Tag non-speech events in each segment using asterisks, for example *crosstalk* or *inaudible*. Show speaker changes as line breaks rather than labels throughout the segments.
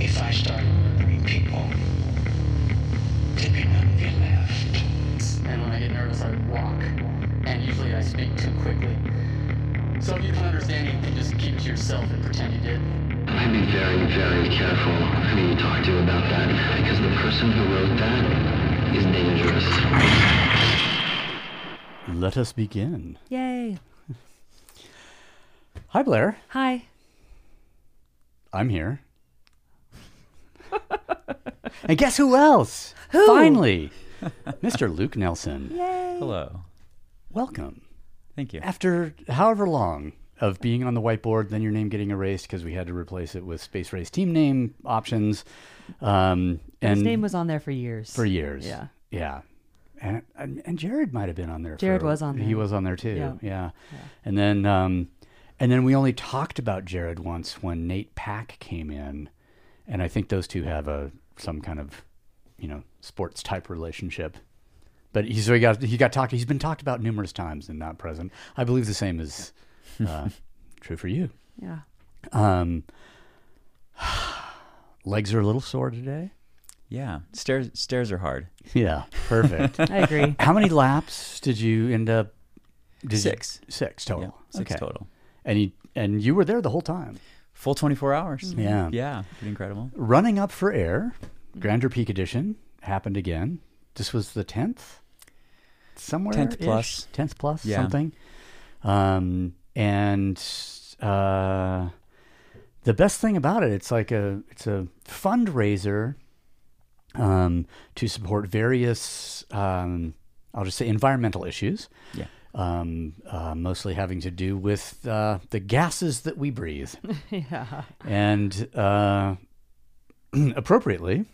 If I start murdering people, there'd be none of you left.
and when I get nervous, I walk. And usually I speak too quickly. So if you don't understand anything, just keep it to yourself and pretend you did.
I'd be very, very careful who you talk to about that, because the person who wrote that is dangerous.
Let us begin.
Yay.
Hi, Blair.
Hi.
I'm
*laughs*
here. and guess who else?
Who? *laughs*
Finally, Mr. Luke Nelson.
Yay.
Hello.
Welcome.
Thank you.
After however long of being on the whiteboard, then your name getting erased because we had to replace it with Space Race team name options. Um, and
His name was on there for years.
for years.
Yeah.
Yeah. And, and and Jared might have been on there.
Jared
for-
was on
He
there.
was on there too. Yeah.
Yeah.
And then um, and then we only talked about Jared once when Nate Pack came in, and I think those two have a some kind of you know sports type relationship. But he so he got he got talked. He's been talked about numerous times and not present. I believe the same is uh, *laughs* true for you.
Yeah.
Um, *sighs* legs are a little sore
*laughs*
today.
Yeah. Stairs stairs are hard.
Yeah, perfect. *laughs*
I agree.
How many laps did you end up? did you-
Six.
six
Yeah.
total.
Six
Okay.
total.
And you and you were there the whole time.
Full 24 hours.
Yeah.
Mm-hmm. Yeah. Mm-hmm. Pretty incredible.
Running up for air, Grander Peak Edition happened again. This was the tenth, somewhere
10th plus.
tenth plus
Yeah.
something. Um, and uh, the best thing about it, it's like a it's a fundraiser um, to support various um, I'll just say environmental issues.
Yeah.
um, uh, mostly having to do with uh, the gases that we
*laughs*
breathe.
yeah.
and uh, *clears throat* appropriately,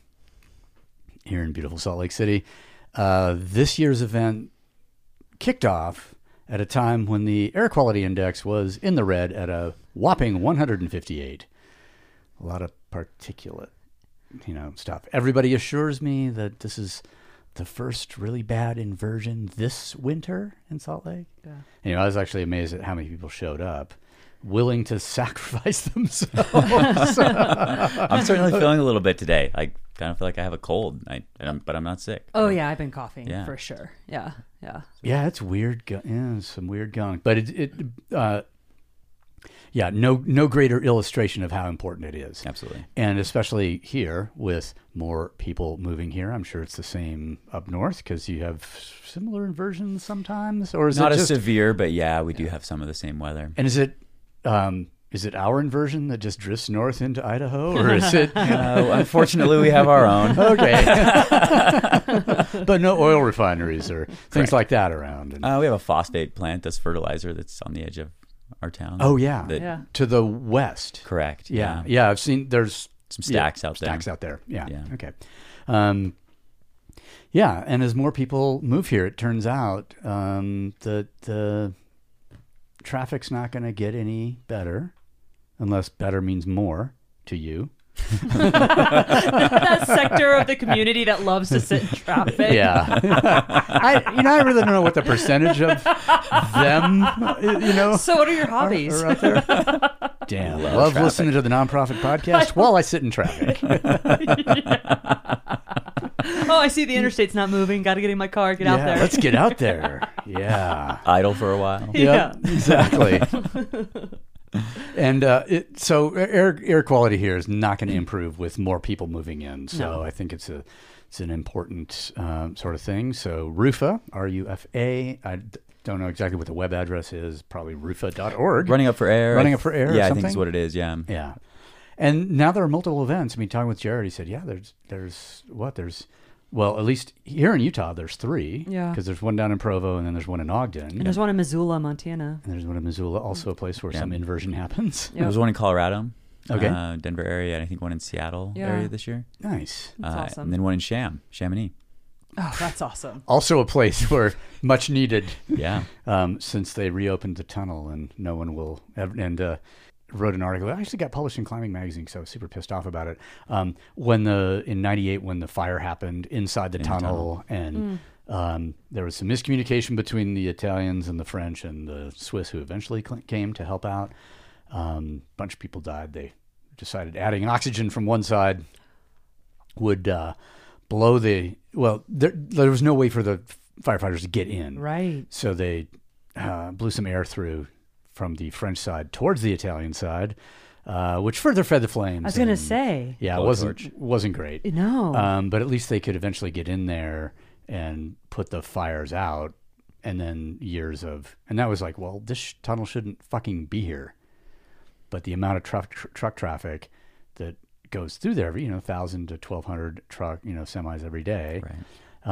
here in beautiful Salt Lake City, uh, this year's event kicked off at a time when the air quality index was in the red at a whopping 158. A lot of particulate, you know, stuff. Everybody assures me that this is the first really bad inversion this winter in Salt Lake.
Yeah.
Anyway, I was actually amazed at how many people showed up, willing to *laughs* sacrifice themselves.
*laughs* I'm certainly feeling a little bit today. I kind of feel like I have a cold, I, and I'm, but I'm not sick.
Oh yeah, I've been coughing
Yeah.
for sure. Yeah. Yeah.
yeah, it's weird. Go- yeah, it's some weird gunk, but it, it uh, yeah, no, no greater illustration of how important it is.
Absolutely.
And especially here with more people moving here, I'm sure it's the same up north because you have similar inversions sometimes, or is
Not
it
as
just,
severe, but yeah, we do have some of the same *laughs* weather.
and is it um, is it our inversion that just drifts north into
*laughs*
Idaho, or is it
Uh, unfortunately, we have our own.
Okay. but no oil refineries or things like that around. And,
*laughs* Uh, we have a phosphate plant that's fertilizer that's on the edge of our town.
oh yeah.
That-
Yeah. *laughs*
To the west.
Correct.
Yeah.
Yeah.
yeah. I've seen there's
Some
yeah,
stacks out there.
Stacks out there. Yeah.
Yeah.
Okay. Um yeah, and as more people move here, it turns out um, that the traffic's not going to get any better, unless better means more to you.
that sector of the community that loves
*laughs*
to sit in traffic.
Yeah, *laughs* I you know I really don't know what the percentage of them you know
So what are your hobbies?
are out there. Damn, love,
traffic.
listening to the nonprofit podcast while I sit in traffic.
*laughs* oh, I see the interstate's not moving. Got to get in my car. Get out
Yeah,
there.
let's get out there. Yeah,
Idle for a *laughs* while.
*laughs* Yeah. *laughs*
Yep, exactly. *laughs* and uh, it, so air air quality here is not going to improve with more people moving in. So I think it's a it's an important um, sort of thing. So Rufa R U F A. I d- don't know exactly what the web address is. Probably rufa.org.
Running up for air.
Running
I
Up for Air or
Yeah, I think is
something?
what it is. Yeah.
Yeah. And now there are multiple events. I mean, talking with Jared, he said, yeah, there's, there's what? There's, well, at least here in Utah, there's three.
Yeah.
Because there's one down in Provo and then there's one in Ogden.
And there's one in Missoula, Montana.
And there's one in Missoula, also a place where some inversion happens.
Yeah.
There's one in Colorado.
Okay.
Uh, Denver area, and I think one in Seattle
Yeah.
area this year.
Nice.
That's
Uh,
awesome.
And then one in Sham, Chamonix.
Oh, that's awesome.
Also a place where much needed
*laughs*
Yeah.
um, since they reopened the tunnel and no one will ever, and uh, wrote an article that actually got published in climbing magazine so i was super pissed off about it um, when the in 98 when the fire happened inside the tunnel, and um, there was some miscommunication between the italians and the french and the swiss who eventually cl- came to help out um, bunch of people died they decided adding oxygen from one side would uh, blow the. Well, there, there was no way for the firefighters to get in.
Right.
So they uh, blew some air through from the French side towards the Italian side, uh, which further fed the flames.
I was gonna
and-
say.
yeah, it wasn't wasn't great.
No.
Um, but at least they could eventually get in there and put the fires out, and then years of and that was like, well, this sh- tunnel shouldn't fucking be here. But the amount of truck tr- truck traffic that goes through there, you know, thousand to twelve hundred truck, you know, semis every day,
Right.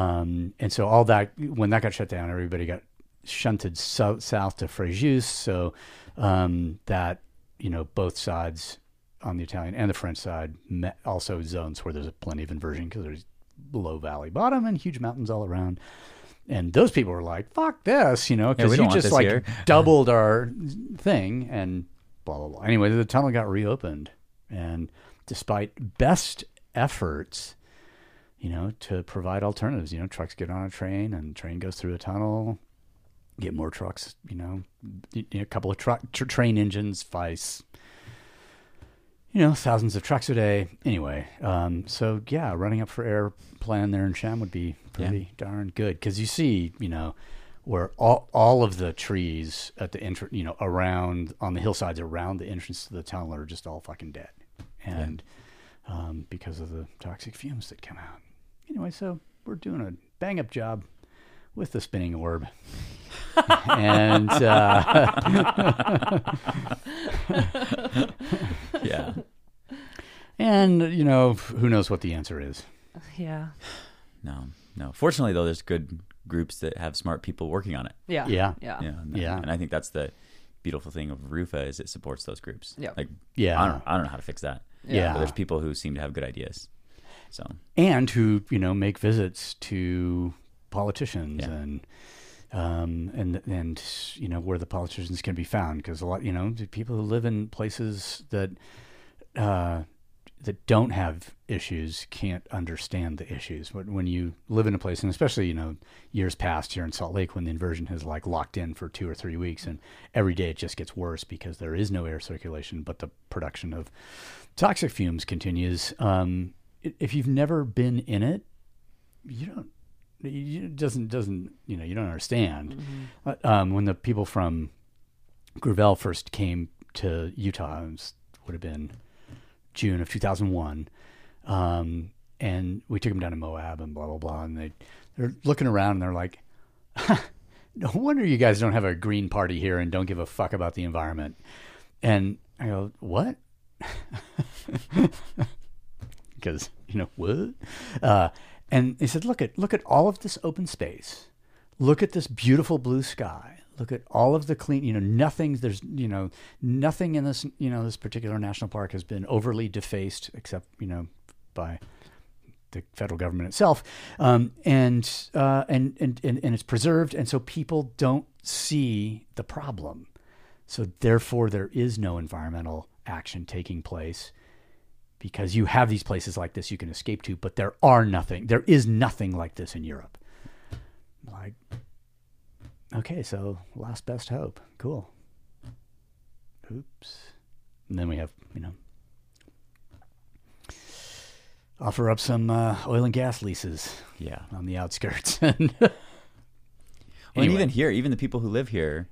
um, and so all that when that got shut down, everybody got shunted so, south to Fréjus. So um, that you know both sides on the Italian and the French side met also zones where there's plenty of inversion because there's low valley bottom and huge mountains all around. And those people were like, "Fuck this," you know,
Yeah,
because
we don't
you
want
just
this
like
here.
*laughs* doubled our thing and blah blah blah. Anyway, the tunnel got reopened, and despite best efforts, you know, to provide alternatives. You know, trucks get on a train and train goes through a tunnel, get more trucks, you know, y- y- a couple of truck tr- train engines, vice, you know, thousands of trucks a day. Anyway, um, so yeah, running up for air plan there in Sham would be pretty darn good because you see, you know, where all, all of the trees at the entrance, you know, around on the hillsides around the entrance to the tunnel are just all fucking dead. And um, because of the toxic fumes that come out. Anyway, so we're doing a bang up job with the spinning orb. *laughs* and uh,
Yeah.
and you know who knows what the answer is.
yeah.
No. No. Fortunately, though, there's good groups that have smart people working on it.
Yeah.
Yeah.
Yeah.
Yeah. And, that-
Yeah.
and I think that's the beautiful thing of Rufa is it supports those groups.
Yeah.
Like,
Yeah.
I don't, I don't know how to fix that.
Yeah.
But there's people who seem to have good ideas. So
and who you know make visits to politicians
Yeah.
and um, and and you know where the politicians can be found because a lot you know the people who live in places that uh, that don't have issues can't understand the issues. But when you live in a place, and especially you know years past here in Salt Lake, when the inversion has like locked in for two or three weeks, and every day it just gets worse because there is no air circulation, but the production of toxic fumes continues. Um, i- if you've never been in it, you don't. you- you- It doesn't doesn't you know you don't understand. Uh, Um, when the people from Gravel first came to Utah, it was, would have been June of 2001. Um, and we took them down to Moab and blah, blah, blah. And they, they're looking around and they're like, *laughs* no wonder you guys don't have a green party here and don't give a fuck about the environment. And I go, what? *laughs* Because, you know, what? Uh, and they said, look at, look at all of this open space. Look at this beautiful blue sky. Look at all of the clean, you know, nothing, there's, you know, nothing in this, you know, this particular national park has been overly defaced except, you know, by the federal government itself, um, and, uh, and and and and it's preserved, and so people don't see the problem. So therefore, there is no environmental action taking place because you have these places like this you can escape to, but there are nothing. There is nothing like this in Europe. Like, okay, so last best hope. Cool. Oops. And then we have, you know, offer up some uh, oil and gas leases
yeah.
on the outskirts. *laughs* and
Well,
Anyway.
and even here, even the people who live here,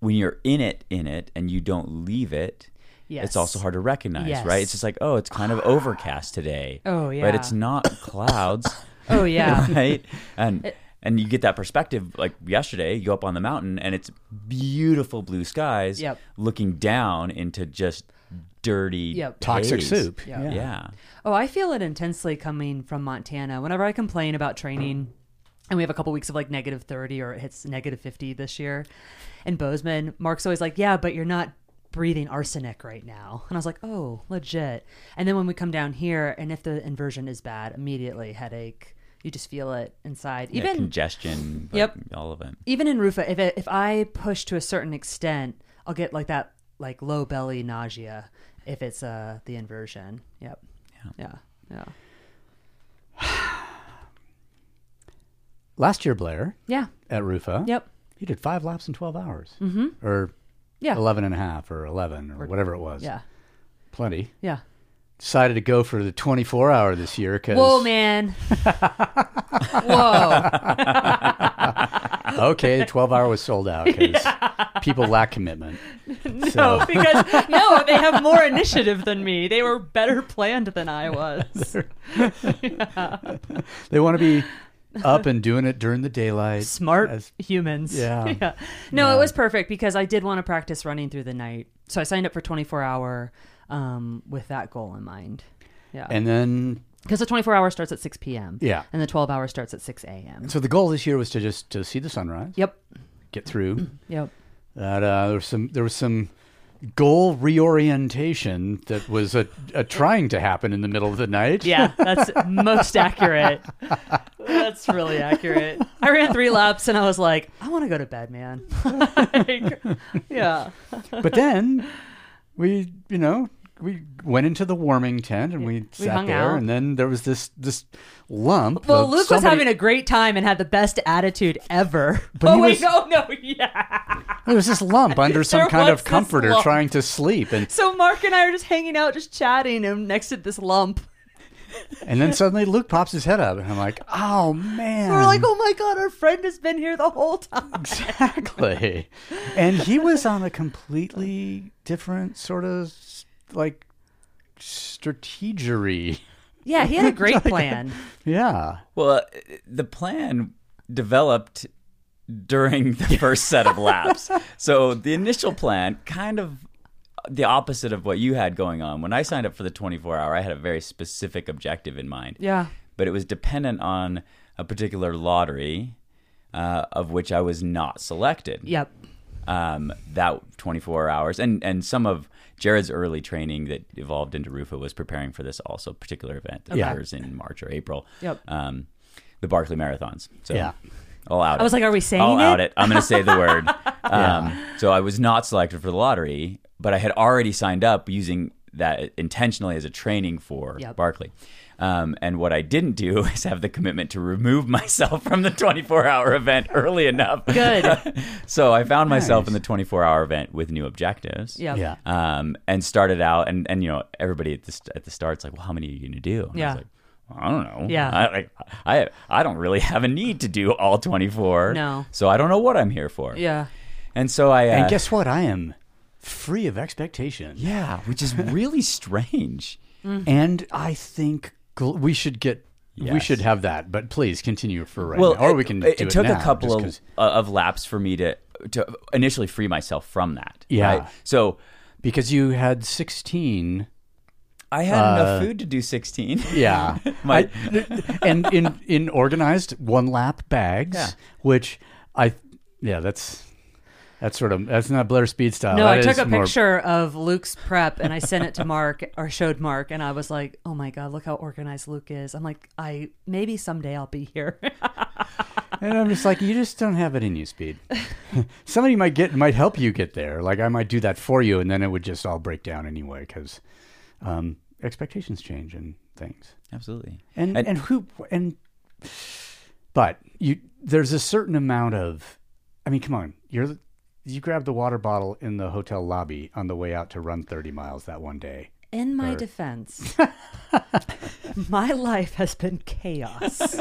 when you're in it, in it, and you don't leave it,
Yes.
it's also hard to recognize,
Yes.
right? It's just like, oh, it's kind of overcast today.
*gasps* Oh,
But
yeah.
it's not clouds,
*laughs*
Oh *laughs* yeah.
*laughs* right? And and you get that perspective. Like yesterday, you go up on the mountain, and it's beautiful blue skies,
Yep.
looking down into just dirty
Yep.
toxic
haze.
soup.
Yeah.
Yeah.
Oh, I feel it intensely coming from Montana. Whenever I complain about training, and we have a couple weeks of like negative 30 or it hits negative 50 this year in Bozeman, Mark's always like, Yeah, but you're not breathing arsenic right now. And I was like, Oh, legit. And then when we come down here, and if the inversion is bad, immediately headache. You just feel it inside.
Yeah,
Even
congestion. like,
Yep.
All of it.
even in Rufa, if it, if I push to a certain extent, I'll get like that like low belly nausea if it's uh the inversion. Yep. Yeah. Yeah.
Last year, Blair
Yeah.
at Rufa,
Yep.
he did five laps in 12 hours. Mm-hmm. Or
Yeah.
11 and a half or 11 or whatever it was.
Yeah.
plenty.
Yeah.
Decided to go for the 24 hour this year because.
Whoa, *laughs* man. Whoa.
*laughs* okay, the 12 hour was sold out
*laughs*
because people lack commitment.
*laughs* No, because no, they have more initiative than me. They were better planned than I was.
They want to be up and doing it during the daylight.
Smart
As-
humans. *laughs*
Yeah.
No, it was perfect because I did want to practice running through the night. So I signed up for 24 hour um, with that goal in mind. Yeah.
and then,
Because the 24 hour starts at 6 p.m.
Yeah.
And the 12 hour starts at 6 a.m.
so the goal this year was to just to see the sunrise,
Yep.
get through.
Yep.
That uh, there was some there was some goal reorientation that was a, a trying to happen in the middle of the night.
Yeah, that's most accurate. That's really accurate. I ran three laps and I was like, I want to go to bed, man. *laughs* Like, yeah.
But then we, you know, we went into the warming tent and we, sat
hung
there,
out.
and then there was this this lump.
Well,
of
Luke was
somebody-
having a great time and had the best attitude ever.
But
*laughs* oh
he
wait,
was-
no, no, yeah.
*laughs* There was this lump under some
*laughs* There
kind
was
of
this
comforter
lump.
trying to sleep, and
So Mark and I are just hanging out, just chatting, and next to this lump,
and
*laughs*
then suddenly Luke pops his head up, and I'm like, oh man,
we're like, "Oh my god, our friend has been here the
*laughs*
whole time."
exactly. and he was on a completely different sort of s- like strategery.
Yeah, he had a great plan.
Yeah.
Well, uh, the plan developed during the first set of laps. So the initial plan, kind of the opposite of what you had going on. When I signed up for the 24 hour, I had a very specific objective in mind.
Yeah.
But it was dependent on a particular lottery. Uh, of which I was not selected.
Yep.
Um, that 24 hours and and some of Jared's early training that evolved into Rufa was preparing for this also particular event that
Okay.
occurs in March or April.
Yep.
Um, the Barclay Marathons. So
Yeah.
I'll out.
I was
it.
like, "Are we saying
I'll out
it?"
it. I'm going to say
*laughs*
the word. um, so I was not selected for the lottery, but I had already signed up using that intentionally as a training for
Yep.
Barclay. Um, and what I didn't do *laughs* is have the commitment to remove *laughs* myself from the 24 hour event early enough.
Good.
*laughs* so I found myself in the 24 hour event with new objectives.
Yep.
Yeah.
Um, and started out, and, and you know everybody at the st- at the start's like, well, how many are you gonna do? And
Yeah.
I was like, "Well, I don't know.
Yeah.
I, like, I I don't really have a need to do all 24.
No.
So I don't know what I'm here for.
Yeah.
And so I uh,
And guess what? I am free of expectation.
yeah, which is really
*laughs*
strange.
And I think gl- we should get we
Mm-hmm. Yes.
should have that, but please continue for right
Well,
now, or
it,
we can.
It,
do
it took
now,
a couple
just
of
'cause-
uh, of laps for me to to initially free myself from that.
Yeah.
right? So.
because you had sixteen.
I had enough food to do 16.
Uh, Yeah,
*laughs* My-
*laughs* I- and in in organized one lap bags,
Yeah.
which I yeah that's that's sort of that's not Blair Speed style.
No,
That
I took
is
a
more-
picture of Luke's prep and I sent it to Mark *laughs* or showed Mark, and I was like, "Oh my god, look how organized Luke is." I'm like, "I maybe someday I'll be here." *laughs*
and I'm just like, you just don't have it in you, Speed. Somebody might get might help you get there. Like I might do that for you, and then it would just all break down anyway because um, expectations change and things.
Absolutely.
and
And-
and, who and but you there's a certain amount of i mean come on you're the- you grabbed the water bottle in the hotel lobby on the way out to run 30 miles that one day
In
*laughs*
my defense, my life has been chaos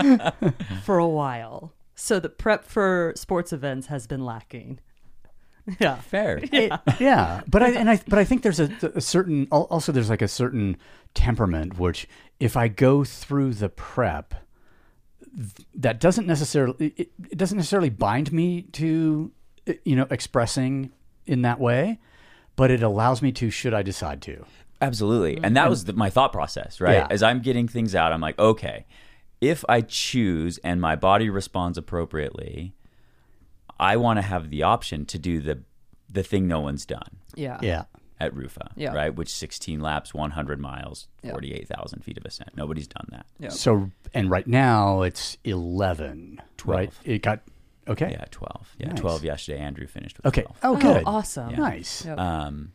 *laughs* for a while. So the prep for sports events has been lacking. *laughs* Yeah.
Fair.
yeah but i and i but i think there's a, a certain al- also there's like a certain temperament which if i go through the prep th- that doesn't necessarily it, it doesn't necessarily bind me to eh, you know expressing in that way but it allows me to should i decide to
Absolutely. And that was the, my thought process, right?
Mm-hmm. Yeah.
As I'm getting things out, I'm like, okay, if I choose and my body responds appropriately, I want to have the option to do the the thing no one's done
Yeah.
yeah
at Rufa,
Yeah.
right? Which 16 laps, 100 miles, 48,000 feet of ascent. Nobody's done that.
So and right now it's eleven. Right?
Twelve.
It got okay.
Yeah, 12. Yeah,
Nice.
12 yesterday. Andrew finished with
Okay.
12.
Oh,
Oh,
good.
awesome.
Nice. Uh,
Yep.
Um,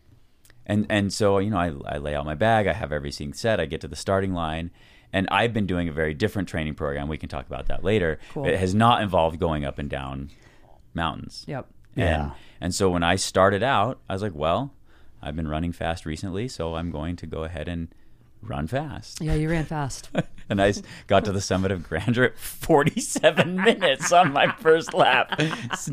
and and so you know, I, I lay out my bag. I have everything set. I get to the starting line, and I've been doing a very different training program. We can talk about that later.
Cool.
It has not involved going up and down mountains.
Yep.
And,
Yeah.
And so when I started out, I was like, well, I've been running fast recently, so I'm going to go ahead and run fast.
Yeah, you ran fast.
And I s-
*laughs*
got to the summit of grandeur at 47 minutes on my first
*laughs*
lap. S-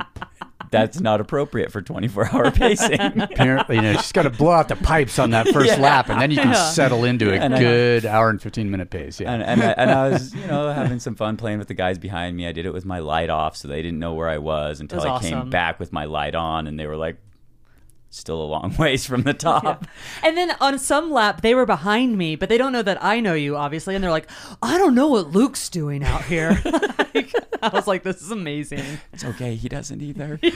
That's not appropriate for 24 hour pacing.
Apparently, you know, just got to blow out the pipes on that first lap, and then you can
Yeah.
settle into a
And I-
good hour and fifteen minute pace. Yeah,
and and I, and
*laughs*
I was you know having some fun playing with the guys behind me. I did it with my light off, so they didn't know where I was until
That's
I
awesome.
came back with my light on, and they were like, "Still a long *laughs* ways from the top."
And then on some lap, they were behind me, but they don't know that I know you, obviously. And they're like, I don't know what Luke's doing out here. *laughs* Like, I was like, this is amazing.
It's okay, he
*laughs*
doesn't either. *laughs*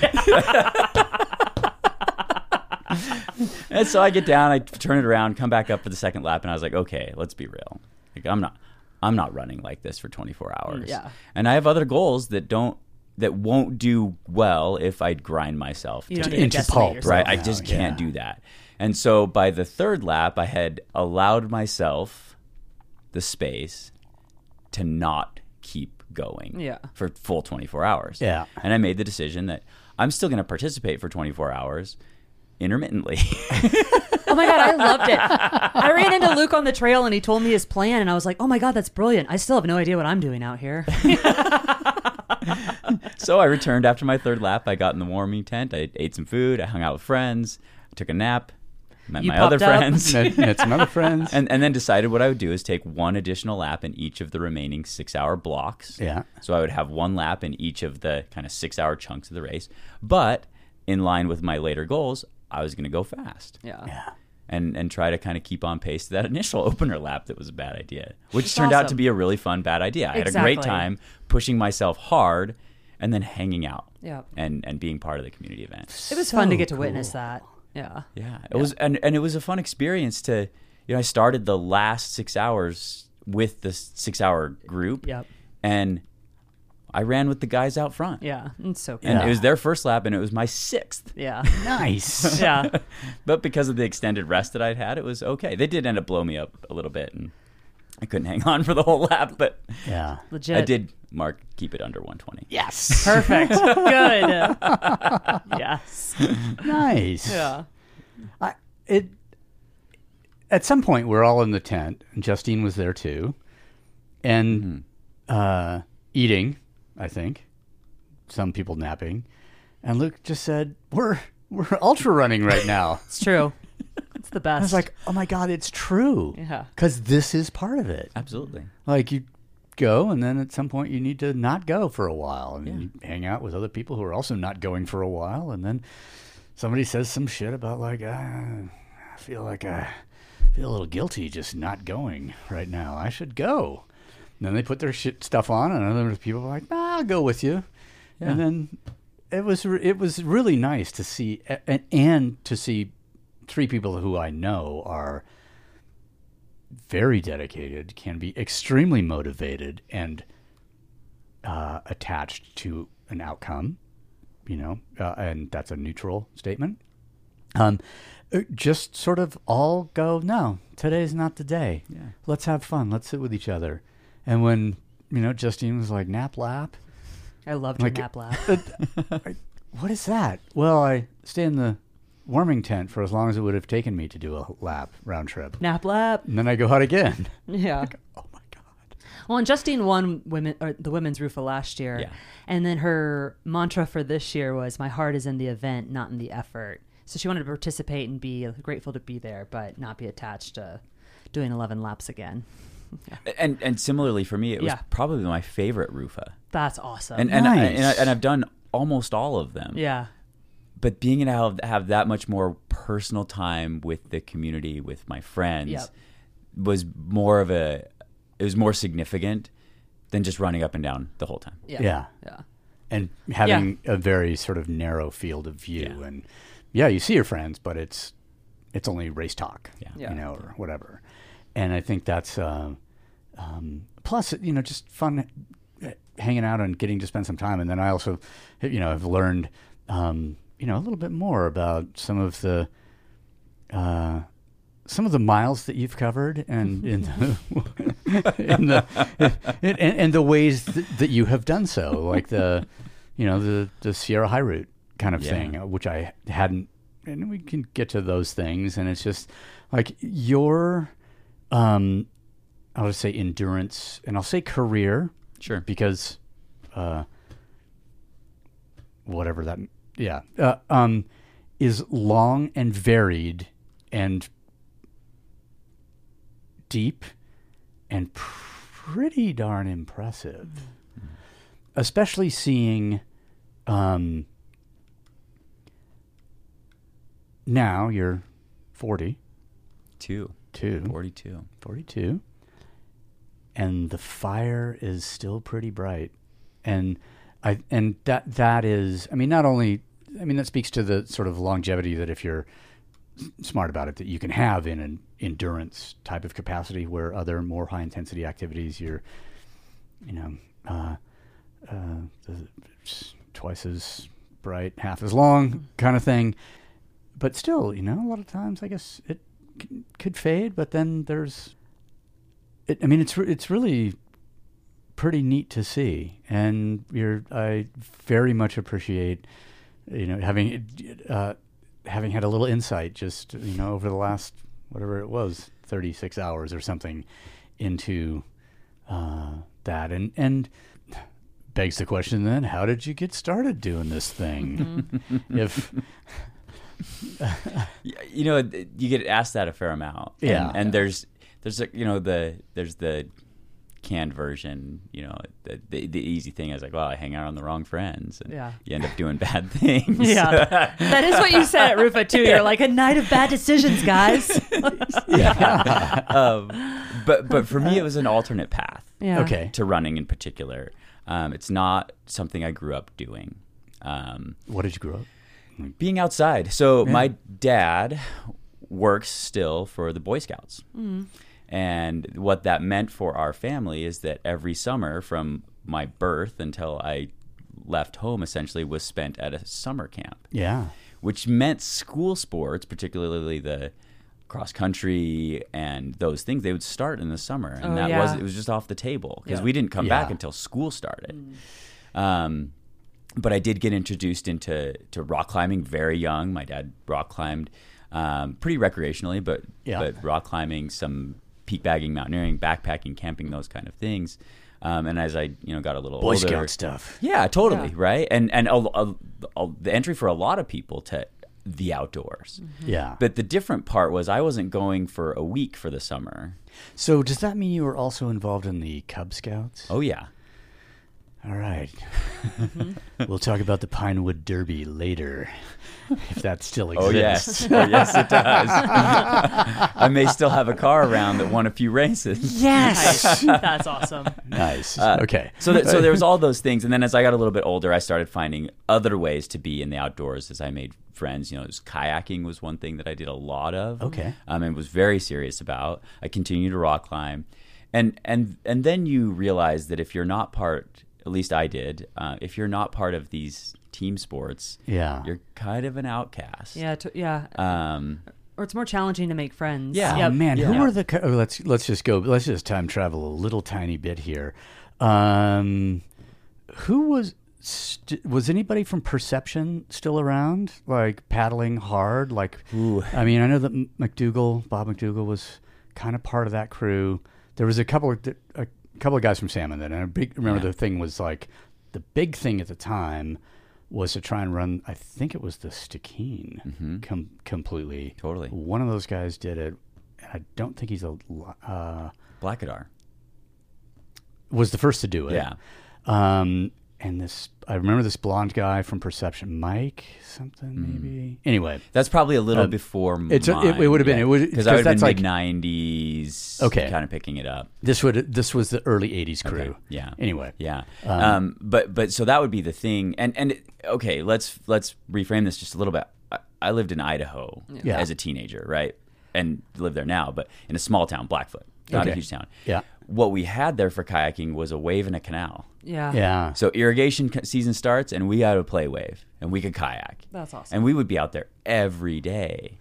and so I get down, I turn it around, come back up for the second lap, and I was like, "Okay, let's be real. Like, I'm not, I'm not running like this for 24 hours.
Mm, Yeah.
and I have other goals that don't." That won't do well if I grind myself
You
to
don't need
do
to
Into
decimate
pulp,
yourself.
right? I
now,
just can't
yeah.
do that. And so by the third lap, I had allowed myself the space to not keep going
Yeah.
for full 24 hours.
Yeah.
And I made the decision that I'm still going to participate for 24 hours intermittently. *laughs*
Oh my God, I loved it. I ran into Luke on the trail and he told me his plan. And I was like, oh my God, that's brilliant. I still have no idea what I'm doing
*laughs*
out here.
so I returned after my third lap. I got in the warming tent. I ate some food. I hung out with friends. I took a nap. Met
You
my other
popped up.
friends.
met, met some other friends.
and and then decided what I would do is take one additional lap in each of the remaining six hour blocks.
Yeah.
So I would have one lap in each of the kind of six hour chunks of the race. But in line with my later goals, I was going to go fast
Yeah.
and and try to kind of keep on pace to that *laughs* initial opener lap that was a bad idea, which
It's
turned out to
awesome.
be a really fun bad idea. I had a great
Exactly.
time pushing myself hard and then hanging out.
Yeah.
And and being part of the community event.
It was fun to get to witness that. Yeah.
Yeah, it was, and, and it was a fun experience to, you know, I started the last six hours with the six hour group.
Yep.
And I ran with the guys out front.
Yeah. It's so cool.
And
Yeah.
it was their first lap, and it was my
*laughs*
sixth. *laughs*
Yeah.
*laughs* nice.
Yeah.
But because of the extended rest that I'd had, it was okay. They did end up blowing me up a little bit, and I couldn't *laughs* hang on for the whole lap. But
*laughs* Yeah.
Legit.
I did mark keep it under 120. Yeah.
Perfect.
*laughs*
Good. yes.
Nice.
Yeah.
I, it at some point we're all in the tent and Justine was there too and uh, eating I think some people napping and Luke just said we're we're ultra running right now *laughs* I
It's true. It's the best.
was like oh my god it's true
Yeah.
cuz this is part of it
Absolutely.
like you go and then at some point you need to not go for a while and you hang out with other people who are also not going for a while and then somebody says some shit about like ah, i feel like i feel a little guilty just not going right now i should go and then they put their shit stuff on and other people are like nah, i'll go with you and then it was re- it was really nice to see a- and, and to see three people who i know are very dedicated, can be extremely motivated and uh, attached to an outcome, you know, uh, and that's a neutral statement. Um, uh, just sort of all go, no, today's not the day. Yeah. Let's have fun. Let's sit with each other. And when, you know, Justine was like, nap lap,
I loved your
Like-
nap lap.
what is that? Well, I stay in the warming tent for as long as it would have taken me to do a lap round trip.
nap lap. *laughs*
And then I go out again. *laughs*
Yeah.
oh my God.
Well, and Justine won women or the women's Rufa last year,
Yeah.
and then her mantra for this year was "My heart is in the event, not in the effort." So she wanted to participate and be grateful to be there, but not be attached to doing eleven laps again.
And and similarly for me, it was
Yeah.
probably my favorite Rufa.
That's awesome.
And and, I-
Nice.
and, I, and I've done almost all of them.
yeah,
but being able to have, have that much more personal time with the community with my friends
Yep.
was more of a it was more significant than just running up and down the whole time
yeah,
Yeah.
yeah.
and having a very sort of narrow field of view
Yeah.
and yeah you see your friends but it's it's only race talk
Yeah.
Yeah.
you know or whatever and i think that's uh, um, plus you know just fun uh, hanging out and getting to spend some time and then i also you know have learned um, you know a little bit more about some of the uh, some of the miles that you've covered and in the, in the *laughs* and, and, and the ways th- that you have done so like the you know the the Sierra High route kind of
Yeah.
thing uh, which I hadn't and we can get to those things. And it's just like your, um, I'll just say endurance, and I'll say career
Sure.
because, uh, whatever that, yeah, uh, um, is long and varied and deep and pretty darn impressive, especially seeing. Um, now you're 42,
Two.
Mm-hmm.
42.
42, and the fire is still pretty bright, and I and that that is, I mean, not only, I mean, that speaks to the sort of longevity that if you're s- smart about it, that you can have in an endurance type of capacity, where other more high intensity activities, you're, you know, uh, uh, the- s- twice as bright, half as long, kind of thing but still, you know, a lot of times I guess it c- could fade, but then there's it, I mean, it's re- it's really pretty neat to see, and you're I very much appreciate you know having uh, having had a little insight just you know over the last whatever it was thirty six hours or something into uh, that, and and begs the question then how did you get started doing this thing if
Y- You know, th- you get asked that a fair amount. And-
Yeah.
And, there's there's a, you know the there's the canned version. You know, the, the the easy thing is like, well, I hang out on the wrong friends, and
Yeah.
you end up doing *laughs* bad things.
Yeah. that is what you said at Rufa too. You're like a night of bad decisions, guys.
um, *laughs* but but for me, it was an alternate path.
Yeah.
okay
to running in particular. Um, it's not something I grew up doing. Um,
what did you grow up
being outside. So my dad works still for the Boy Scouts. And what that meant for our family is that every summer from my birth until I left home essentially was spent at a summer camp
Yeah.
which meant school sports, particularly the cross country and those things, they would start in the summer, and
Oh,
that
yeah.
was it was just off the table because
Yeah. Mm.
we didn't come back
Yeah.
until school started. Um, but I did get introduced into to rock climbing very young. My dad rock climbed um, pretty recreationally, but
Yeah.
but rock climbing, some peak bagging, mountaineering, backpacking, camping, those kind of things. Um, and as I you know got a little
Boy
older,
Scout stuff.
yeah, totally.
Yeah.
Right. And and a, a, a, the entry for a lot of people to the outdoors.
Yeah.
But the different part was I wasn't going for a week for the summer.
so does that mean you were also involved in the Cub Scouts?
Oh yeah.
All right. *laughs* we'll talk about the Pinewood Derby later, *laughs* if that still
Oh
exists.
yes. oh yes, it *laughs* does. I may still have a car around that won a few races.
Yes. *laughs* That's awesome.
Nice. okay.
Uh, So, that, so
*laughs*
there was all those things, and then as I got a little bit older, I started finding other ways to be in the outdoors. As I made friends, you know, it was kayaking was one thing that I did a lot of.
Okay.
um, and was very serious about. I continued to rock climb, and and and then you realize that if you're not part, at least I did, uh, if you're not part of these team sports,
Yeah.
you're kind of an outcast.
Yeah. T- yeah.
Um,
or it's more challenging to make friends.
Yeah.
Oh,
Yep.
man, who
Yeah.
were the? co- Oh, let's let's just go. Let's just time travel a little tiny bit here. Um, who was st- was anybody from Perception still around? Like paddling hard? Like I mean, I know that M- McDougal, Bob McDougal, was kind of part of that crew. There was a couple of th- a couple of guys from Salmon that, and I big, remember the thing was like the big thing at the time was to try and run. I think it was the Stikine com- completely.
Mm-hmm. Totally.
One of those guys did it. and I don't think he's a li- uh,
Blackadar.
was the first to do it.
Yeah.
Um, and this, I remember this blonde guy from Perception, Mike something maybe. Anyway,
That's probably a little before.
Hmm. Uh, it's a- it- it would've been- it would-
because
'cause
I would
that's
have been
like-
mid '90s.
Okay.
kind of picking it up.
this would this was the early '80s crew.
yeah.
Anyway.
Yeah. Um, but but so that would be the thing. And and okay, let's let's reframe this just a little bit. I, I lived in Idaho
Yeah.
as a teenager, right? And live there now, but in a small town, Blackfoot, not a
Okay.
huge town.
Yeah.
What we had there for kayaking was a wave and a canal.
Yeah.
Yeah.
So irrigation ca- season starts, and we had to play wave, and we could kayak.
That's awesome.
And we would be out there every day,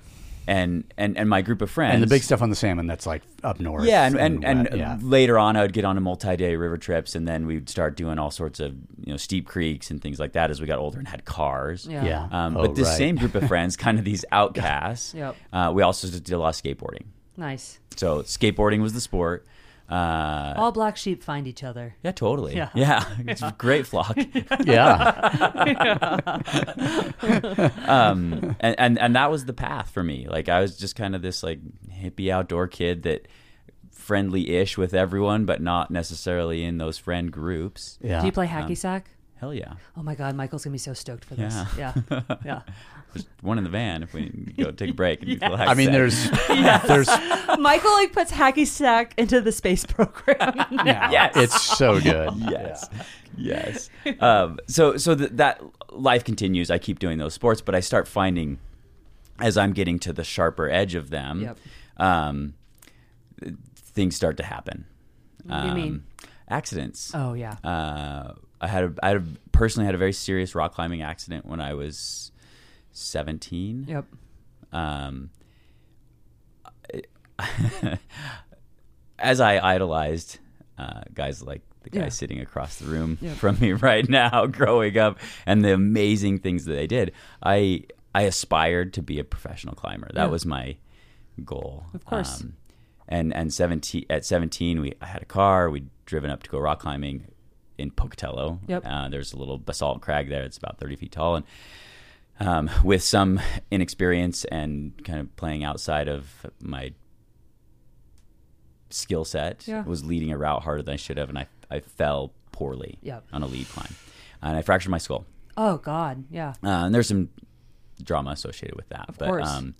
and and and my group of friends
And the big stuff on the salmon that's like up north.
yeah, and and, and,
wet, yeah.
later on, I would get on a multi-day river trips, and then we'd start doing all sorts of you know steep creeks and things like that as we got older and had cars.
Yeah.
Yeah.
Um,
Oh,
but this
right.
same group of friends, kind of these outcasts,
Yep.
uh, we also just did a lot of skateboarding.
Nice.
So skateboarding was the sport. Uh,
All black sheep find each other.
yeah, totally.
Yeah.
*laughs* Yeah, it's a
*laughs*
great flock.
*laughs* yeah.
um, and, and and that was the path for me. Like I was just kind of this like hippie outdoor kid that friendly-ish with everyone, but not necessarily in those friend groups.
Yeah.
Do you play hacky sack?
Hell yeah.
Oh my God, Michael's gonna be so stoked for this. Yeah,
Yeah.
yeah. *laughs*
There's one in the van if we *laughs* go take a break. And relax
I mean,
that.
*laughs* there's there's
Michael like puts hacky sack into the space *laughs*
*laughs*
program. now.
Yes.
it's so good.
yes, *laughs* yes. Um, so so th- that life continues. I keep doing those sports, but I start finding as I'm getting to the sharper edge of them,
Yep.
um, th- things start to happen. Um,
What do you mean?
Accidents.
Oh yeah.
Uh, I had a, I had a, personally had a very serious rock climbing accident when I was 17.
Yep.
um, *laughs* as I idolized uh, guys like the guy
Yeah.
sitting across the room
Yeah.
from me *laughs* right now, growing up, and the amazing things that they did, I I aspired to be a professional climber. That was my goal, Um,
Of course.
and and seventeen at seventeen, we I had a car. We'd driven up to go rock climbing in Pocatello.
Yep.
Uh, there's a little basalt crag there. It's about thirty feet tall, and um, with some inexperience and kind of playing outside of my skill set,
Yeah.
was leading a route harder than I should have, and I, I fell poorly
Yep.
on a lead climb, and I fractured my skull.
Oh God. Yeah.
Uh, and there's some drama associated with that. Of but
course.
um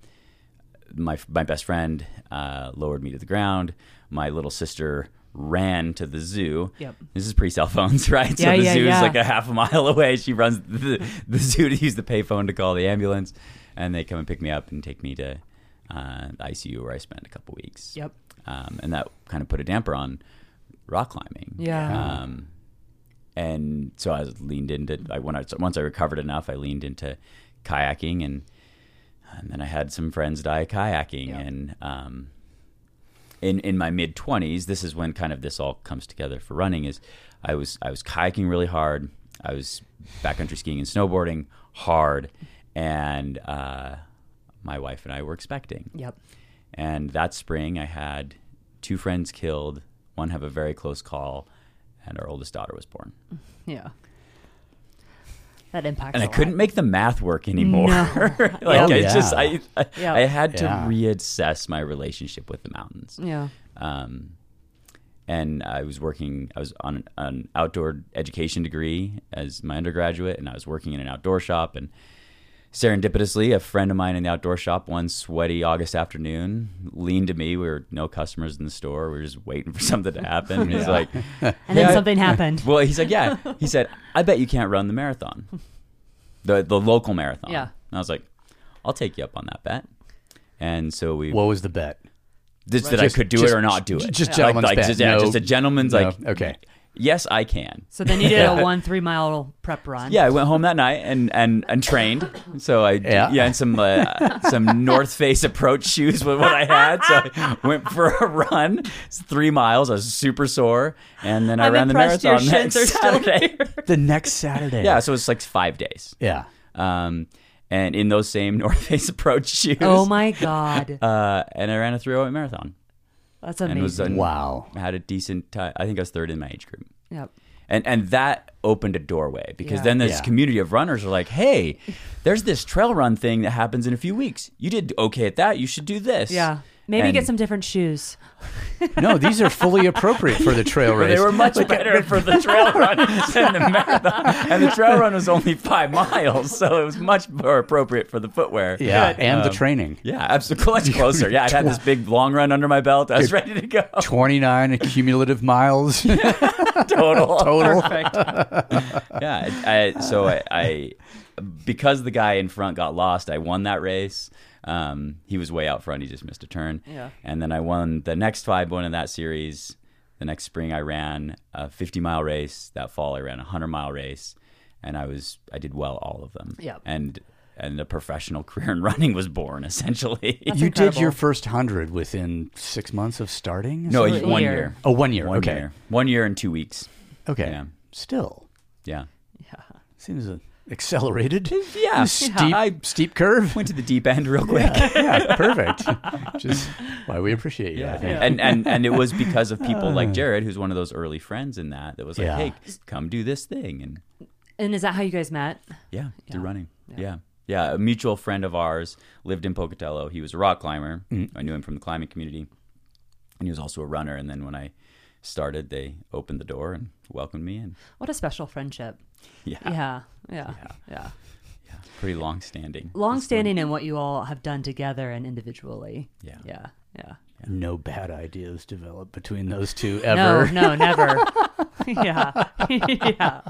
my my best friend uh, lowered me to the ground. My little sister ran to the zoo.
Yep.
This is pre cell phones, *laughs* right?
Yeah,
so the
yeah,
zoo
yeah.
is like a half a mile *laughs* away. She runs to the, the zoo to use the payphone to call the ambulance, and they come and pick me up and take me to uh, the ICU where I spent a couple weeks.
Yep.
Um, and that kind of put a damper on rock climbing.
Yeah.
Um, and so I was leaned into I when I once I recovered enough, I leaned into kayaking and and then I had some friends die kayaking
Yeah.
and um in in my mid 20s, this is when kind of this all comes together for running is I was I was kayaking really hard. I was backcountry skiing and snowboarding hard and uh my wife and I were expecting.
Yep.
And that spring, I had two friends killed, one have a very close call, and our oldest daughter was born.
Yeah. That impacts.
And
a
I
lot.
couldn't make the math work anymore.
Oh, No.
*laughs* like
Yeah.
I just I I,
Yeah.
I had to
Yeah.
reassess my relationship with the mountains.
Yeah.
Um, and I was working. I was on an, an outdoor education degree as my undergraduate, and I was working in an outdoor shop. And serendipitously, a friend of mine in the outdoor shop one sweaty August afternoon leaned to me. We were no customers in the store. We were just waiting for *laughs* something to happen. And he's like,
And then
Yeah.
something
*laughs*
happened.
"Well, he's like, yeah." He said, "I bet you can't run the marathon, the the local marathon."
Yeah.
And I was like, "I'll take you up on that bet." And so we
What was the bet?
this, that
Just-
I could do
just-
it or not do it.
just
Like-
gentleman's
like,
bet.
Just, yeah,
No-
just a gentleman's
no.
like,
Okay.
yes, I can.
So then you did a one three mile prep run.
Yeah, I went home that night and and and trained. So I
Yeah.
yeah, and some uh, some North Face approach shoes was what I had. So I went for a run, it's three miles. I was super sore, and then I
I'm
ran the
impressed your
marathon
shins
next
are still
Saturday. *laughs*
The next Saturday.
Yeah, so it's like five days.
Yeah.
Um, and in those same *laughs* North Face approach shoes.
Oh my God.
Uh, and I ran a 308 marathon.
That's
And was uh,
amazing.
a-
Wow.
I had a decent time. I think I was third in my age group.
Yep.
and and that opened a doorway because
Yeah.
then this
Yeah.
community of runners are like hey there's this trail run thing that happens in a few weeks you did okay at that you should do this
Yeah. Maybe
And-
get some different shoes.
No, these are fully appropriate *laughs* for the trail
But
race.
they were
*laughs*
much better for the trail run than the marathon and the trail run was only five miles so it was much more appropriate for the footwear
yeah,
But,
and the
um,
training.
yeah, absolutely. *laughs* Much closer. Yeah, I had this big long run under my belt. I was ready to go.
29 cumulative
*laughs*
miles
Total.
total.
*laughs* yeah. I, I, so I, I, because the guy in front got lost, I won that race. Um, he was way out front. He just missed a turn.
Yeah.
And then I won the next five one in that series. The next spring, I ran a 50 mile race. That fall, I ran a 100 mile race, and I was I did well all of them.
Yep.
And and a professional *laughs* career in running was born essentially.
That's
you did
incredible.
your first hundred within six months of starting. Is
*laughs* no,
that
a
it's one
year.
year.
Oh, one year.
One
okay.
year. One year and two weeks.
Okay.
Yeah.
Still
Yeah.
seems uh, accelerated.
*laughs*
*laughs*
Yeah.
Steep,
I
steep
*laughs*
curve.
went to the deep end real quick. *laughs*
yeah, perfect. Just why we appreciate you. I think.
And, and and it was because of people like Jared, who's one of those early friends in that, that was like,
Yeah.
hey, come do this thing. And
And is that how you guys met?
yeah, through running. Yeah. yeah. A mutual friend of ours lived in Pocatello. He was a rock climber. I knew him from the climbing community. And he was also a runner. And then when I started, they opened the door and *laughs* welcomed me in.
What a special friendship.
Yeah.
Yeah. Yeah. Yeah.
Pretty long *laughs* standing.
Long standing in what you all have done together and individually.
Yeah.
Yeah. Yeah.
No bad ideas developed between those two ever.
No, no,
*laughs*
never. *laughs* yeah. yeah.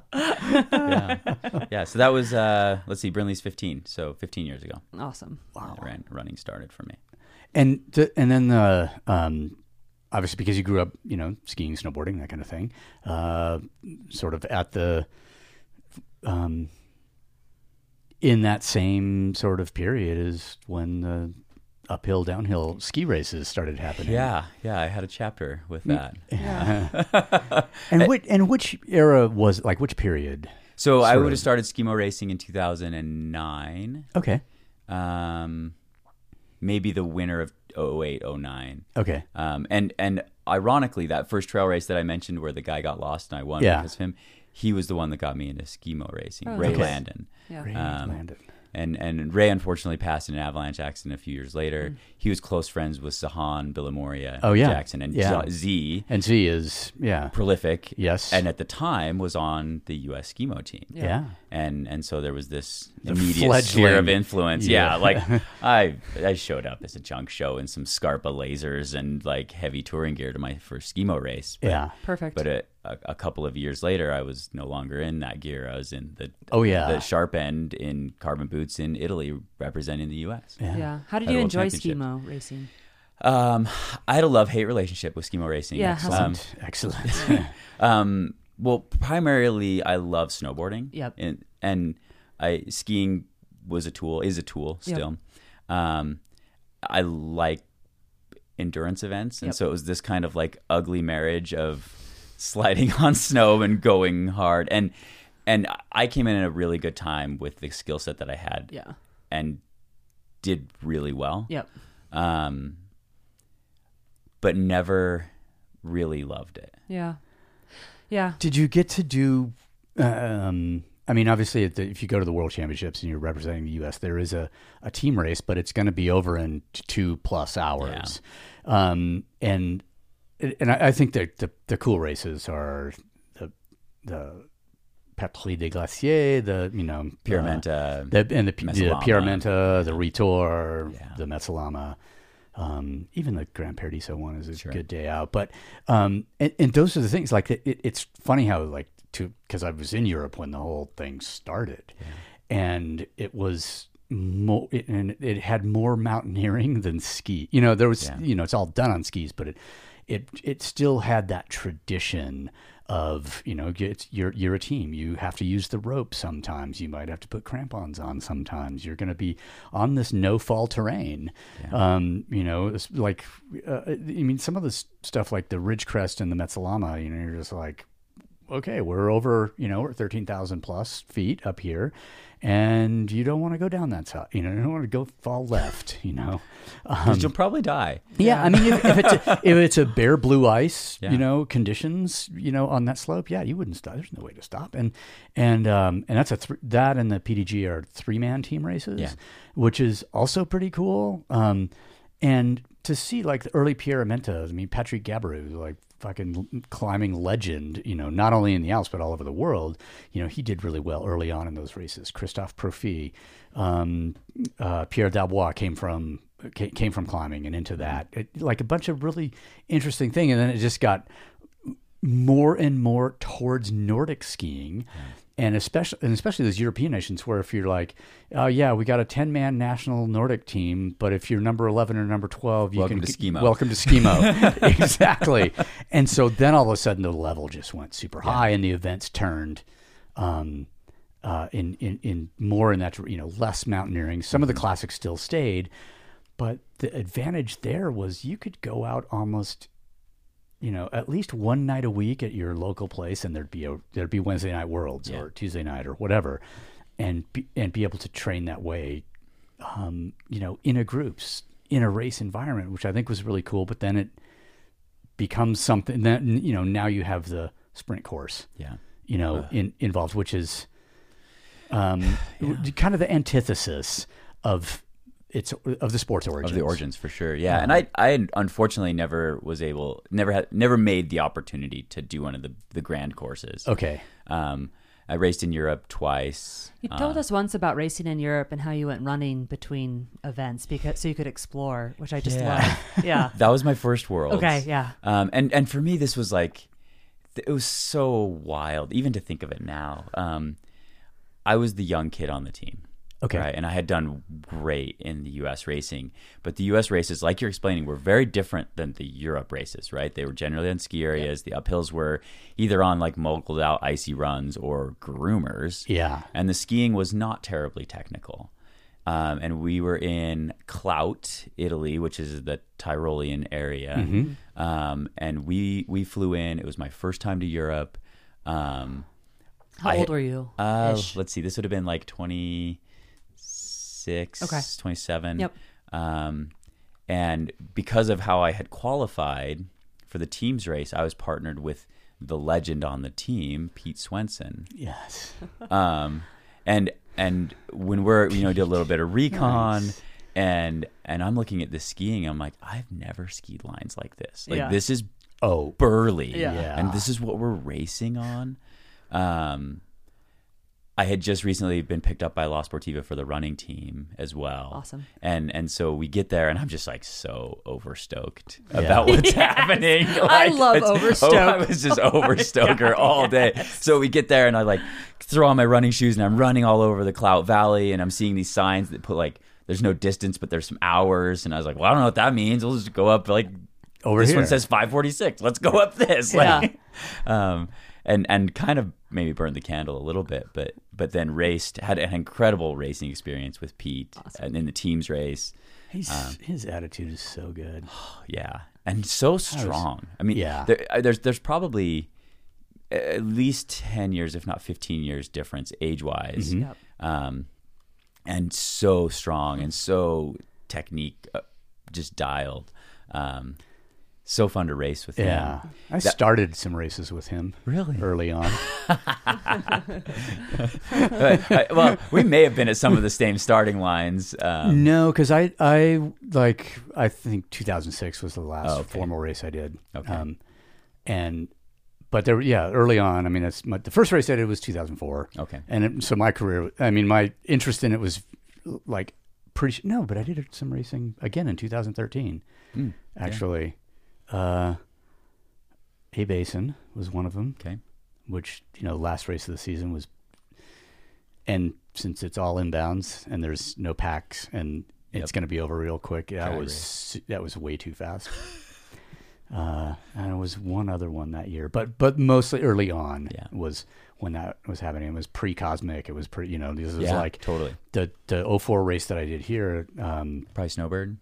Yeah. So that was, uh, let's see, Brinley's 15. So 15 years ago.
Awesome.
Wow. Ran, running started for me.
And th- and then the um, obviously because you grew up, you know, skiing, snowboarding, that kind of thing, uh, sort of at the um, in that same sort of period is when the uphill downhill ski races started happening.
Yeah. Yeah. I had a chapter with that.
Mm. And which and which era was like which period?
So I
Sort
would
of.
have started skimo racing in 2009.
Okay.
Um, maybe the winter of 08, 09.
Okay.
Um, and and ironically, that first trail race that I mentioned, where the guy got lost and I won
Yeah.
because of him, he was the one that got me into skimo racing. Ray
nice.
Landon.
Yeah.
Ray
Um,
landed.
And and Ray unfortunately passed in an avalanche accident a few years later. He was close friends with Sahan Billamoria
Oh, yeah.
Jackson and
Yeah.
Z,
And Z is yeah.
prolific.
Yes.
and at the time was on the U.S. skimo team
yeah.
and and so there was this immediate
fledgling.
sphere of influence.
Yeah.
Yeah,
*laughs*
like I I showed up as a junk show in some Scarpa lasers and like heavy touring gear to my first skimo race. But,
Yeah.
Perfect.
But uh, a, a, a couple of years later, I was no longer in that gear. I was in the
Oh, yeah.
the sharp end in carbon boots in Italy, representing the U.S.
yeah. How did
At a
you
world
enjoy
championship.
schemo racing?
Um, I had a love hate relationship with skimo racing.
Yeah, how's that?
Um,
Excellent.
Um, well, primarily I love snowboarding.
Yep.
And and I skiing was a tool, is a tool
Yep.
still. Um, I like endurance events, and
Yep.
so it was this kind of like ugly marriage of sliding *laughs* on snow and going hard and and I came in at a really good time with the skill set that I had
Yeah.
and did really well
Yep.
um but never really loved it
Yeah. Yeah.
Did you get to do? Um, I mean, obviously, at the, if you go to the World Championships and you're representing the U.S., there is a, a team race, but it's going to be over in t- two plus hours. Um, and and I, I think that the, the cool races are the the Patrie des Glaciers, the you know
Uh, Pyramenta,
the, and the, the
Mezzalama.
Pyramenta, the Ritor,
Yeah.
the Mezzalama, um, even the Grand Paradiso one is a good day out. But um, and, and those are the things. Like it, it- it's funny how like to because I was in Europe when the whole thing started, and it was. Mo- it, and it had more mountaineering than ski. You know, there was, you know, it's all done on skis, but it, it, it still had that tradition of you know it's, you're you're a team. You have to use the rope sometimes. You might have to put crampons on sometimes. You're going to be on this no fall terrain. Um, you know, it's like uh, I mean, some of this stuff like the Ridgecrest and the Metzalama. You know, you're just like, okay, we're over, you know, we're 13,000 plus feet up here, and you don't want to go down that side. You know, you don't want to go fall left, you know. Um,
'Cause you'll probably die
yeah, I mean, if, if, it's a, if it's a bare blue ice,
Yeah.
you know, conditions, you know, on that slope, yeah, you wouldn't stop. There's no way to stop. And and um and that's a thr that and the PDG are three man team races,
Yeah.
which is also pretty cool. Um, and to see like the early Pierre Mentos, I mean, Patrick Gabarou, like fucking climbing legend, you know, not only in the Alps but all over the world. You know, he did really well early on in those races. Christophe Profi, um, uh, Pierre Dabois came from ca- came from climbing and into that. It, like a bunch of really interesting thing, and then it just got more and more towards Nordic skiing, and especially and especially those European nations where if you're like, oh yeah, we got a ten man national Nordic team, but if you're number eleven or number twelve, you
Welcome
can
to Skimo.
welcome to
*laughs*
schemo *laughs* exactly. And so then all of a sudden the level just went super high, and the events turned. Um, uh, in, in in more in that you know less mountaineering. Some of
Mm-hmm.
the classics still stayed, but the advantage there was you could go out almost you know at least one night a week at your local place and there'd be a there'd be Wednesday night worlds or Tuesday night or whatever and be, and be able to train that way um, you know in a groups in a race environment which I think was really cool but then it becomes something that you know now you have the sprint course
Yeah.
you know
Uh.
in, involved which is
*sighs*
um, w- kind of the antithesis of its of the sports origins
Of the origins for sure, yeah. And I, I unfortunately never was able, never had, never made the opportunity to do one of the the grand courses.
okay
Um, I raced in Europe twice.
You told us once about racing in Europe and how you went running between events because so you could explore, which I just
Yeah.
love.
*laughs*
Yeah.
That was my first world.
Okay, yeah.
Um, and and for me, this was like, th- it was so wild, even to think of it now. Um, I was the young kid on the team.
Okay.
Right. And I had done great in the US racing. But the US races, like you're explaining, were very different than the Europe races, right? They were generally on ski areas. The uphills were either on like moguled out icy runs or groomers.
Yeah.
And the skiing was not terribly technical. Um, and we were in Clout, Italy, which is the Tyrolean area. Um, and we we flew in. It was my first time to Europe. Um,
How
I-
old were you?
uh,
Ish.
let's see. This would have been like 26,
Okay.
27.
Yep.
Um, and because of how I had qualified for the team's race, I was partnered with the legend on the team, Pete Swenson.
yes
Um, and and when we're you know did a
*laughs*
little bit of recon. And and I'm looking at the skiing. I'm like, I've never skied lines like this. Like
Yeah.
this is
oh
burly.
Yeah.
Yeah.
And this is what we're racing on. Um, I had just recently been picked up by La Sportiva for the running team as well.
Awesome.
And and so we get there, and I'm just like so overstoked about
*laughs*
what's happening. Like,
love
it's-
overstoked.
Oh, I *laughs* was just overstoker all day. So we get there, and I like throw on my running shoes, and I'm running all over the Clout Valley, and I'm seeing these signs that put like there's no distance, but there's some hours, and I was like, well, I don't know what that means. We'll just go up like
over
this
here
one says 546 let's go up this like, *laughs* um and and kind of maybe burned the candle a little bit but but then raced had an incredible racing experience with pete and in the teams race
He's,
um,
his attitude is so good.
Oh, yeah and so strong i mean
Yeah.
there, uh, there's there's probably at least 10 years if not 15 years difference age wise
Mm-hmm.
Yep.
um and so strong and so technique uh, just dialed um so fun to race with
Yeah.
him
I started some races with him.
Really?
Early
*laughs*
on.
But, I- well, we may have been at some of the same starting lines.
*laughs*
Um,
no, because I, I, like, I think 2006 was the last
Oh, okay.
formal race I did. Um,
Okay.
and, but there, yeah, early on, I mean, that's my, the first race I did was 2004.
Okay.
And it, so my career, I mean, my interest in it was like pretty, no, but I did some racing again in 2013, actually. Uh, A Basin was one of them.
okay.
which you know last race of the season was and since it's all inbounds and there's no packs and it's going to be over real quick that was su- that was way too fast *laughs* uh and it was one other one that year but but mostly early on
Yeah.
was when that was happening it was pre-cosmic it was pre you know this was
Yeah,
like
totally.
the the 04 race that i did here um
Probably Snowbird.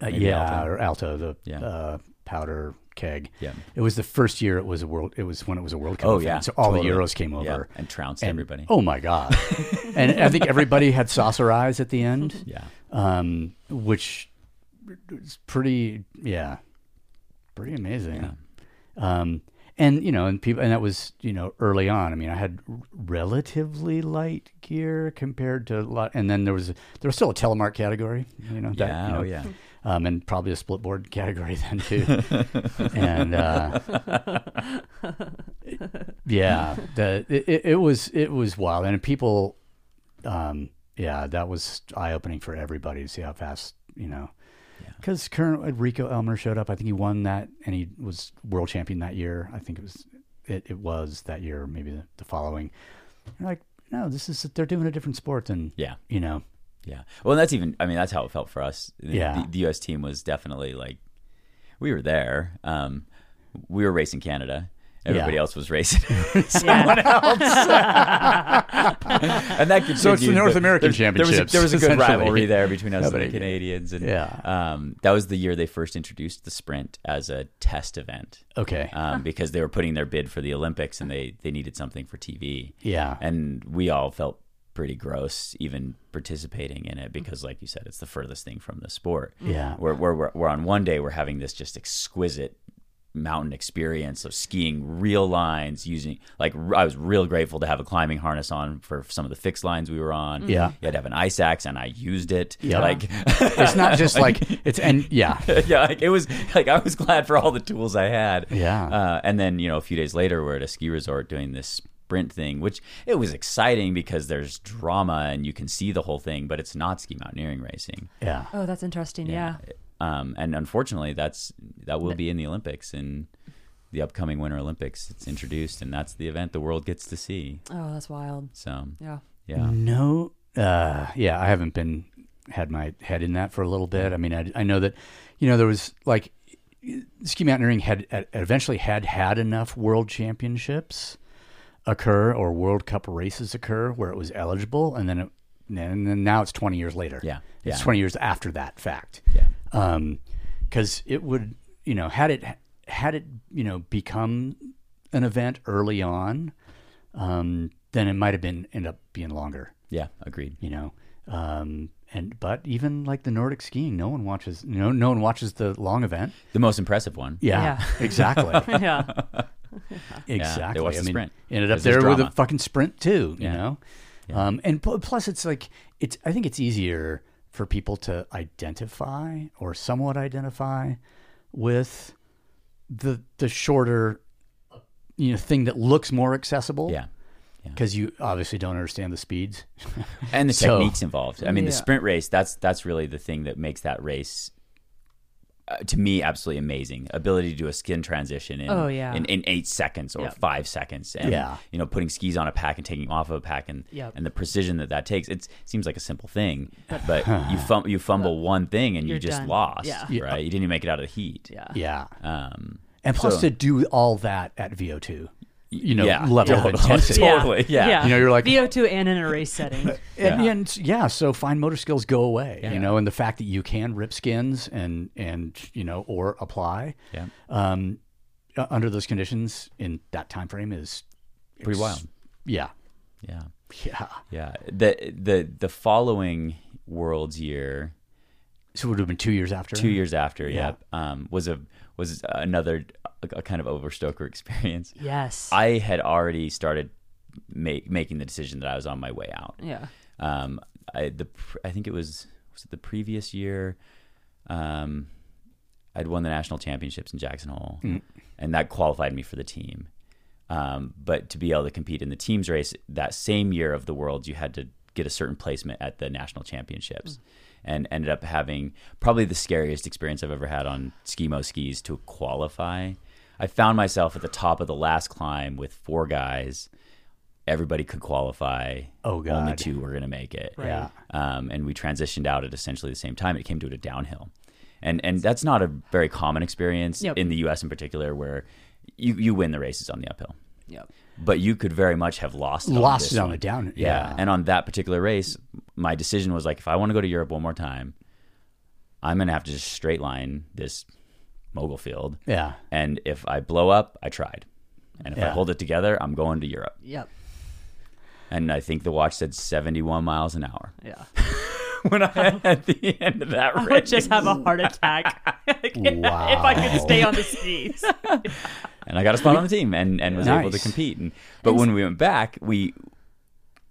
uh,
Maybe
yeah,
Alto.
or Alto, the
Yeah.
uh, powder keg.
Yeah.
it was the first year it was a world. It was when it was a World Cup.
Oh,
event,
yeah,
so all the
totally.
Euros came
Yeah,
over
and trounced everybody.
Oh my
*laughs*
god! and I think everybody had saucer eyes at the end,
Yeah.
um, which is pretty, yeah, pretty amazing. Um, and you know, and people, and that was you know early on. I mean, I had r- relatively light gear compared to a lot, and then there was there was still a telemark category. You know, that,
yeah.
you know,
oh, yeah.
um, and probably a split board category *laughs* then too. and uh, yeah, the it- it, it was it was wild, and people, um, yeah, that was eye opening for everybody to see how fast you know. Because current uh, Rico Elmer showed up, I think he won that, and he was world champion that year. I think it was it, it was that year, maybe the, the following. And like, no, this is they're doing a different sport than
Yeah.
you know.
Yeah. Well, that's even, I mean, that's how it felt for us. The-
Yeah.
The, the U.S. team was definitely like, we were there. Um, we were racing Canada. Everybody
Yeah.
else was racing, *laughs*
Yeah.
and that continued.
So it's the North
but
American
there- there was a-
Championships,
There was a, good
essentially.
rivalry there between us and
Nobody-
the Canadians, and
Yeah.
um, that was the year they first introduced the sprint as a test event.
*laughs* Okay.
um, because they were putting their bid for the Olympics and they, they needed something for TV.
Yeah.
And we all felt pretty gross even participating in it because, like you said, it's the furthest thing from the sport.
Yeah.
We're, we're, we're, we're on one day, we're having this just exquisite mountain experience of skiing real lines using like r- I was real grateful to have a climbing harness on for some of the fixed lines we were on
Yeah.
you had to have an ice axe and I used it
Yeah. *laughs*
like
it's not just like it's and yeah.
*laughs* yeah, like it was like I was glad for all the tools I had.
Yeah.
Uh, and then you know a few days later, we're at a ski resort doing this sprint thing, which it was exciting because there's drama and you can see the whole thing, but it's not ski mountaineering racing.
Yeah.
oh, that's interesting. Yeah.
Um, and unfortunately, that's that will be in the Olympics in the upcoming Winter Olympics. It's introduced, and that's the event the world gets to see.
Oh, that's wild.
So
Yeah.
Mm-hmm.
yeah,
No. Uh, yeah, I haven't been had my head in that for a little bit. I mean, I, I know that, you know, there was like ski mountaineering had, had eventually had had enough world championships occur or World Cup races occur where it was eligible, and then it, and then now it's twenty years later.
Yeah.
it's
Yeah.
twenty years after that fact.
yeah,
Um 'cause because it would, you know, had it had it, you know, become an event early on, um, then it might have been end up being longer
yeah. Agreed.
you know um and but even like the nordic skiing no one watches no no one watches the long event
The most impressive one.
yeah, exactly
*laughs*
*laughs*
Yeah.
exactly
watch the
I mean,
sprint.
ended up
'Cause there's
there with a
drama.
fucking sprint too you
Yeah.
know um and pl- plus it's like it's i think it's easier for people to identify or somewhat identify with the the shorter you know thing that looks more accessible
Yeah.
because you obviously don't understand the
*laughs*
speeds
and the
So-
techniques involved. I mean, the
Yeah.
sprint race. That's that's really the thing that makes that race. Uh, to me, absolutely amazing ability to do a skin transition in
Oh, yeah.
in, in eight seconds or five seconds, and
Yeah.
you know putting skis on a pack and taking off of a pack, and
Yep.
and the precision that that takes. It's, it seems like a simple thing, but
*laughs*
you fum- you fumble one thing and you
You're
just
done.
lost,
Yeah.
Yeah.
right? You didn't even make it out of the heat.
Yeah.
yeah
Um,
And plus
So-
to do all that at VO2, you know,
yeah,
level
*laughs*
of
totally,
intensity.
totally, yeah.
You know, you're like-
VO2 and in a race setting.
And, and yeah, so fine motor skills go away, you
Yeah.
know, and the fact that you can rip skins and, and, you know, or apply
yeah,
um, uh, under those conditions in that time frame is
pretty wild.
Yeah.
Yeah.
Yeah.
Yeah, the the the following World's Year,
So it would have been two years after.
two years after,
Yeah.
yeah, um, was a was another a, a kind of overstoker *laughs* experience.
yes.
I had already started make, making the decision that I was on my way out.
yeah.
Um, I the pr- I think it was was it the previous year, um, I'd won the national championships in Jackson Hole,
Mm.
and that qualified me for the team. Um, but to be able to compete in the teams race that same year of the worlds, you had to get a certain placement at the national championships,
Mm.
and ended up having probably the scariest experience I've ever had on skimo skis to qualify. I found myself at the top of the last climb with four guys. Everybody could qualify.
Oh,
Only
God.
two were going to make it
Yeah.
um, and we transitioned out at essentially the same time. It came to it a downhill, and and that's not a very common experience
Yep.
in the U.S. in particular, where you you win the races on the uphill,
Yep.
but you could very much have lost it
Lost
this
it on
one.
a down.
Yeah.
Yeah.
and on that particular race, my decision was like, if I want to go to Europe one more time, I'm gonna have to just straight line this mogul field,
Yeah.
and if I blow up, I tried, and if I
Yeah.
hold it together, I'm going to Europe.
Yep.
And I think the watch said 71 miles an hour
Yeah. *laughs*
when I at the end of that race.
I would just have a heart attack *laughs* if I could stay on the skis.
and I got a spot on the team and, and was able to
Nice.
compete. And but when we went back, we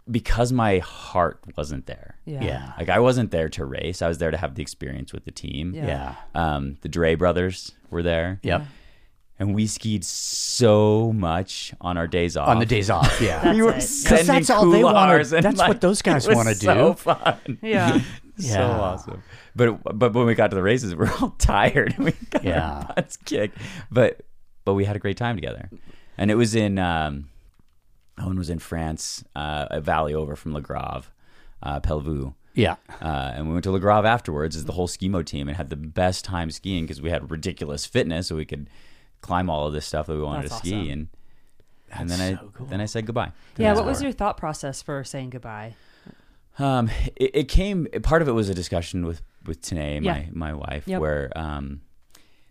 because my heart wasn't there.
Yeah.
Yeah.
Like I wasn't there to race. I was there to have the experience with the team.
Yeah.
Yeah.
Um, the Dre brothers were there.
Yep.
And we skied so much on our days off.
On the days off. Yeah.
That's
we were
it.
Because
sending
that's all they want.
couloirs and,
That's
like,
what those guys
*laughs* it was
want to do.
So fun.
Yeah.
So
Yeah.
awesome. But but when we got to the races, *laughs* we were all tired. We got
Yeah.
our butts kicked. But but we had a great time together, and it was in um, Owen was in France, uh, a valley over from Le Grave, uh, Pelvoux.
yeah.
Uh, and we went to Le Grave afterwards as the whole skimo team and had the best time skiing because we had ridiculous fitness, so we could climb all of this stuff that we wanted
That's
to ski.
awesome.
And and then I
so cool.
then I said goodbye. to
Yeah.
the
What was
tour.
your thought process for saying goodbye?
Um, it, it came. Part of it was a discussion with with Tanae,
Yeah.
my my wife,
Yep.
where um,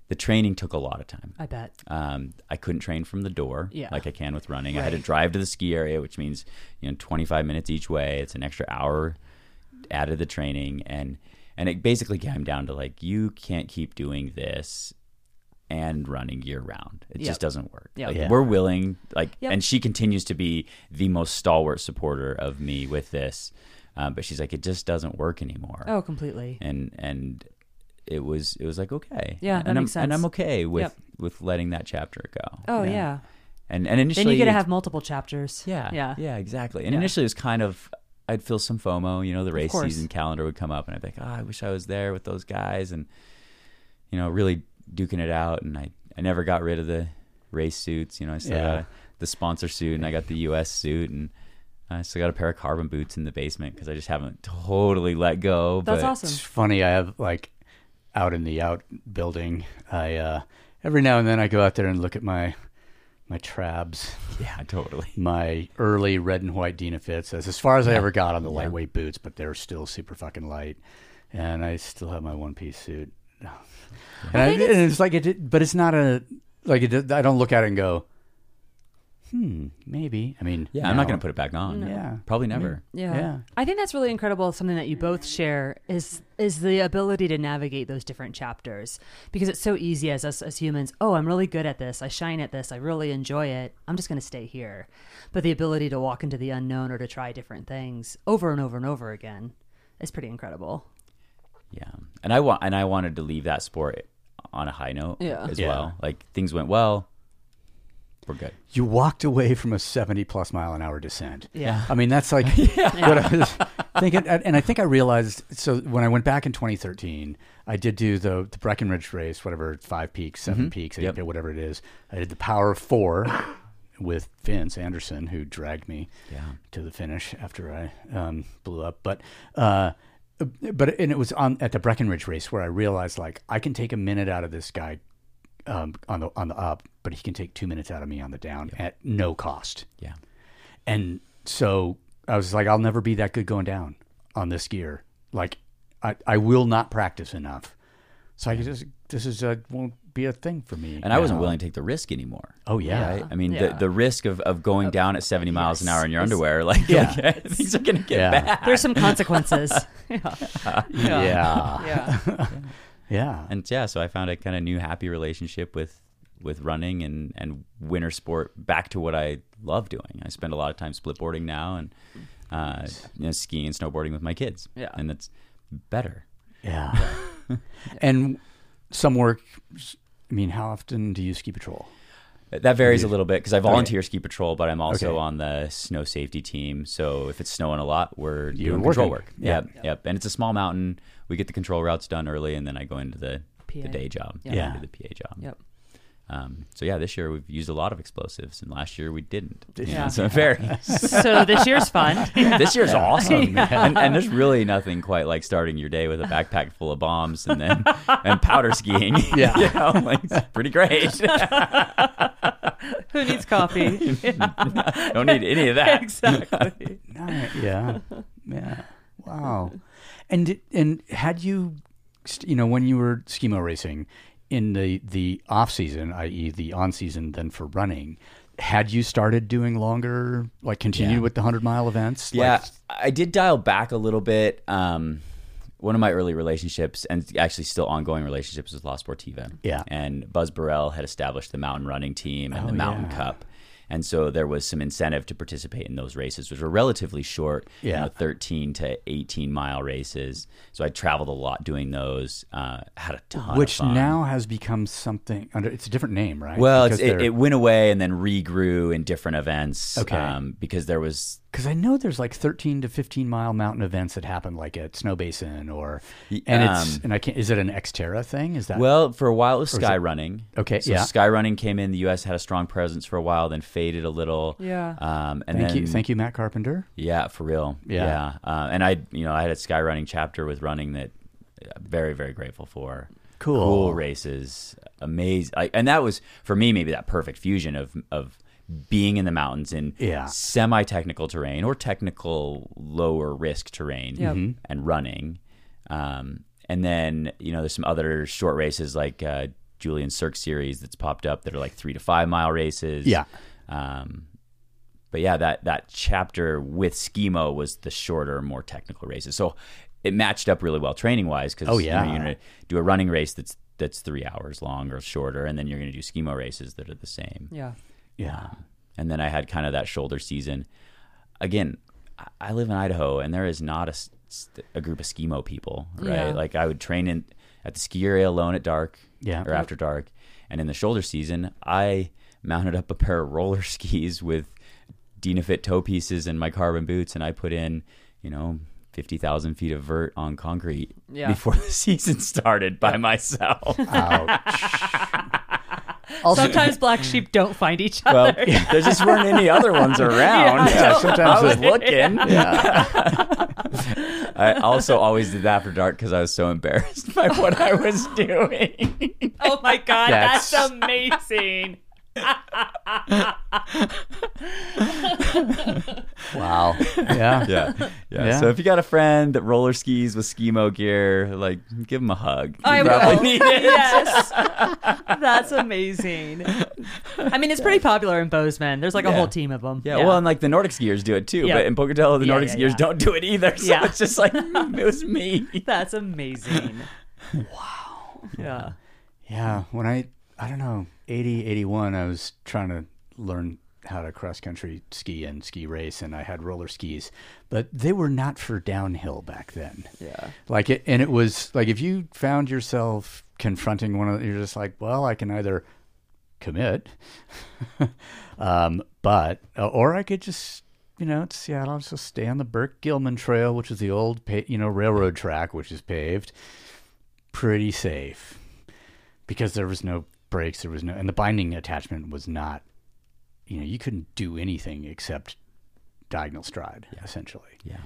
the training took a lot of time.
I bet.
Um, I couldn't train from the door
Yeah.
like I can with running. I had to drive to the ski area, which means you know 25 minutes each way. It's an extra hour added to the training, and and it basically came down to like you can't keep doing this and running year round. It
Yep.
just doesn't work.
Yep.
Like,
Yeah.
We're willing, like,
Yep.
and she continues to be the most stalwart supporter of me with this, um, but she's like, it just doesn't work anymore
Oh, completely.
and and it was it was like okay
Yeah,
and
that
I'm
makes
and I'm
sense.
okay with
Yep.
with letting that chapter go
Oh yeah.
and and initially
Then you get to
it's-
have multiple chapters.
yeah
Yeah.
yeah exactly and initially it was kind of I'd feel some FOMO you know the race
course.
season calendar would come up and I'd be like oh, I wish I was there with those guys and you know really duking it out and I I never got rid of the race suits you know I still
Yeah.
got a, the sponsor suit and I got the U.S. suit and. I still got a pair of carbon boots in the basement because I just haven't totally let go.
That's
but
awesome.
It's funny. I have like out in the out building. I uh, every now and then I go out there and look at my my trabs,
Yeah, totally.
my early red and white Dina fits. That's as far as I ever got on the lightweight boots, but they're still super fucking light. And I still have my one piece suit. *sighs* And, I, and it's like it, did- but it's not a like it, did- I don't look at it and go, hmm, maybe. I mean,
Yeah, I'm not
no.
going to put it back on.
Yeah.
Probably never.
Yeah.
Yeah.
I think that's really incredible something that you both share is is the ability to navigate those different chapters because it's so easy as us as humans, oh, I'm really good at this. I shine at this. I really enjoy it. I'm just going to stay here. But the ability to walk into the unknown or to try different things over and over and over again is pretty incredible.
Yeah. And I want and I wanted to leave that sport on a high note
Yeah.
as
Yeah.
well. Like things went well. We're good.
you walked away from a 70 plus mile an hour descent.
Yeah.
I mean, that's
*laughs*
like what I was thinking. And and I think I realized, so when I went back in 2013, I did do the, the Breckenridge race, whatever, five peaks, 7 peaks, eight
Mm-hmm. Yep.
peak, whatever it is. I did the power of four with Vince Anderson, who dragged me
Yeah.
to the finish after I um, blew up. But, uh, but, and it was on at the Breckenridge race where I realized, like, I can take a minute out of this guy um, on the on the up, but he can take two minutes out of me on the down at no cost.
Yeah.
And so I was like, I'll never be that good going down on this gear. Like, I I will not practice enough. So I could just this is a, won't be a thing for me.
And I wasn't
now.
willing to take the risk anymore.
Oh yeah.
Right? I mean,
Yeah.
the, the risk of, of going down at 70 miles an hour in your
It's-
underwear, like,
Yeah.
like, *laughs* things are going to get
Yeah.
bad.
There's some consequences. *laughs*
yeah. Yeah.
yeah.
*laughs*
And yeah, so I found a kind of new happy relationship with with running and, and winter sport back to what I love doing. I spend a lot of time split boarding now and uh, you know, skiing and snowboarding with my kids.
Yeah.
And that's better. *laughs*
Yeah. and some work. I mean, how often do you ski patrol?
That varies a little bit because I volunteer ski patrol, but I'm also
Okay.
on the snow safety team. So if it's snowing a lot, we're doing
working.
control work.
Yeah.
Yep, yep. And it's a small mountain. We get the control routes done early, and then I go into the,
PA.
the day job.
Yeah.
Yeah.
I do the PA job.
Yep.
Um, so yeah, this year we've used a lot of explosives, and last year we didn't. You know,
Yeah.
so it varies.
So this year's fun. Yeah.
*laughs* this year's awesome, and, and there's really nothing quite like starting your day with a backpack full of bombs and then and powder skiing.
Yeah.
*laughs* you know, like, it's pretty great.
*laughs*
*laughs*
Who needs coffee?
Don't need any of that.
exactly.
Alright,
*laughs*
yeah, yeah. Wow. And and had you, st- you know, when you were schemo racing in the the off season, i.e., the on season, then for running, had you started doing longer, like continued
Yeah.
with the hundred mile events? Like-
Yeah, I did dial back a little bit. Um, one of my early relationships, and actually still ongoing relationships, was La Sportiva.
Yeah. Oh,
and Buzz Burrell had established the mountain running team and the Mountain
yeah.
Cup, and so there was some incentive to participate in those races, which were relatively short. you
Yeah.
know, thirteen to eighteen mile races. So I traveled a lot doing those. Uh, had a ton. of
which
fun.
now has become something under it's a different name, right?
Well, it's,
Because
it,
they're-
it went away and then regrew in different events. um,
Okay.
because there was
Because I know there's like 13 to 15 mile mountain events that happen like at Snow Basin or,
Y-
and it's,
um,
and I can't, is it an Xterra thing? Is that,
Well, for a while it was
is it-
sky running.
Okay,
so
yeah.
Sky running came in. The U.S. had a strong presence for a while, then faded a little.
Yeah.
Um, and
thank
then,
you, thank you, Matt Carpenter.
Yeah, for real.
Yeah.
yeah. Uh, and I, you know, I had a sky running chapter with running that, uh, very, very grateful for.
Cool.
Cool races, amazing. I, and that was for me maybe that perfect fusion of of being in the mountains in
Yeah.
semi technical terrain or technical lower risk terrain
Yep.
Mm-hmm.
and running. Um, and then, you know, there's some other short races like uh, Julian Cirque series that's popped up that are like three to five mile races.
Yeah.
Um, but yeah, that that chapter with Schemo was the shorter, more technical races. So it matched up really well training wise because
Oh,
you
yeah.
know, you're gonna do a running race that's that's three hours long or shorter, and then you're gonna do Schemo races that are the same.
Yeah.
Yeah.
And then I had kind of that shoulder season. Again, I- I live in Idaho, and there is not a s- st- a group of Schemo people, right?
Yeah.
Like I would train in at the ski area alone at dark,
Yeah.
or after dark, and in the shoulder season, I mounted up a pair of roller *laughs* skis with Dinafit toe pieces and my carbon boots, and I put in, you know. 50,000 feet of vert on concrete
Yeah.
before *laughs* the season started by myself.
Sometimes black sheep don't find each
Well,
other. *laughs*
there just weren't any other ones around. *laughs*
Yeah, sometimes
*laughs*
I was
they-
looking. *laughs* I also always did after dark because I was so embarrassed by what
*laughs*
I was doing.
Oh my god,
That's-
that's, amazing.
Wow. Yeah.
Yeah. yeah,
Yeah.
So if you got a friend that roller skis with skimo gear, like give him a hug.
I
You
will.
probably need
*laughs*
it.
Yes.
*laughs*
That's amazing. I mean, it's pretty popular in Bozeman. There's like a
Yeah.
whole team of them.
Yeah, well, and like the Nordic skiers do it too,
Yeah.
but in Pocatello, the
Yeah,
Nordic
yeah,
skiers
yeah.
don't do it either. So
Yeah.
it's just like *laughs* mm, it was me.
that's
*laughs*
amazing. Wow. Yeah.
Yeah. When I, I don't know, 80, 81, I was trying to learn how to cross country ski and ski race, and I had roller skis, but they were not for downhill back then.
Yeah.
Like it, and it was like if you found yourself confronting one of, you're just like, well, I can either commit, *laughs* um, but or I could just, you know, it's Seattle, I'll just stay on the Burke Gilman Trail, which is the old, pa- you know, railroad track, which is paved, pretty safe, because there was no brakes, there was no, and the binding attachment was not, you know, you couldn't do anything except diagonal stride, essentially.
Yeah.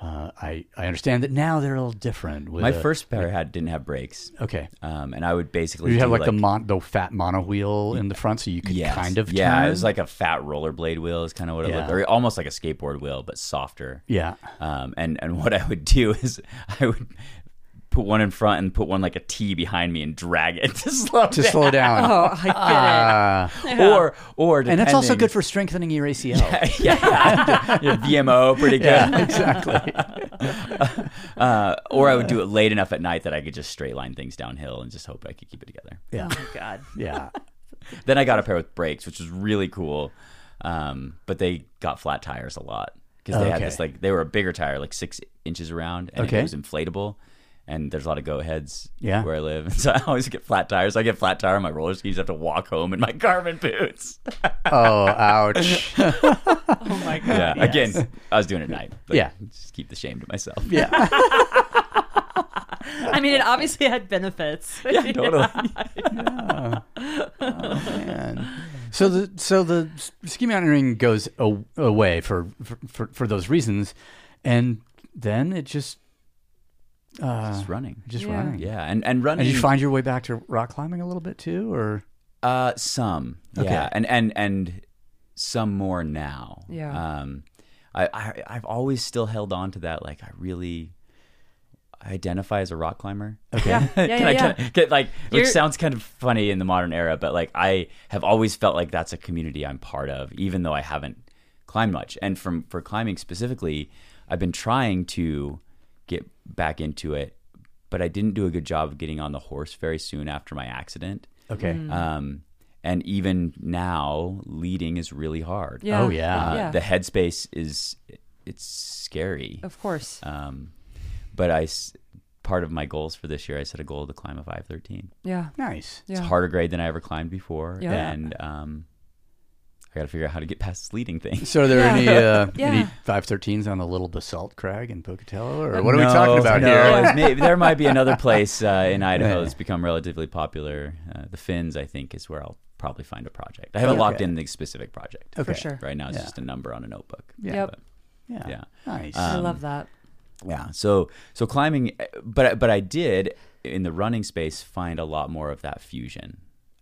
Uh, I I understand that now they're a little different. With
My
a-
first pair had didn't have brakes,
okay,
um, and I would basically
you
do
had like,
like
the mon- the fat mono wheel in the front, so you could
Yes.
kind of
yeah
turn.
it was like a fat rollerblade wheel is kind of what it
Yeah.
looked or almost like a skateboard wheel but softer
yeah,
um and and what i would *laughs* do is i would put one in front and put one like a t behind me and drag it *laughs*
*laughs*
to slow
to
*laughs*
down
slow down.
Oh, I get
Ah.
it.
Uh,
or or
and it's also
depending-
good for strengthening your ACL. *laughs*
*laughs* yeah, your VMO, pretty good.
Yeah, exactly.
Uh, or I would do it late enough at night that I could just straight line things downhill and just hope I could keep it together.
Yeah,
Oh my god.
yeah,
Then I got a pair with brakes, which was really cool. Um, but they got flat tires a lot because they had
Okay.
this like they were a bigger tire, like six inches around, and
Okay.
it was inflatable. And there's a lot of go heads
Yeah.
where I live, *laughs* and so I always get flat tires. I get flat tire on my roller skis. I have to walk home in my *laughs* carbon boots.
*laughs* *laughs* Oh, ouch.
Oh my god.
*laughs* Yeah,
yes.
again, I was doing it at night. but
Yeah.
just keep the shame to
*laughs*
myself.
*laughs* Yeah,
I mean, it obviously had benefits.
*laughs* Yeah,
*laughs*
totally.
Uh, man. So the so the s- ski mountaineering goes a- away for, for for for those reasons, and then it just uh,
Just running.
just
Yeah.
running.
Yeah, and and running.
And did you find your way back to rock climbing a little bit too, or
Uh, some.
Okay.
Yeah, and and and some more now.
Yeah.
Um, I, I I've always still held on to that. Like I really I identify as a rock climber. Okay. *laughs*
Yeah, yeah, yeah, yeah.
like, which
You're-
sounds kind of funny in the modern era, but like I have always felt like that's a community I'm part of, even though I haven't climbed much. And from for climbing specifically, I've been trying to get back into it, but I didn't do a good job of getting on the horse very soon after my accident.
okay?
Mm. Mm-hmm.
Um, and even now, leading is really hard.
Yeah.
Oh, yeah.
Uh,
yeah.
The headspace is it's scary.
*laughs* of course.
Um, but I s- part of my goals for this year, I set a goal to climb a 513.
yeah.
Nice.
Yeah.
It's a harder grade than I ever climbed before,
Yeah.
and um, I got to figure out how to get past this leading thing.
So are there
Yeah.
any uh, any
*laughs* Yeah.
513s on the little basalt crag in Pocatello,
Uh,
or *laughs* what are we talking
No,
about
no,
here?
it's Maybe, there might be
*laughs*
another place uh, in Idaho
Yeah.
that's become relatively popular. Uh, the Finns, I think, is where I'll probably find a project. I haven't
Okay.
locked in the specific project.
Okay.
sure.
Right now, it's
Yeah.
just a number on a notebook.
Yeah.
Yep.
*laughs* Yeah.
Yeah.
Nice.
I
Um,
love that.
Yeah. So so climbing, eh, but but I did in the running space find a lot more of that fusion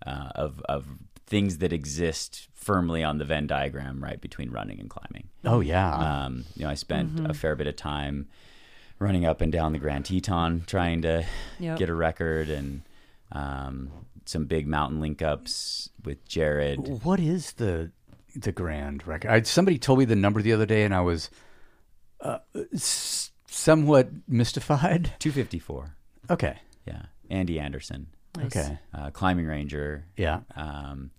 uh, of of things that exist firmly on the Venn diagram, right, between running and climbing.
Oh yeah.
Um, you know, I spent a fair bit of time running up and down the Grand Teton trying to
Yep.
get a record and um, some big mountain link ups with Jared.
what is the the grand record? I, somebody told me the number the other day, and I was uh, s- somewhat
*laughs*
mystified.
254.
Okay.
Yeah. Andy Anderson,
Nice.
Okay.
uh, climbing ranger.
Yeah.
Um,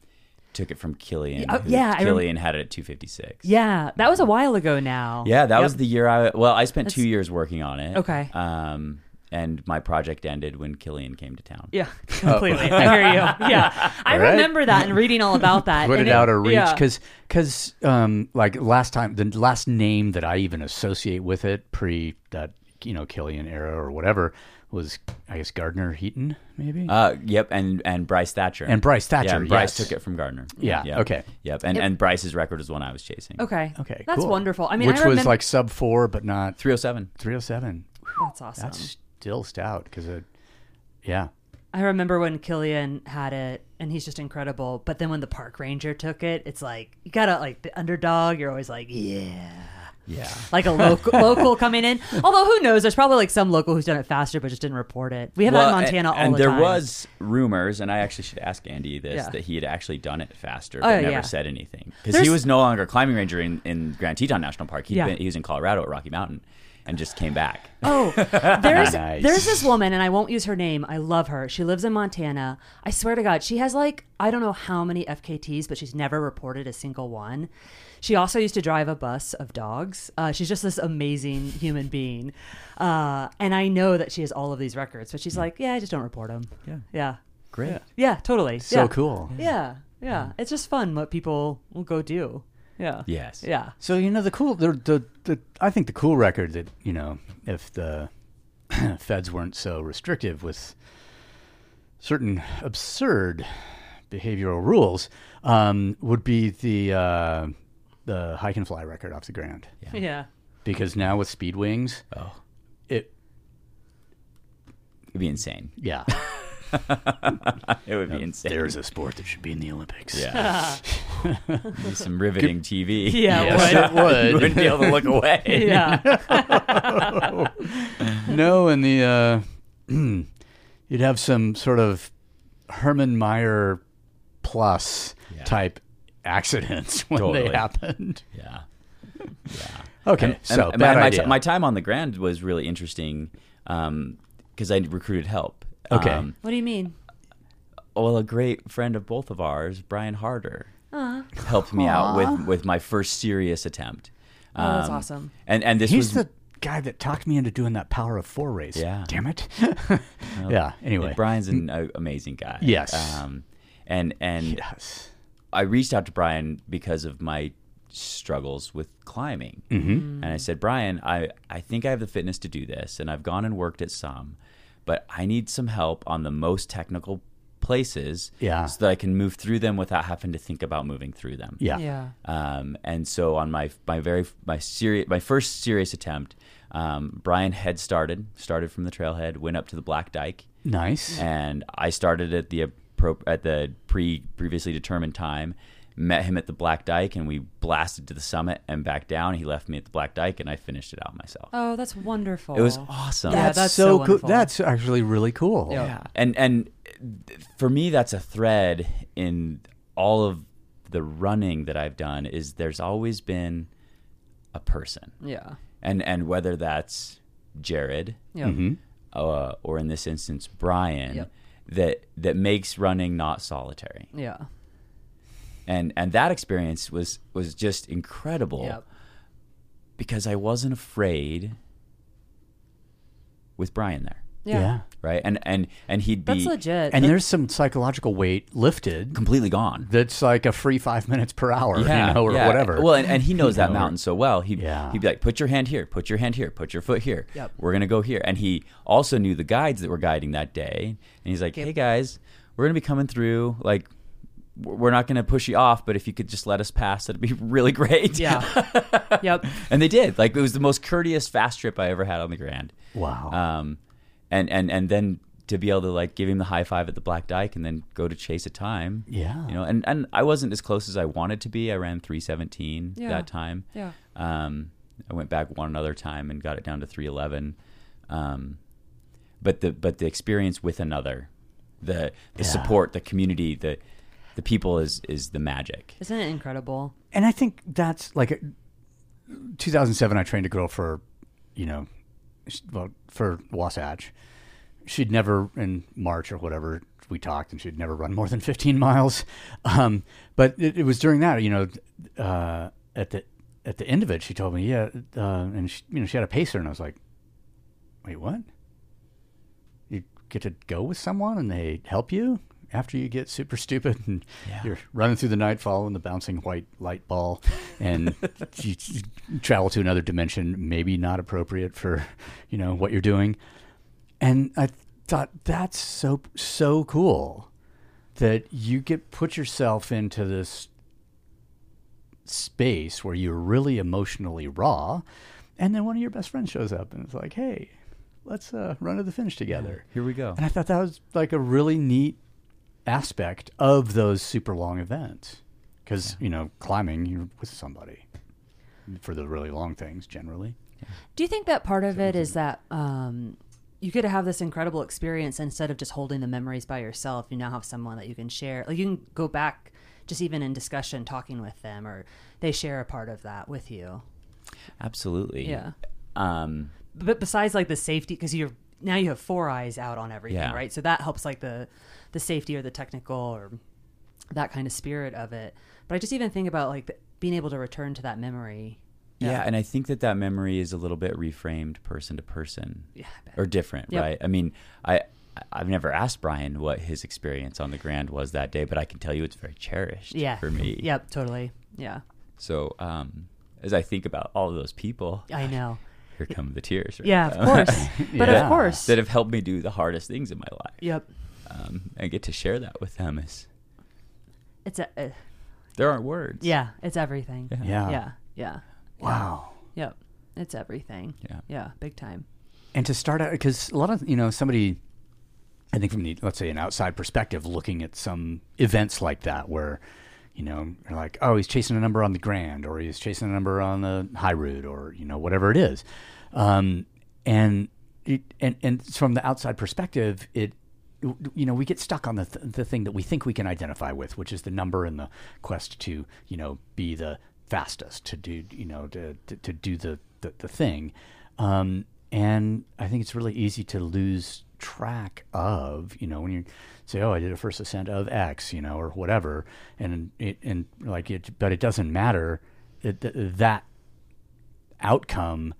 took it from Killian.
Yeah, uh,
who-
yeah, I rem-
Killian had it at 256.
Yeah, that was a while ago now.
Yeah, that
Yep.
was the year I well, I spent two
That's-
years working on it.
Okay.
Um, and my project ended when Killian came to town.
Yeah, completely. I hear
*laughs*
you. Yeah, I
All right.
remember that and reading all about that.
Put
Uh, and
it out of reach
yeah.
because because um, like last time the last name that I even associate with it pre that you know Killian era or whatever was I guess Gardner Heaton maybe
Uh, yep, and and Bryce Thatcher
and Bryce Thatcher.
Yeah, and
yes.
Bryce took it from Gardner.
Yeah,
Yep.
okay.
Yep, and and Bryce's record is one I was chasing.
Okay.
Okay,
That's
cool.
wonderful. I mean,
which
I remember,
was like sub four, but not
Three oh seven.
three hundred seven.
that's awesome.
That's
Um,
still stout because it. Yeah.
I remember when Killian had it, and he's just incredible. But then when the park ranger took it, it's like you gotta like the underdog. You're always like, yeah,
Yeah.
*laughs*
like a local local coming in. Although who knows? There's probably like some local who's done it faster, but just didn't report it. We have that in Montana
and,
all
and
the
there
time.
was rumors, and I actually should ask Andy this
Yeah.
that he had actually done it faster,
Oh,
but never
yeah.
said anything because he
There's-
was no longer a climbing ranger in, in Grand Teton National Park. He'd
Yeah.
been, he was in Colorado at Rocky Mountain, and just came back.
Oh, there's
Nice.
there's this woman, and I won't use her name. I love her. She lives in Montana. I swear to God, she has like I don't know how many FKTs, but she's never reported a single one. She also used to drive a bus of dogs. Uh, she's just this amazing human being, uh, and I know that she has all of these records. But she's like, yeah, I just don't report them. Yeah, yeah,
Great.
yeah, totally.
So
yeah.
cool.
Yeah, yeah. It's just fun what people will go do. Yeah.
Yes.
Yeah.
So you know the cool the, the the I think the cool record that you know if the *clears throat* feds weren't so restrictive with certain absurd behavioral rules um, would be the uh, the hike and fly record off the ground
Yeah.
because now with speed wings
Oh,
it
it'd be insane. *laughs*
yeah
It would be insane.
there's a sport that should be in the Olympics
*laughs*
Yeah. Some riveting TV. *laughs*
Yeah, it Yes,
would. it would.
you wouldn't be able to look away.
*laughs* Yeah.
no and the uh, *clears throat* you'd have some sort of Herman Meyer plus
Yeah.
type accidents *laughs* when
Totally.
they happened.
Yeah.
Okay,
And-
so
and
bad
my,
idea.
My, my time on the Grand was really interesting because I recruited help.
Okay.
Um,
What do you mean?
well, a great friend of both of ours, Brian Harder, helped me out with with my first serious attempt.
Oh, that's
Um,
awesome.
And and this
He's
was
the guy that talked me into doing that Power of Four race.
Yeah.
Damn it. *laughs* yeah. Anyway.
Brian's an uh, amazing guy.
Yes.
Um, and and
Yes.
I reached out to Brian because of my struggles with climbing.
Mm-hmm.
And I said, Brian, I, I think I have the fitness to do this, and I've gone and worked at some, but I need some help on the most technical places
Yeah.
so that I can move through them without having to think about moving through them.
Yeah.
Yeah.
Um, and so on my my very my serious my first serious attempt, um, Brian head started started from the trailhead, went up to the Black Dyke,
Nice.
and I started at the appro- at the pre previously determined time. Met him at the Black Dyke, and we blasted to the summit and back down. He left me at the Black Dyke, and I finished it out myself.
Oh, that's wonderful.
It was awesome.
Oh. Yeah, that's so
cool.
wonderful.
That's actually really cool.
Yeah.
and and for me, that's a thread in all of the running that I've done. Is there's always been a person,
Yeah.
and and whether that's Jared,
Yeah.
uh, or in this instance Brian,
Yep.
that that makes running not solitary.
Yeah.
and and that experience was was just incredible
Yep.
because I wasn't afraid with Brian there,
Yeah.
Yeah.
right? And and and he'd be
That's
*laughs*
legit.
And there's some psychological weight lifted
completely gone.
that's like a free five minutes per hour, you know, or
yeah.
whatever.
Well, and, and he
*laughs*
knows
You
that
know, or-
mountain so well. He
Yeah.
he'd be like, "Put your hand here. Put your hand here. Put your foot here.
Yep.
We're gonna go here." And he also knew the guides that were guiding that day. And he's like,
Yep.
"Hey guys, we're gonna be coming through. Like, we're we're not gonna push you off, but if you could just let us pass, that'd be *laughs* really great."
yeah. *laughs* yep.
*laughs* and they did. Like uh, it was the most courteous fast trip I ever had on the Grand.
wow.
Um, and and and then to be able to like give him the high five at the black dyke and then go to chase a time.
Yeah.
You know, and and I wasn't as close as I wanted to be. I ran 317
Yeah.
that time.
Yeah.
Um, I went back one another time and got it down to 311. Um, but the but the experience with another, the the support, the community, the the people is is the magic.
Isn't it incredible?
and I think that's like 2007. I trained a girl for, you know, sh- well for Wasatch. She'd never in March or whatever we talked, and she'd never run more than 15 miles. Um, but it, it was during that, you know, uh, at the at the end of it, she told me, yeah, uh, and she, you know, she had a pacer, and I was like, wait, what? You get to go with someone, and they help you after you get super stupid, and you're running through the night, following the bouncing white light ball, and you travel to another dimension, maybe not appropriate for, you know, what you're doing. And I thought that's so so cool that you get put yourself into this space where you're really emotionally raw, and then one of your best friends shows up and it's like, hey, let's uh, run to the finish together.
Here we go.
And I thought that was like a really neat aspect of those super long events because you know climbing you're with somebody for the really long things generally.
Do you think that part of it is that um, you get to have this incredible experience instead of just holding the memories by yourself? You now have someone that you can share. Like you can go back, just even in discussion, talking with them, or they share a part of that with you.
Absolutely.
Yeah.
Um,
But besides, like the safety, because you're now you have four eyes out on everything,
Yeah.
right? So that helps, like the the safety or the technical or that kind of spirit of it. But I just even think about like the, being able to return to that memory.
yeah. and I think that that memory is a little bit reframed person to person.
Yeah, I bet.
or different,
Yep.
right? I mean, I I've never asked Brian what his experience on the Grand was that day, but I can tell you it's very cherished
yeah,
for me.
Yep, totally. Yeah,
So, um, as I think about all of those people,
I know.
here come the tears. Right Um,
Yeah,
*laughs*
of course. But
Yeah.
of course.
that have helped me do the hardest things in my life.
Yep.
Um, and get to share that with them is
It's a, uh,
there aren't words.
yeah, it's everything. Yeah.
Yeah.
yeah. Yeah.
Wow.
Yep. It's everything.
Yeah.
Yeah, big time.
And to start out, because a lot of you know somebody, I think from the let's say an outside perspective, looking at some events like that where, you know, you're like, oh, he's chasing a number on the Grand, or he's chasing a number on the High Route, or you know whatever it is, um, and it, and and from the outside perspective, it you know we get stuck on the th- the thing that we think we can identify with, which is the number and the quest to you know be the fastest to do you know to to, to do the the, the thing, um, and I think it's really easy to lose track of you know when you say oh I did a first ascent of X you know or whatever, and it and like it but it doesn't matter it, th- that outcome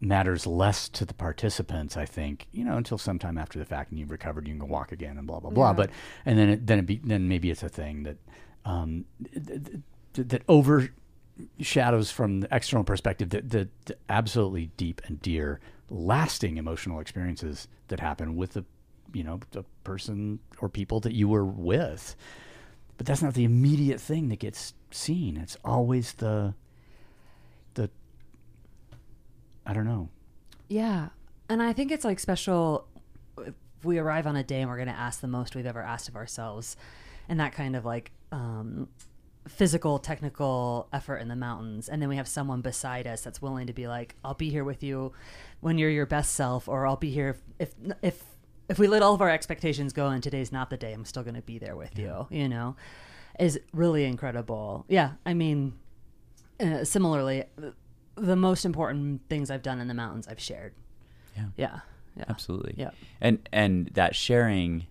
matters less to the participants, I think, you know, until sometime after the fact and you've recovered, you can walk again and blah, blah, blah. But, and then it, then it be, then maybe it's a thing that, um, th- th- th- that overshadows from the external perspective the, the, the absolutely deep and dear lasting emotional experiences that happen with the, you know, the person or people that you were with. But that's not the immediate thing that gets seen. It's always the, the, I don't know.
Yeah. And I think it's like special if we arrive on a day and we're going to ask the most we've ever asked of ourselves and that kind of like um physical technical effort in the mountains and then we have someone beside us that's willing to be like I'll be here with you when you're your best self or I'll be here if if if, if we let all of our expectations go and today's not the day I'm still going to be there with you you know is really incredible yeah I mean uh, similarly the most important things I've done in the mountains I've shared.
Yeah.
Yeah. Yeah.
absolutely
Yep.
and and that sharing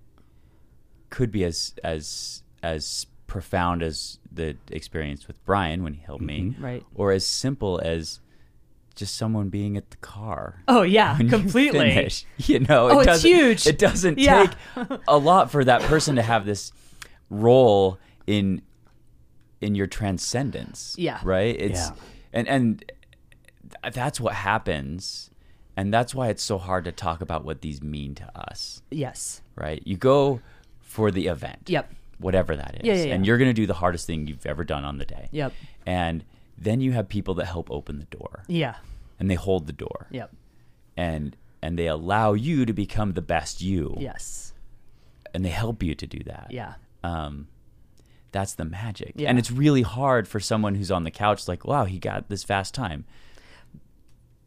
could be as as as profound as the experience with brian when he helped me
Right.
or as simple as just someone being at the car
Oh yeah,
*laughs* when
*laughs*
you
completely.
finish. *laughs* you know
Oh,
it
it's
doesn't
huge.
it doesn't
Yeah.
take a lot for that person to have this role in in your transcendence
Yeah.
right it's
Yeah.
and and that's what happens and that's why it's so hard to talk about what these mean to us
Yes.
right you go for the event
Yep.
whatever that is
Yeah, yeah, yeah.
and you're going to do the hardest thing you've ever done on the day
Yep.
and then you have people that help open the door
Yeah.
and they hold the door
Yep.
and and they allow you to become the best you
Yes.
and they help you to do that
Yeah.
um, that's the magic.
Yeah.
And it's really hard for someone who's on the couch, like, wow, he got this fast time.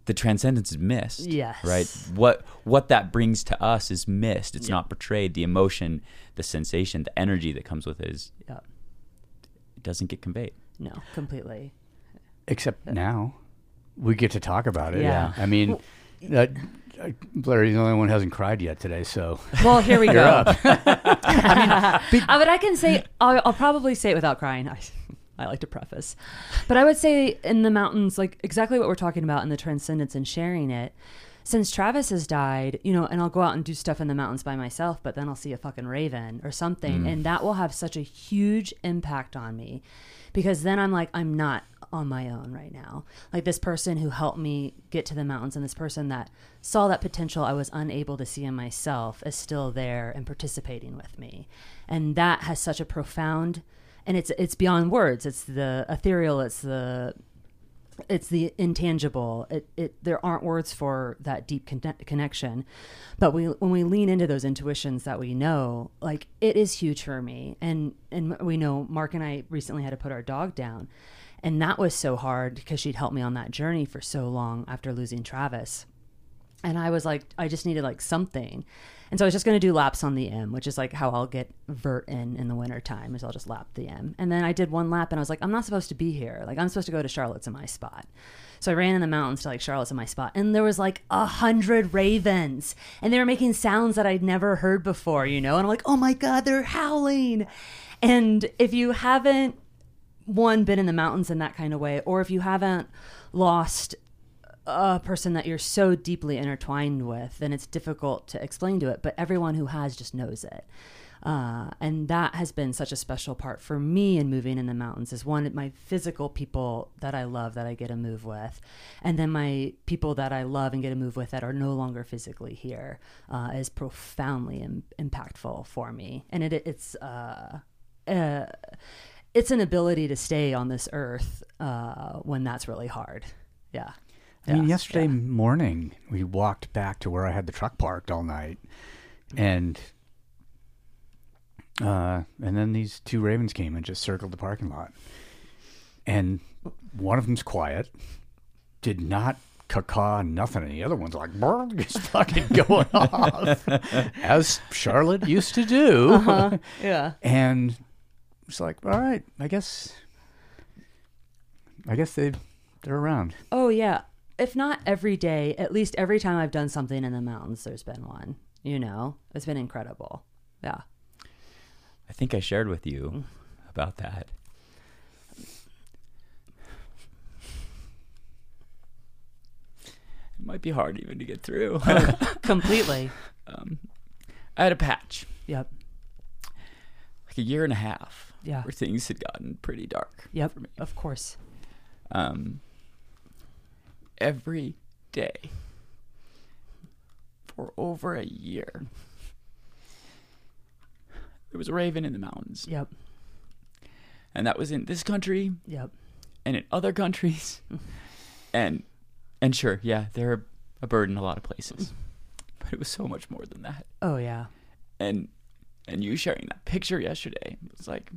The transcendence is missed.
Yes.
Right? What what that brings to us is missed. It's not portrayed. The emotion, the sensation, the energy that comes with it is
Yeah.
it doesn't get conveyed.
No, completely.
Except now, we get to talk about it.
Yeah.
I mean, that, uh, Blair, you're the only one who hasn't cried yet today, so
Well, here
*laughs*
we go.
you're
*laughs*
up.
Uh, but I can say I'll, I'll probably say it without crying. I, *laughs* I like to preface, but I would say in the mountains, like exactly what we're talking about in the transcendence and sharing it. Since Travis has died, you know, and I'll go out and do stuff in the mountains by myself, but then I'll see a fucking raven or something,
Mm.
and that will have such a huge impact on me because then I'm like, I'm not on my own right now. Like this person who helped me get to the mountains and this person that saw that potential I was unable to see in myself is still there and participating with me. And that has such a profound and it's it's beyond words. It's the ethereal, it's the it's the intangible. It, it there aren't words for that deep conne- connection, but we when we lean into those intuitions that we know, like it is huge for me. And and we know Mark and I recently had to put our dog down, and that was so hard because she'd helped me on that journey for so long after losing Travis and I was like, I just needed like something. And so I was just going to do laps on the M, which is like how I'll get vert in in the wintertime is I'll just lap the M. And then I did one lap and I was like, I'm not supposed to be here. Like I'm supposed to go to Charlotte's in my spot. So I ran in the mountains to like Charlotte's in my spot. And there was like a hundred ravens and they were making sounds that I'd never heard before, you know? And I'm like, oh my God, they're howling. And if you haven't, one, been in the mountains in that kind of way, or if you haven't lost a person that you're so deeply intertwined with, then it's difficult to explain to it. But everyone who has just knows it. Uh, and that has been such a special part for me in moving in the mountains is one my physical people that I love that I get to move with, and then my people that I love and get to move with that are no longer physically here uh, is profoundly Im- impactful for me, and it it's uh, uh, it's an ability to stay on this earth uh, when that's really hard. Yeah.
I mean,
Yeah,
yesterday morning we walked back to where I had the truck parked all night, and uh, and then these two ravens came and just circled the parking lot, and one of them's quiet, did not caw nothing, and the other one's like "Brrr," *laughs* just fucking going *laughs* off, as Charlotte used to do,
Uh-huh, Yeah.
*laughs* and it's like, all right, I guess, I guess they they're around.
Oh yeah. If not every day, at least every time I've done something in the mountains, there's been one. You know, it's been incredible. Yeah.
I think I shared with you about that. It might be hard even to get through. *laughs*
Completely.
I had a patch.
*laughs* Yep.
like a year and a half
Yeah.
where things had gotten pretty dark.
Yep. Of course.
Um, every day for over a year, there was a raven in the mountains,
Yep.
and that was in this country
Yep.
and in other countries, and and sure, yeah, they're a bird in a lot of places, but it was so much more than that.
Oh yeah.
and and you sharing that picture yesterday it was like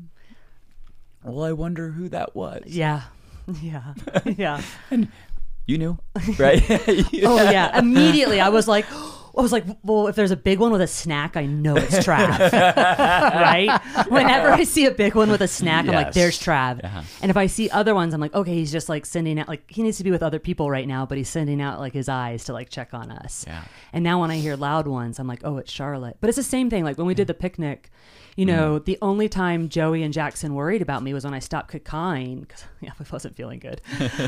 well i wonder who that was
Yeah. *laughs* Yeah. Yeah. *laughs*
you knew right *laughs* You-
Oh yeah. Immediately I was like *gasps* I was like, well, if there's a big one with a snack, I know it's Trav. *laughs* right? Whenever I see a big one with a snack, I'm like,
Yes.
there's Trav. And if I see other ones, I'm like, okay, he's just like sending out, like, he needs to be with other people right now, but he's sending out like his eyes to like check on us.
Yeah.
And now when I hear loud ones, I'm like, oh, it's Charlotte. But it's the same thing. Like when we did the picnic, you know, the only time Joey and Jackson worried about me was when I stopped cacaing because *laughs* yeah, I wasn't feeling good.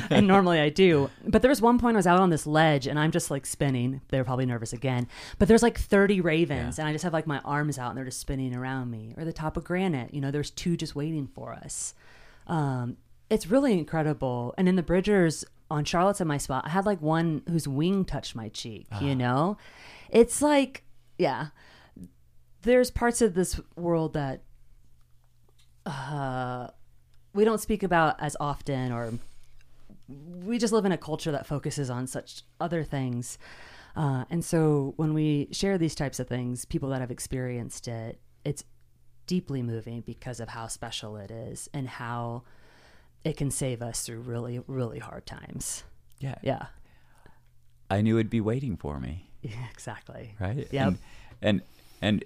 and normally I do. But there was one point I was out on this ledge and I'm just like spinning. They're probably nervous again. But there's like 30 ravens and I just have like my arms out and they're just spinning around me. Or the top of granite, you know, there's two just waiting for us um, it's really incredible. And in the Bridgers on Charlotte's in my spot, I had like one whose wing touched my cheek. You know, it's like yeah, there's parts of this world that uh, we don't speak about as often, or we just live in a culture that focuses on such other things. Uh, and so when we share these types of things, people that have experienced it, it's deeply moving because of how special it is and how it can save us through really, really hard times.
Yeah.
Yeah. *laughs*
I knew it'd be waiting for me,
Yeah, exactly.
right?
Yep.
And, and and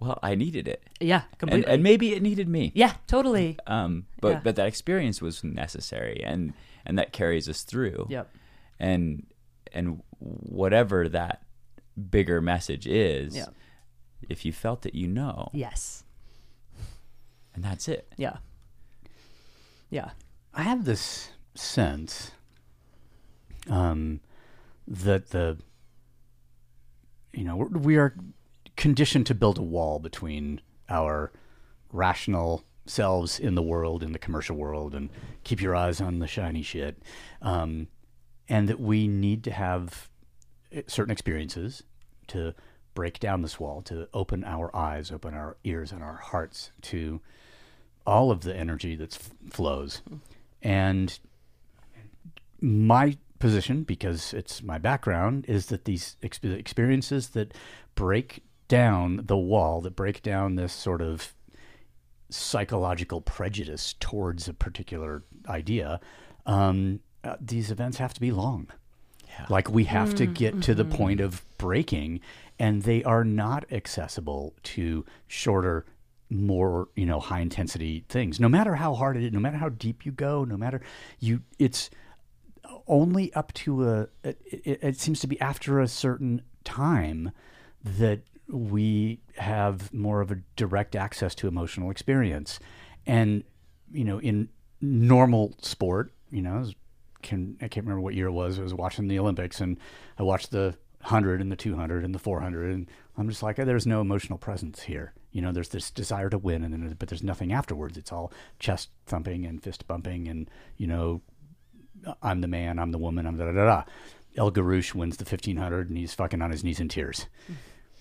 well, I needed it,
yeah.
and,
Completely.
and maybe it needed me.
yeah. Totally.
Um, but
Yeah.
but that experience was necessary, and and that carries us through.
Yep.
And and whatever that bigger message is,
Yeah.
if you felt it, you know,
Yes.
and that's it.
Yeah. Yeah.
I have this sense um, that the you know we're, we are conditioned to build a wall between our rational selves in the world in the commercial world and keep your eyes on the shiny shit um, and that we need to have eh, certain experiences to break down this wall to open our eyes open our ears and our hearts to all of the energy that flows. And my position, because it's my background, is that these ex- experiences that break down the wall, that break down this sort of psychological prejudice towards a particular idea, um, uh, these events have to be long. Like we have to get to the point of breaking, and they are not accessible to shorter, more you know high intensity things. No matter how hard it is, no matter how deep you go, no matter you, it's only up to a. It, it, it seems to be after a certain time that we have more of a direct access to emotional experience, and you know in normal sport, you know. as can I can't remember what year it was. I was watching the Olympics and I watched the 100 and the 200 and the 400 and I'm just like there's no emotional presence here. You know, there's this desire to win and then but there's nothing afterwards. It's all chest thumping and fist bumping and you know I'm the man, I'm the woman, I'm da da da. da. El Garouche wins the 1500 and he's fucking on his knees in tears.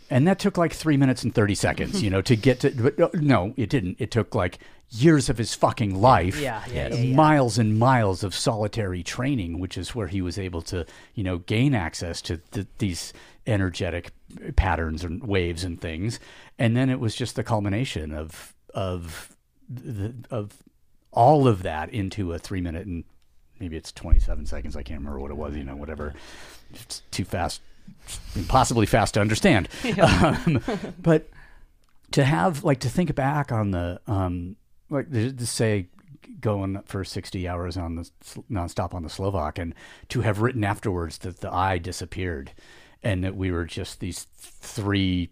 And that took like three minutes and 30 seconds, you know, to get to. But no, no, it didn't. It took like years of his fucking life.
Yeah, yeah,
uh,
yeah, yeah.
Miles and miles of solitary training, which is where he was able to, you know, gain access to th- these energetic patterns and waves and things. And then it was just the culmination of, of, the, of all of that into a three minute and maybe it's 27 seconds. I can't remember what it was, you know, whatever. It's too fast, impossibly fast to understand. Um, but to have, like, to think back on the, um, like, to to say, going for 60 hours on the s- nonstop on the Slovak and to have written afterwards that the eye disappeared and that we were just these three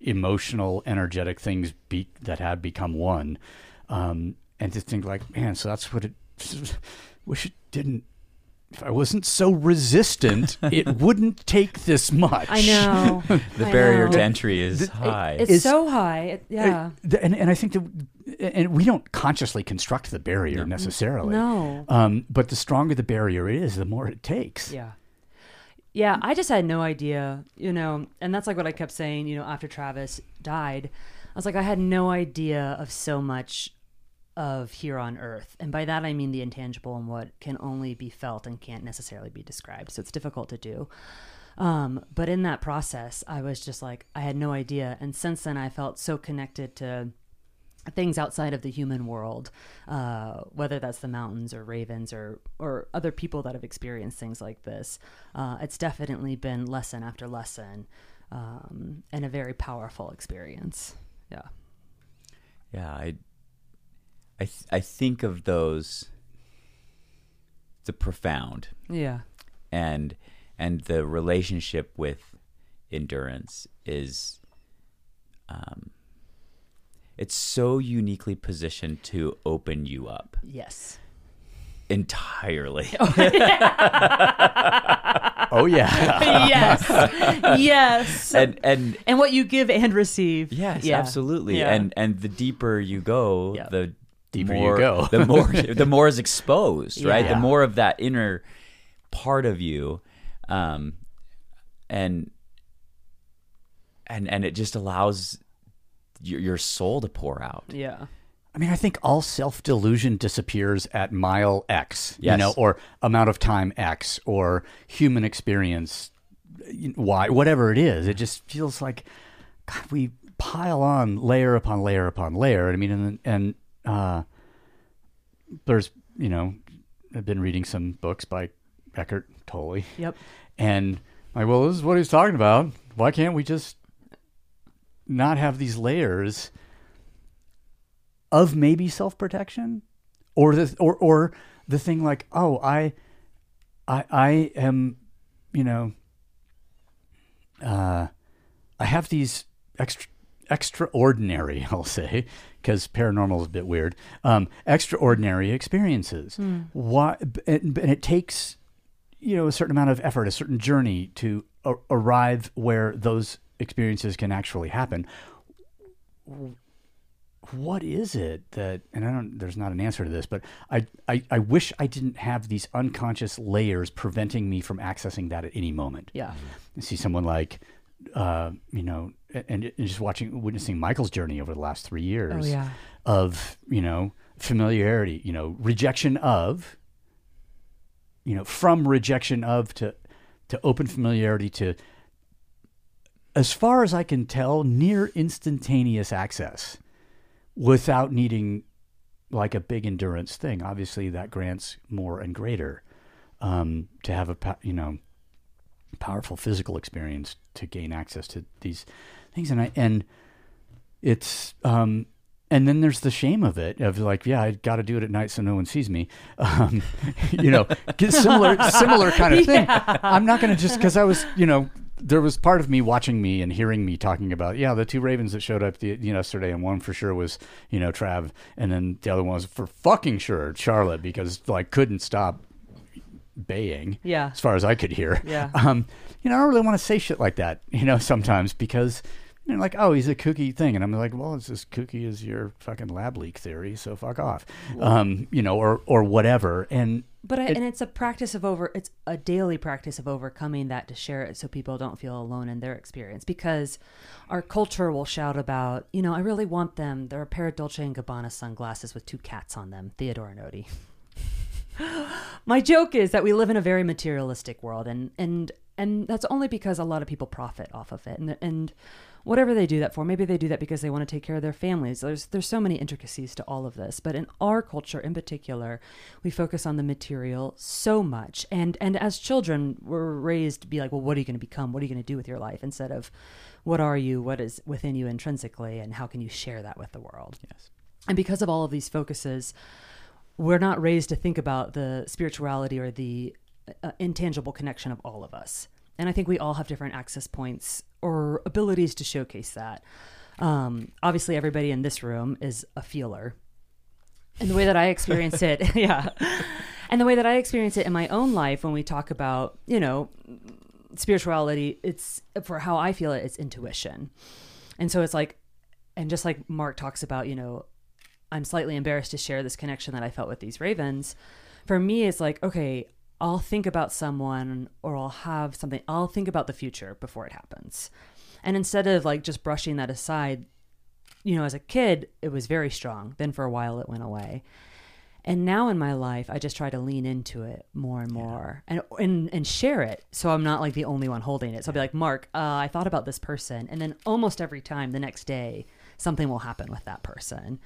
emotional, energetic things be, that had become one. Um, and to think like, man, so that's what it. *laughs* Wish it didn't. If I wasn't so
*laughs*
resistant, it wouldn't take this much.
I *laughs* know.
The barrier to entry is high.
It's
is-
so high. It- yeah.
Uh, th- And, and I think that, and we don't consciously construct the barrier necessarily.
No.
Um, but the stronger the barrier is, the more it takes.
Yeah. Yeah, I just had no idea, you know, and that's like what I kept saying, you know, after Travis died. I was like, I had no idea of so much of here on earth. And by that, I mean the intangible and what can only be felt and can't necessarily be described. So it's difficult to do. Um, but in that process, I was just like, I had no idea. And since then, I felt so connected to things outside of the human world, uh, whether that's the mountains or ravens or or other people that have experienced things like this. Uh, it's definitely been lesson after lesson, um, and a very powerful experience. Yeah,
Yeah, I, I, th- I think of those, the profound
yeah,
and and the relationship with endurance is, um, it's so uniquely positioned to open you up *laughs*
yes,
entirely.
*laughs*
Oh, *laughs* yeah.
yes, yes. And,
and and
what you give and receive.
yes,
Yeah.
absolutely.
Yeah.
And and the deeper you go,
Yeah.
the
Deeper you
more,
go. *laughs*
the more the more is exposed, right? The
Yeah.
more of that inner part of you, um, and and and it just allows your, your soul to pour out.
yeah,
I mean, I think all self delusion disappears at mile X, you
Yes.
know, or amount of time X, or human experience you know, why, whatever it is. It just feels like God, we pile on layer upon layer upon layer. I mean, and and uh, there's you know, I've been reading some books by Eckhart Tolle.
Yep.
And like, well, this is what he's talking about. Why can't we just not have these layers of maybe self protection, or the or or the thing like, oh, I, I, I am, you know, uh, I have these extra extraordinary, *laughs* I'll say, because paranormal is a bit weird. Um, extraordinary experiences. Why? And, and it takes you know a certain amount of effort, a certain journey to a- arrive where those experiences can actually happen. What is it that? And I don't. There's not an answer to this, but I I, I wish I didn't have these unconscious layers preventing me from accessing that at any moment
Yeah.
and see someone like, uh, you know, and, and just watching, witnessing Michael's journey over the last three years
yeah.
of, you know, familiarity, you know, rejection of, you know, from rejection of to, to open familiarity to, as far as I can tell, near instantaneous access without needing like a big endurance thing. Obviously, that grants more and greater um, to have a, pa- you know, powerful physical experience to gain access to these things and I and it's um and then there's the shame of it of like yeah I got to do it at night so no one sees me *laughs* um you know get similar similar kind of thing I'm not going to just cuz I was you know there was part of me watching me and hearing me talking about yeah the two ravens that showed up the, you know yesterday and one for sure was you know Trav and then the other one was for fucking sure Charlotte because like couldn't stop baying
Yeah.
as far as I could hear
Yeah.
*laughs* um, you know, I don't really want to say shit like that, you know, sometimes because you know, like, oh, he's a kooky thing, and I'm like, well, it's as kooky as your fucking lab leak theory, so fuck off, um, you know, or or whatever, and
But I, and it's a practice of over it's a daily practice of overcoming that to share it so people don't feel alone in their experience because our culture will shout about you know I really want them they're a pair of Dolce and Gabbana sunglasses with two cats on them Theodore and Odie. My joke is that we live in a very materialistic world and and and that's only because a lot of people profit off of it and and whatever they do that for maybe they do that because they want to take care of their families there's there's so many intricacies to all of this but in our culture in particular we focus on the material so much and and as children we're raised to be like well what are you going to become what are you going to do with your life instead of what are you what is within you intrinsically and how can you share that with the world yes and because of all of these focuses we're not raised to think about the spirituality or the uh, intangible connection of all of us. And I think we all have different access points or abilities to showcase that. Um, obviously, everybody in this room is a feeler. And the way that I experience it, *laughs* yeah. And the way that I experience it in my own life when we talk about, you know, spirituality, it's for how I feel it, it's intuition. And so it's like, and just like Mark talks about, you know, I'm slightly embarrassed to share this connection that I felt with these ravens. For me, it's like, okay, I'll think about someone or I'll have something, I'll think about the future before it happens. And instead of like just brushing that aside, you know, as a kid, it was very strong. Then for a while, it went away. And now in my life, I just try to lean into it more and more and, and and share it so I'm not like the only one holding it. So I'll be like, Mark, uh, I thought about this person. And then almost every time the next day, something will happen with that person.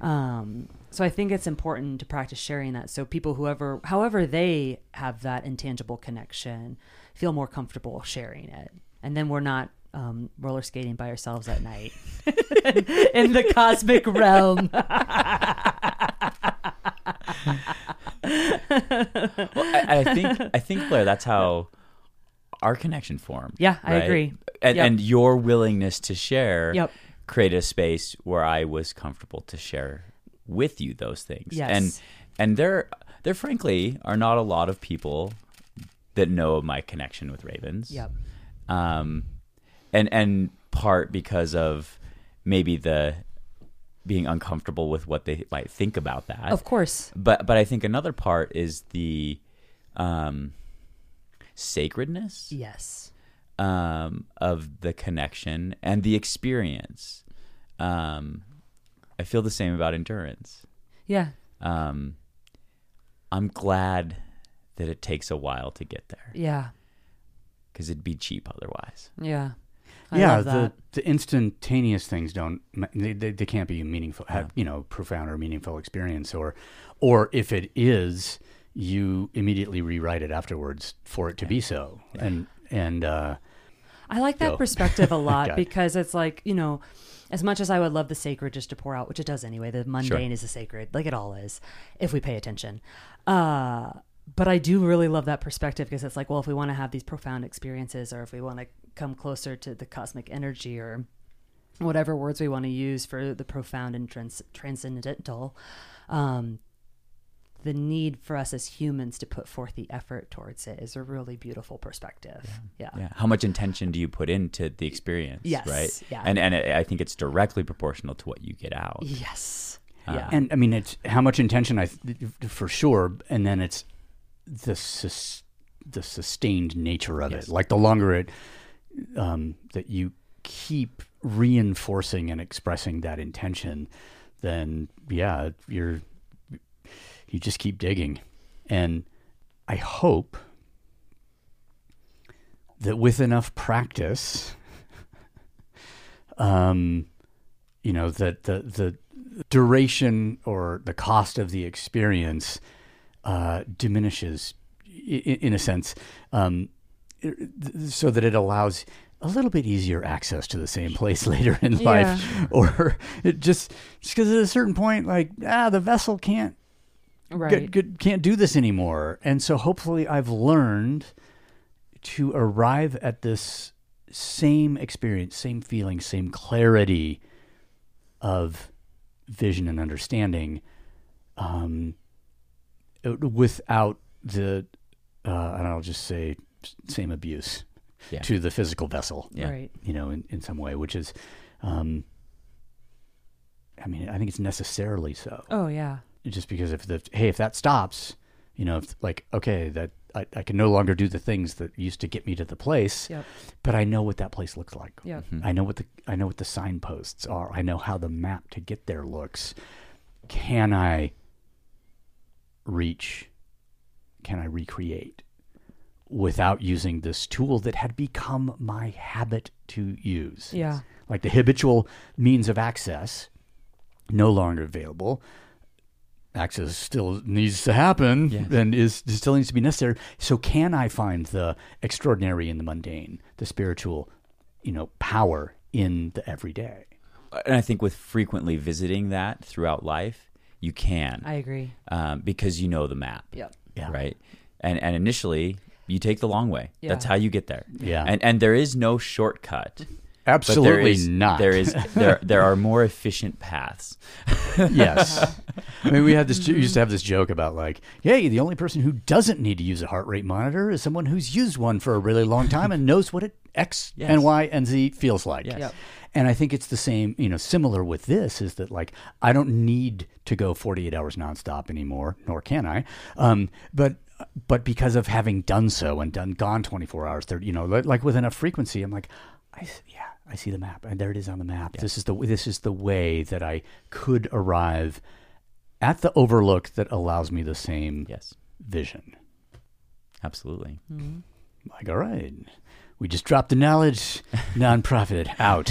Um, so I think it's important to practice sharing that so people, whoever, however they have that intangible connection, feel more comfortable sharing it. And then we're not um, roller skating by ourselves at night *laughs* in the cosmic realm.
I, I think I think Blair, that's how our connection formed.
Yeah, I agree.
And,
Yep.
and your willingness to share
Yep.
created a space where I was comfortable to share with you those things.
Yes.
And and there there frankly are not a lot of people that know of my connection with Ravens.
Yep.
Um and and part because of maybe the being uncomfortable with what they might think about that
Of course.
but but I think another part is the um, sacredness
Yes.
um, of the connection and the experience. Um, I feel the same about endurance.
Yeah.
Um, I'm glad that it takes a while to get there
Yeah.
because it'd be cheap otherwise.
Yeah. I
yeah,
love
the
that.
the instantaneous things don't ma- they, they, they can't be a meaningful have, you know profound or meaningful experience or or if it is you immediately rewrite it afterwards for it to be so and and uh,
I like that
Go.
perspective a lot
God.
because it's like, you know, as much as I would love the sacred just to pour out, which it does anyway, the mundane is the sacred, like it all is, if we pay attention. Uh, but I do really love that perspective because it's like, well, if we want to have these profound experiences or if we want to come closer to the cosmic energy or whatever words we want to use for the profound and trans- transcendental, um, the need for us as humans to put forth the effort towards it is a really beautiful perspective. Yeah.
Yeah. How much intention do you put into the experience?
Yes,
Right.
yeah.
And and I I think it's directly proportional to what you get out.
Yes. yeah.
and I mean it's how much intention I th- for sure and then it's the sus- the sustained nature of it like the longer it um, that you keep reinforcing and expressing that intention then yeah you're you just keep digging and I hope that with enough practice *laughs* um you know that the the duration or the cost of the experience uh, diminishes in, in a sense um, so that it allows a little bit easier access to the same place *laughs* later in life or *laughs* it just just because at a certain point like ah the vessel can't
Right.
good, good, can't do this anymore. And so hopefully I've learned to arrive at this same experience, same feeling, same clarity of vision and understanding um, uh, without the, uh, and I'll just say, s- same abuse
Yeah.
to the physical vessel
Yeah.
Right.
you know, in, in some way, which is, um, I mean, I think it's necessarily so
Oh yeah.
just because if the hey if that stops you know if like okay that I, I can no longer do the things that used to get me to the place
Yep.
but i know what that place looks like
Yep.
i know what the i know what the signposts are i know how the map to get there looks can i reach can i recreate without using this tool that had become my habit to use
Yeah.
like the habitual means of access no longer available access still needs to happen and is still needs to be necessary so can i find the extraordinary in the mundane the spiritual you know power in the everyday
And I think with frequently visiting that throughout life, you can.
I agree.
um, because you know the map.
Yep.
Yeah.
Right. And and initially you take the long way. That's
Yeah.
how you get there.
Yeah.
And and there is no shortcut. but
absolutely
there is,
not
There is there there are more efficient paths.
*laughs*
*laughs*
yes i mean we had this we used to have this joke about like hey the only person who doesn't need to use a heart rate monitor is someone who's used one for a really long time and knows what it x
Yes.
and y and z feels like
Yep.
and i think it's the same you know similar with this is that like i don't need to go 48 hours nonstop anymore nor can i um, but but because of having done so and done gone 24 hours 30 you know li- like with enough frequency i'm like I, s- yeah i see the map and there it is on the map this is the this is the way that i could arrive at the overlook that allows me the same
Yes.
vision
Absolutely.
like all right we just dropped the knowledge nonprofit out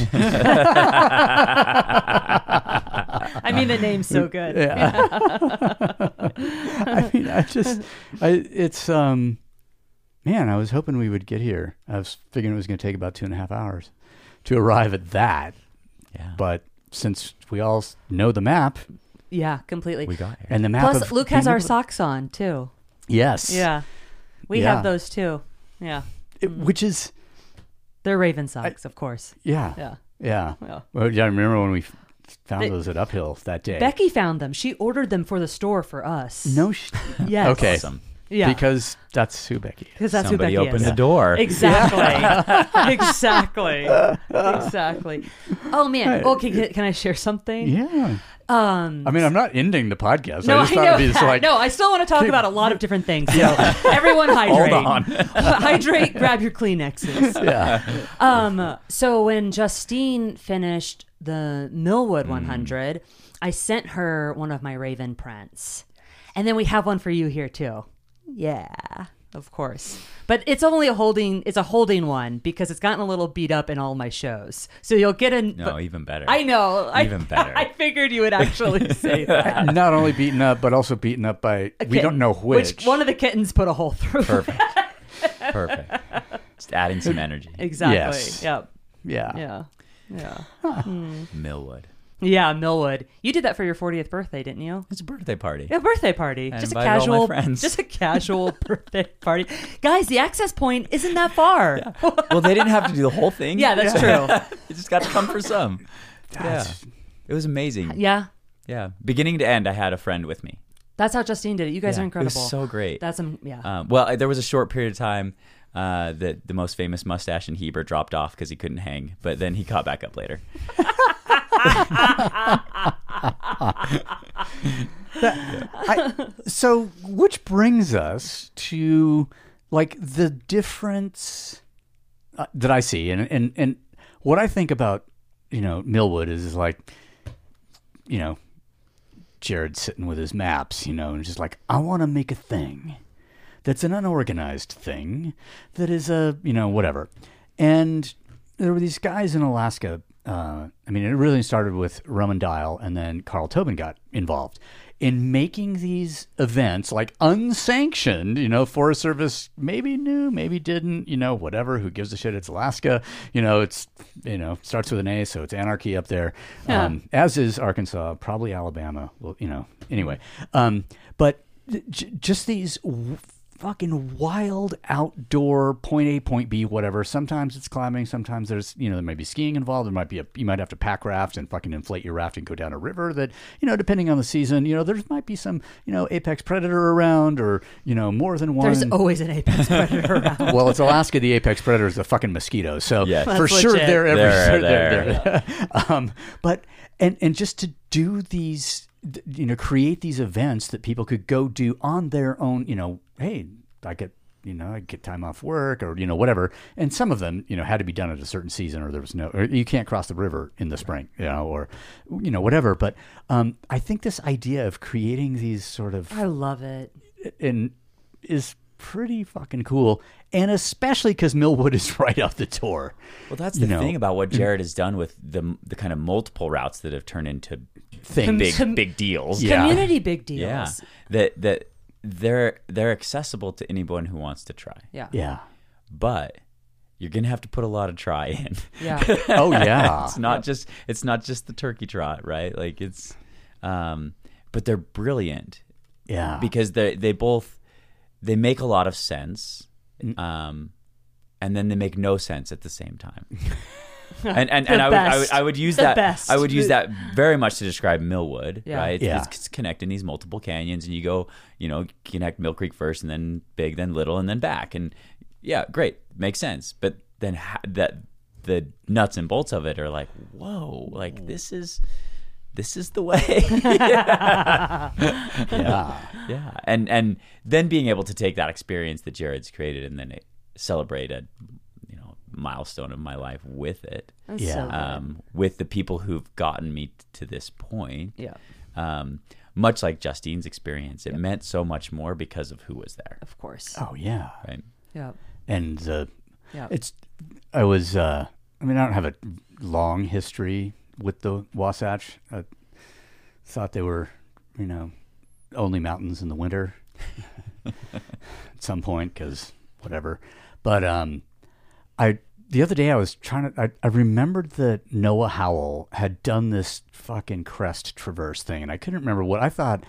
I mean, the name's so good.
I mean, I just, I, it's, um, man, I was hoping we would get here. I was figuring it was going to take about two and a half hours to arrive at that.
Yeah.
But since we all s- know the map
Yeah, completely.
we got here.
and the map,
Plus,
of
Luke has
being
our
able to-
socks on too.
yes,
Yeah, we
Yeah.
have those too. Yeah,
It- which is,
they're Raven socks, of course.
yeah, yeah.
Yeah. Yeah.
Well, yeah, I remember when we f- found
They-
those at Uphill that day.
Becky found them. She ordered them for the store for us.
no, sh-
Yes.
okay,
Awesome.
Yeah.
because that's who Becky is.
Because that's
Somebody
who Becky
opened
is.
the door.
Exactly.
*laughs*
exactly. exactly. Oh man. Okay. Can, can I share something?
Yeah,
Um.
I mean, I'm not ending the podcast.
No,
I
I,
just thought
know
it'd be just
that.
like,
no, I still want to talk about a lot of different things. So *laughs* everyone hydrate. *laughs*
on.
hydrate, grab your Kleenexes.
*laughs* yeah,
Um, so when Justine finished the Millwood
Mm.
100, I sent her one of my Raven prints. And then we have one for you here too. Yeah. of course. But it's only a holding. It's a holding one because it's gotten a little beat up in all my shows. So you'll get a.
No,
but-
even better.
I know. *laughs* I-
Even better.
I
*laughs*
figured you would actually say that.
Not only beaten up, but also beaten up by we don't know which.
one of the kittens put a hole through.
Perfect. Perfect. Just adding some energy.
*laughs* Exactly.
Yes.
Yep.
yeah.
Yeah. Yeah.
Millwood.
Yeah, Millwood. You did that for your 40th birthday, didn't you?
It's a
*laughs*
birthday party.
A birthday party.
I
just a
invited
casual
all my friends.
Just a casual birthday party. Guys, the access point isn't that far. Yeah,
Well, they didn't have to do the whole thing. *laughs*
that's true.
You just got to come for some.
That's-
yeah. It was amazing.
*laughs* Yeah.
Yeah. Beginning to end, I had a friend with me.
That's how Justine did it. You guys
Yeah,
are
it was
incredible.
so great.
That's um yeah.
Um, well, there was a short period of time uh, that the most famous mustache in Heber dropped off because he couldn't hang, but then he caught back up later.
I, so, which brings us to like the difference uh, that I see, and and and what I think about you know Millwood is, is like you know Jared sitting with his maps, you know, and just like I want to make a thing that's an unorganized thing that is a you know whatever, and there were these guys in Alaska. Uh, I mean, it really started with Roman Dial, and then Carl Tobin got involved in making these events like unsanctioned. You know, Forest Service maybe knew, maybe didn't. You know, whatever. Who gives a shit? It's Alaska. You know, it's you know starts with an A, so it's anarchy up there. Um, as is Arkansas, probably Alabama. Well, you know, anyway. Um, but j- j- just these w- fucking wild outdoor point A, point B, whatever. Sometimes it's climbing, sometimes there's you know there might be skiing involved. There might be a you might have to pack raft and fucking inflate your raft and go down a river. That you know depending on the season, you know there might be some you know apex predator around or you know more than one.
There's always an apex predator around.
*laughs* well, it's Alaska. The apex predator is the fucking mosquito. So
Yes.
for
That's
sure
legit.
they're everywhere.
They're
They're there. *laughs* um, but and and just to do these, th- you know, create these events that people could go do on their own. You know, hey, I get. You know, I get time off work, or you know, whatever. And some of them, you know, had to be done at a certain season, or there was no, or you can't cross the river in the spring, you know, or you know, whatever. But um, I think this idea of creating these sort of
I love it.
and is pretty fucking cool. And especially because Millwood is *laughs* right off the tour.
Well, that's the
You know. Mm.
thing about what Jared has done with the the kind of multiple routes that have turned into
Thing.
big
Com-
big deals.
Yeah.
Community big deals.
Yeah. That that they're they're accessible to anyone who wants to try.
Yeah.
Yeah.
But you're gonna have to put a lot of try in. *laughs*
Yeah.
Oh yeah.
it's not just it's not just the turkey trot, right? Like it's um but they're brilliant
yeah.
because they they both they make a lot of sense,
Mm.
um, and then they make no sense at the
*laughs*
same time. and and, and I, would, I would
best.
I would use
The
that
best.
I would use that very much to describe Millwood,
Yeah.
right?
Yeah.
It's, it's connecting these multiple canyons, and you go you know connect Mill Creek first, and then Big, then Little, and then back, and yeah, great, makes sense. But then ha- that the nuts and bolts of it are like, whoa, like this is this is the way. *laughs*
yeah.
Yeah, and and then being able to take that experience that Jared's created and then celebrate a you know milestone of my life with it,
That's
Yeah.
so good.
um, with the people who've gotten me t- to this point.
yeah.
Um, much like Justine's experience, it meant so much more because of who was there.
Of course.
Oh yeah.
Right?
Yeah.
And uh,
Yeah.
it's I was uh, I mean I don't have a long history with the Wasatch. Uh, I thought they were you know only mountains in the winter at some point because whatever. But um, I the other day I was trying to I, I remembered that Noah Howell had done this fucking crest traverse thing and I couldn't remember what I thought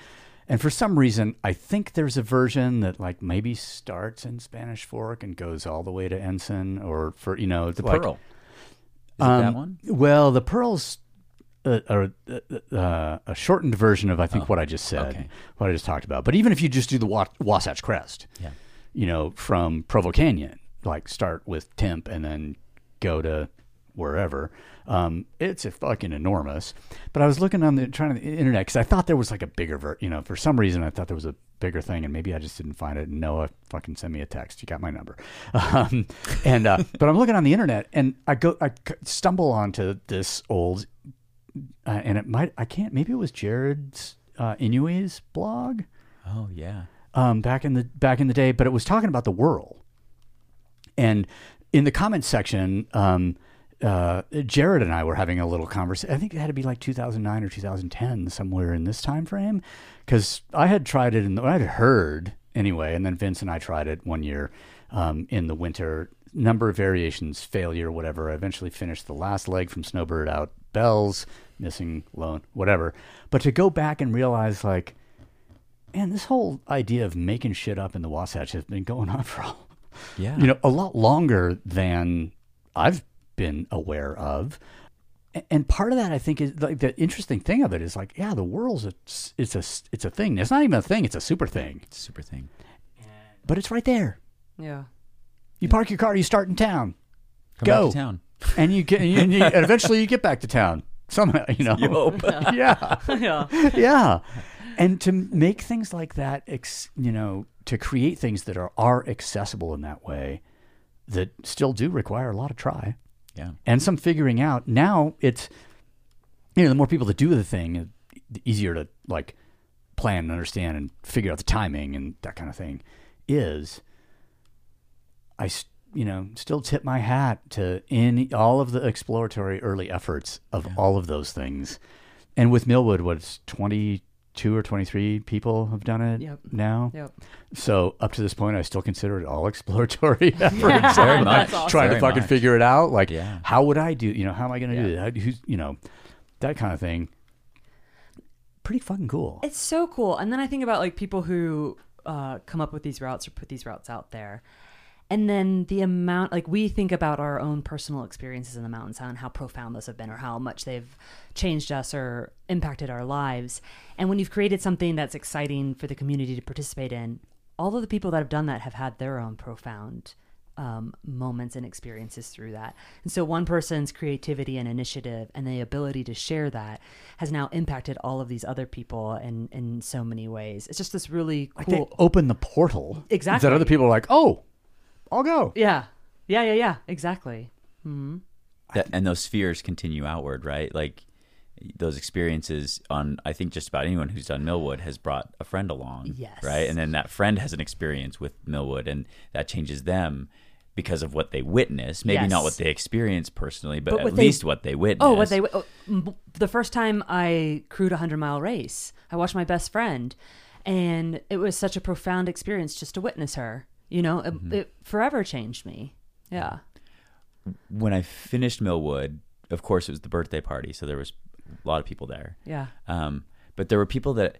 and for some reason I think there's a version that like maybe starts in Spanish Fork and goes all the way to Ensign or for you know the
Pearl, is it that one?
Um, Well, the pearls uh, are uh, uh, a shortened version of I think what I just said,
Oh, okay.
what I just talked about. But even if you just do the Wa- Wasatch Crest,
Yeah.
you know, from Provo Canyon, like start with Temp and then go to wherever. Um, it's a fucking enormous. But I was looking on the trying to the internet because I thought there was like a bigger, ver- you know, for some reason I thought there was a bigger thing, and maybe I just didn't find it. And Noah, fucking send me a text. You got my number. *laughs* Um, and uh, *laughs* but I'm looking on the internet, and I go, I c- stumble onto this old uh, and it might I can't maybe it was Jared's uh, Inui's blog
Oh yeah,
um, back in the back in the day, but it was talking about the whirl. And in the comments section, um, uh, Jared and I were having a little conversation. I think it had to be like 2009 or 2010, somewhere in this time frame, because I had tried it and I had heard anyway, and then Vince and I tried it one year um, in the winter. Number of variations, failure, whatever. I eventually finished the last leg from Snowbird out, bells, missing loan, whatever. But to go back and realize, like, man, this whole idea of making shit up in the Wasatch has been going on *laughs* for all,
Yeah.
you know, a lot longer than I've been aware of. A- And part of that, I think, is like the interesting thing of it is like, yeah, the world's a, it's a it's a thing. It's not even a thing; it's a super thing.
Super thing.
But it's right there.
Yeah. *laughs*
You park your car, you start in town,
Come
Go.
back to town.
and you get, and, you, and you- and eventually you get back to town somehow. *laughs* You know,
You hope.
yeah.
yeah.
yeah and to make things like that ex, you know to create things that are are accessible in that way that still do require a lot of try
Yeah.
and some figuring out now it's you know the more people that do the thing uh, the easier to like plan and understand and figure out the timing and that kind of thing is i s- you know still tip my hat to any all of the exploratory early efforts of all of those things and with millwood what's 22 or 23 people have done it
Yep.
now
Yep.
so up to this point i still consider it all *laughs*
*laughs*
exploratory efforts
Very much.
awesome.
trying to
Very
fucking
much.
figure it out. Like,
Yeah.
how would I do? You know, how am I going to do that? Who's you know, that kind of thing. Pretty fucking cool.
It's so cool. And then I think about like people who uh, come up with these routes or put these routes out there. And then the amount, like we think about our own personal experiences in the mountains and how profound those have been or how much they've changed us or impacted our lives. And when you've created something that's exciting for the community to participate in, all of the people that have done that have had their own profound um, moments and experiences through that. And so one person's creativity and initiative and the ability to share that has now impacted all of these other people in, in so many ways. It's just this really
They
cool.
open the portal
Exactly.
that other people are like, oh, I'll go.
yeah. Yeah, yeah, yeah. Exactly.
That, and those spheres continue outward, right? Like those experiences on I think just about anyone who's done Millwood has brought a friend along.
Yes.
Right. And then that friend has an experience with Millwood and that changes them because of what they witness. Maybe
Yes.
not what they experience personally, but,
But
at
what they-
least what they witness.
Oh, what they oh, m- the first time I crewed a hundred mile race, I watched my best friend, and it was such a profound experience just to witness her. You know, it, it forever changed me. Yeah,
when I finished Millwood, of course it was the birthday party, so there was a lot of people there.
yeah,
Um, but there were people that,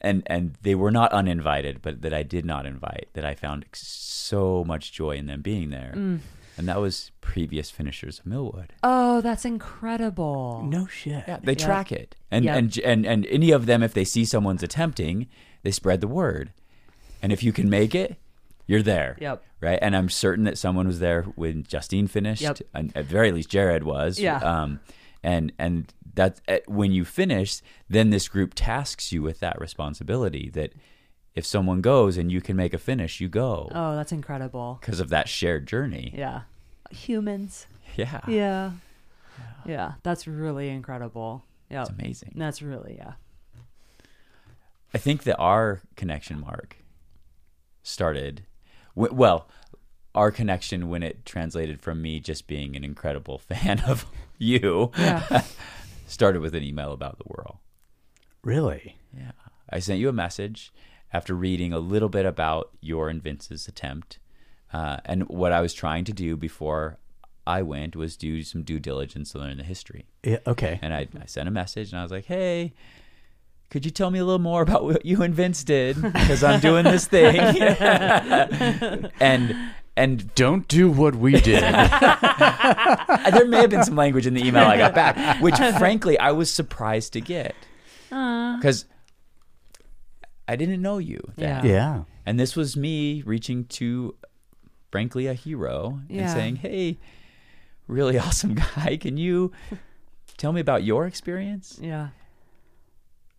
and and they were not uninvited, but that I did not invite. That I found ex- so much joy in them being there, and that was previous finishers of Millwood.
Oh, that's incredible.
No shit.
They track it, and,
Yeah.
and and and any of them, if they see someone's attempting, they spread the word, and if you can make it, you're there.
Yep.
Right, and I'm certain that someone was there when Justine finished,
Yep.
and at very least Jared was.
Yeah.
Um, and and that eh, when you finish, then this group tasks you with that responsibility that if someone goes and you can make a finish, you go
Oh, that's incredible.
because of that shared journey.
Yeah, humans.
Yeah.
Yeah, yeah, that's really incredible. Yeah,
It's amazing.
That's really yeah.
I think that our connection, Mark, started. W- well, our connection when it translated from me just being an incredible *laughs* fan of you
Yeah.
*laughs* started with an email about the whirl.
Really?
Yeah. I sent you a message after reading a little bit about your and Vince's attempt. Uh, and what I was trying to do before I went was do some due diligence to learn the history.
Yeah, okay.
And I, I sent a message and I was like, hey, could you tell me a little more about what you and Vince did? Because I'm doing
*laughs*
this thing. and and
Don't do what we did.
there may have been some language in the email I got
*laughs*
back, which frankly I was surprised to get. Because I didn't know you then.
*laughs*
Yeah.
yeah.
And this was me reaching to, frankly, a hero and
Yeah.
saying, hey, really *laughs* awesome guy, can you tell me about your experience?
Yeah,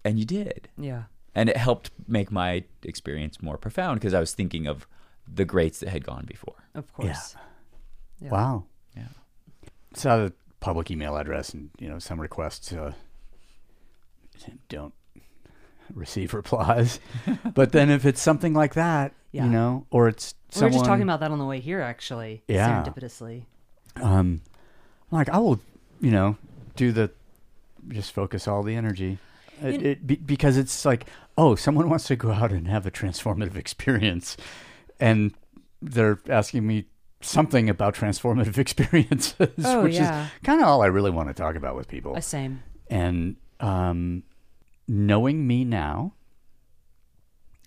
And you did.
yeah,
and it helped make my experience more profound because I was thinking of the greats that had gone before.
of course.
Wow.
Yeah.
So the public email address and you know some requests uh, don't receive
*laughs*
applause. but then if it's something like that,
Yeah.
you know, or it's
We were
someone
just talking about that on the way here, actually.
Yeah.
Serendipitously.
um, like I will, you know, do the just focus all the energy. It, it, be, because it's like, oh, someone wants to go out and have a transformative *laughs* experience, and they're asking me something about transformative *laughs* experiences,
Oh,
which
yeah.
is kind of all I really want to talk about with people.
A same.
and um, knowing me now,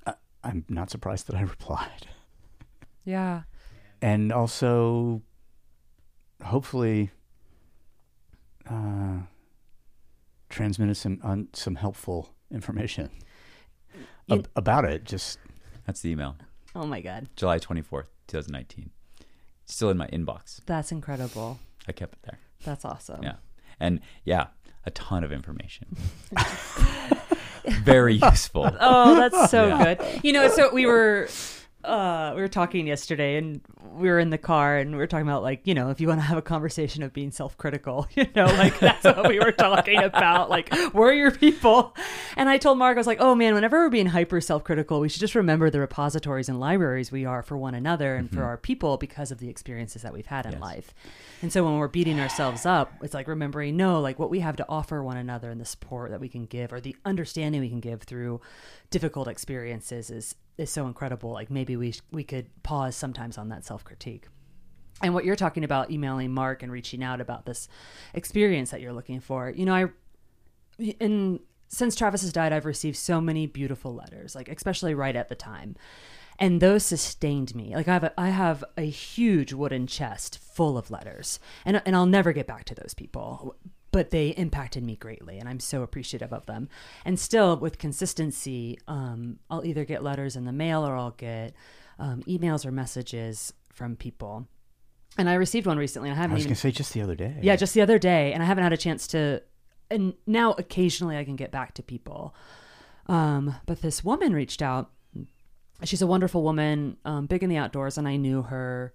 I, I'm not surprised that I *laughs* replied
Yeah.
and also hopefully uh, transmitted some un, some helpful information ab- about it. Just
That's the email.
Oh my God.
July 24th, 2019. Still in my inbox.
That's incredible.
I kept it there.
That's
Um.
awesome.
Yeah. And yeah, a ton of information.
*laughs*
Very useful.
Oh, that's so
*laughs* Yeah.
good. You know, so we were uh we were talking yesterday and we were in the car and we were talking about like, you know, if you want to have a conversation of being self-critical, *laughs* you know, like that's what we were talking about. Like, we're your people. And I told Mark I was like, "Oh man, whenever we're being hyper self-critical, we should just remember the repositories and libraries we are for one another and
Mm-hmm.
for our people because of the experiences that we've had in life." And so when we're beating ourselves up, it's like remembering, no, like what we have to offer one another and the support that we can give or the understanding we can give through difficult experiences is is so incredible. Like maybe we sh- we could pause sometimes on that self critique. And what you're talking about, emailing Mark and reaching out about this experience that you're looking for, you know, I and since Travis has died, I've received so many beautiful letters, like especially right at the time, and those sustained me. Like I have, a, I have a huge wooden chest full of letters, and and I'll never get back to those people, but they impacted me greatly, and I'm so appreciative of them. And still, with consistency, um, I'll either get letters in the mail or I'll get um, emails or messages from people. And I received one recently, and I
I
haven't
was
even
gonna say just the other day.
yeah, just the other day, and I haven't had a chance to. And now occasionally I can get back to people. Um, but this woman reached out. She's a wonderful woman, um, big in the outdoors, and I knew her,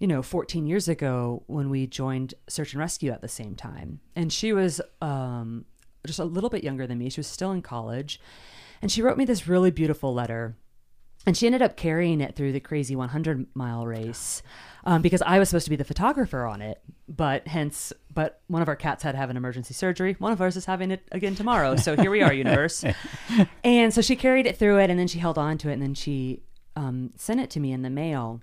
you know, 14 years ago when we joined search and rescue at the same time. And she was um, just a little bit younger than me. She was still in college, and she wrote me this really beautiful letter and she ended up carrying it through the crazy 100 mile race um, because i was supposed to be the photographer on it but hence but one of our cats had to have an emergency surgery one of ours is having it again tomorrow so here we are universe and so she carried it through it and then she held on to it and then she um, sent it to me in the mail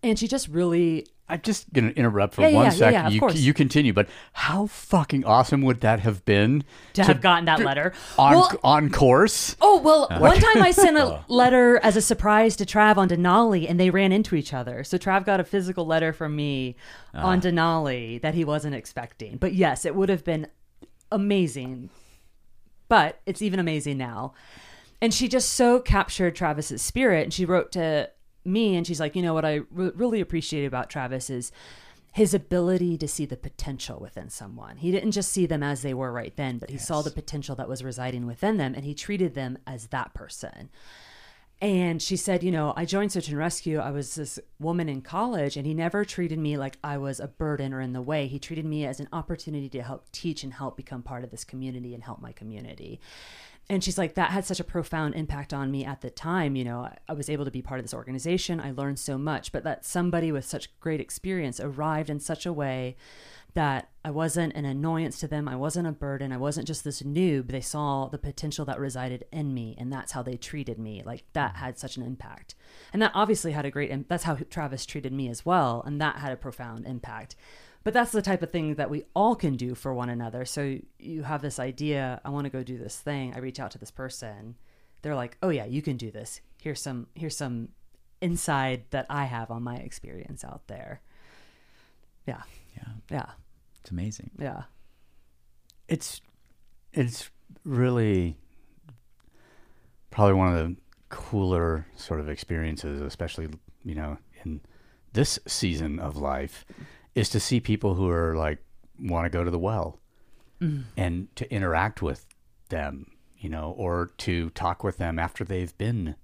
and she just really
I'm just gonna interrupt for
Yeah, yeah,
one
yeah,
second.
yeah, of
you
course.
you continue, but how fucking awesome would that have been
to have gotten that letter
on
Well-
on course?
Oh well, one time I sent a letter as a surprise to Trav on Denali, and they ran into each other. So Trav got a physical letter from me on Denali that he wasn't expecting. But yes, it would have been amazing. But it's even amazing now. And she just so captured Travis's spirit. And she wrote to me, and she's like, you know what I re- really appreciate about Travis is his ability to see the potential within someone. He didn't just see them as they were right then, but he saw the potential that was residing within them and he treated them as that person. And she said, You know, I joined Search and Rescue. I was this woman in college, and he never treated me like I was a burden or in the way. He treated me as an opportunity to help teach and help become part of this community and help my community. And she's like, That had such a profound impact on me at the time. You know, I, I was able to be part of this organization. I learned so much, but that somebody with such great experience arrived in such a way that I wasn't an annoyance to them. I wasn't a burden. I wasn't just this noob. They saw the potential that resided in me, and that's how they treated me. Like that had such an impact, and that obviously had a great. im- That's how Travis treated me as well, and that had a profound impact. But that's the type of thing that we all can do for one another. So you have this idea. I want to go do this thing. I reach out to this person. They're like, "Oh yeah, you can do this. Here's some. Here's some inside that I have on my experience out there." Yeah.
Yeah.
Yeah.
It's amazing.
Yeah.
It's it's really probably one of the cooler sort of experiences, especially you know in this season of life, is to see people who are like want to go to the well and to interact with them, you know, or to talk with them after they've been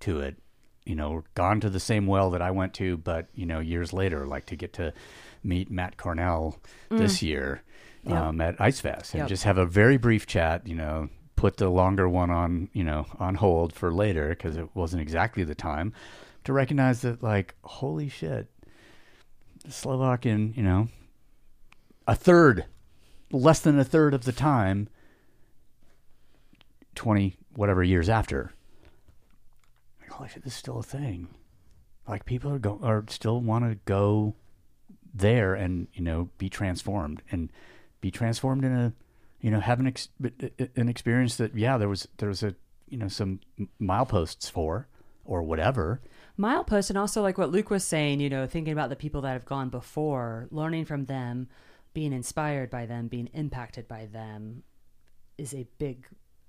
to it, you know, gone to the same well that I went to, but you know, years later, like to get to meet Matt Cornell this year um, at Ice Fest and
Mm. Yep.
just have a very brief chat, you know. put put the longer one on, you know, on hold for later because it wasn't exactly the time to recognize that, like, holy shit, Slovak in, you know, a third, less than a third of the time, 20 whatever years after. Like, holy shit, this is still a thing. Like, people are, go- are still want to go there and, you know, be transformed and be transformed in a, you know, have an, ex- uh, an experience that, yeah, there was, there was a, you know, some mileposts for or whatever.
milepost and also like what luke was saying you know thinking about the people that have gone before learning from them being inspired by them being impacted by them is a big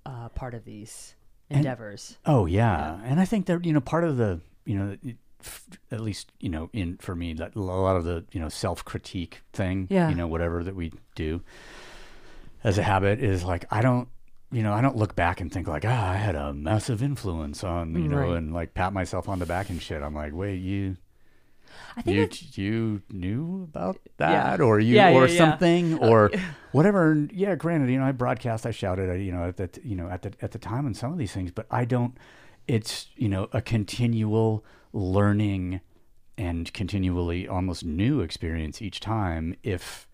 uh, part of these endeavors
Oh yeah. and I think that you know part of the you know it- f- at least you know in for me that a lot of the you know self critique thing
Yeah.
you know whatever that we do as a habit is like I don't you know I don't look back and think like ah I had a massive influence on you know
Right.
and like pat myself on the back and shit I'm like wait you
i think
you
it's-
you knew about that or you
Yeah,
or
yeah, *laughs* yeah.
something or whatever and yeah granted you know i broadcast i shouted I, you know at that you know at the at the time on some of these things but i don't it's you know a continual learning and continually almost new experience each time if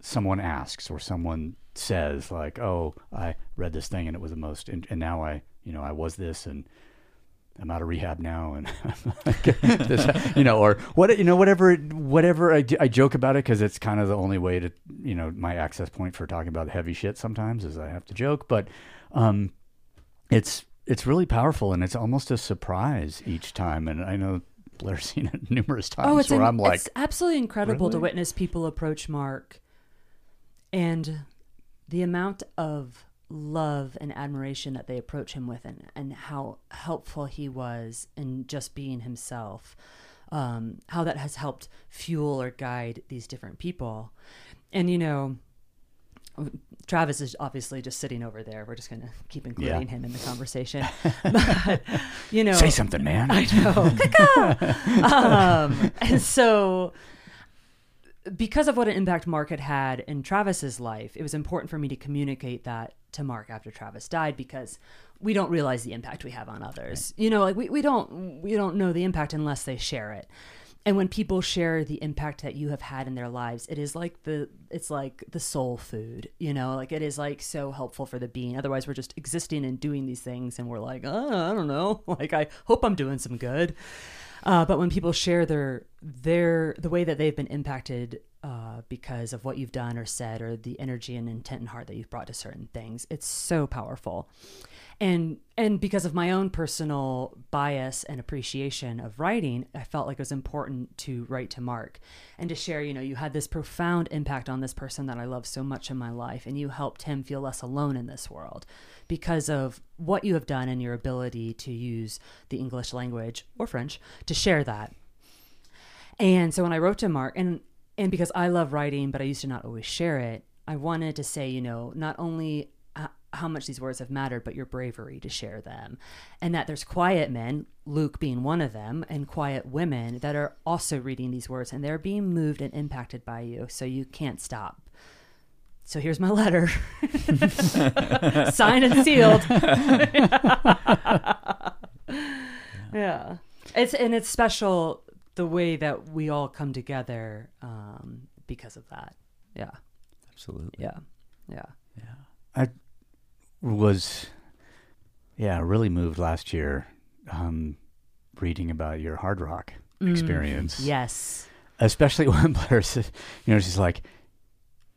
someone asks or someone says like oh i read this thing and it was the most and, and now i you know i was this and I'm out of rehab now, and *laughs* this, you know, or what you know, whatever, whatever. I, do- I joke about it because it's kind of the only way to, you know, my access point for talking about heavy shit sometimes is I have to joke, but um, it's it's really powerful and it's almost a surprise each time. And I know Blair's *laughs* seen it numerous times
oh it's,
where
in-
I'm like,
it's absolutely incredible to
really?
witness people approach mark and the amount of love and admiration that they approach him with and, and how helpful he was in just being himself um, how that has helped fuel or guide these different people and you know Travis is obviously just sitting over there. We're just going to keep including him in the
*laughs*
conversation. *laughs* But, you know,
say something, man.
and so because of what an impact mark had had in travis's life it was important for me to communicate that to mark after travis died because we don't realize the impact we have on others you know like we, we don't we don't know the impact unless they share it and when people share the impact that you have had in their lives it is like the it's like the soul food you know like it is like so helpful for the being otherwise we're just existing and doing these things and we're like oh, i don't know *laughs* like i hope i'm doing some good uh, but when people share their their the way that they've been impacted uh, because of what you've done or said or the energy and intent and heart that you've brought to certain things, it's so powerful. And and because of my own personal bias and appreciation of writing, I felt like it was important to write to Mark and to share. You know, you had this profound impact on this person that I love so much in my life, and you helped him feel less alone in this world because of what you have done and your ability to use the English language or French to share that. And so when I wrote to Mark, and and because I love writing, but I used to not always share it, I wanted to say, you know, not only h- how much these words have mattered, but your bravery to share them, and that there's quiet men, Luke being one of them, and quiet women that are also reading these words and they're being moved and impacted by you, so you can't stop. So here's my letter, *laughs* signed and sealed. *laughs* yeah it's and it's special the way that we all come together um because of that yeah
Absolutely.
yeah yeah
I was, yeah, really moved last year um, reading about your hard rock
Mm,
experience.
yes
especially *laughs* when Blair says, you know, she's like,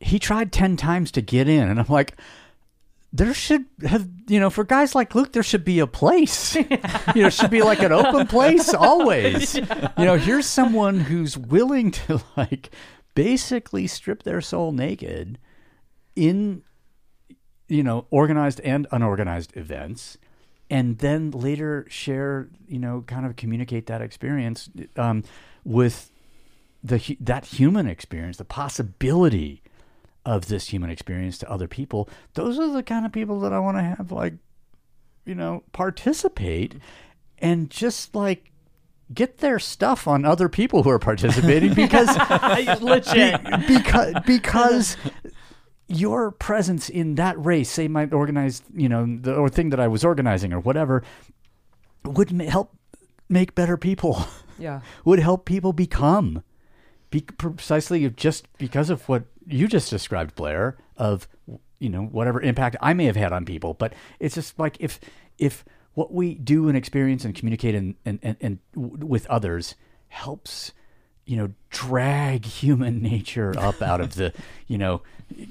he tried 10 times to get in. And I'm like, there should have, you know, for guys like Luke, there should be a place. *laughs* you know, it should be like an open place always. You know, here's someone who's willing to like basically strip their soul naked in, you know, organized and unorganized events. And then later share, you know, kind of communicate that experience um, with the hu- that human experience, the possibility of this human experience to other people, those are the kind of people that I want to have like you know participate and just like get their stuff on other people who are participating because
legit
because because your presence in that race, say my organized, you know, the, or thing that I was organizing or whatever, would ma- help make better people. *laughs*
Yeah.
would help people become be- precisely just because of what you just described blair of you know whatever impact i may have had on people but it's just like if if what we do and experience and communicate and and, and, and w- with others helps you know drag human *laughs* nature up out of the you know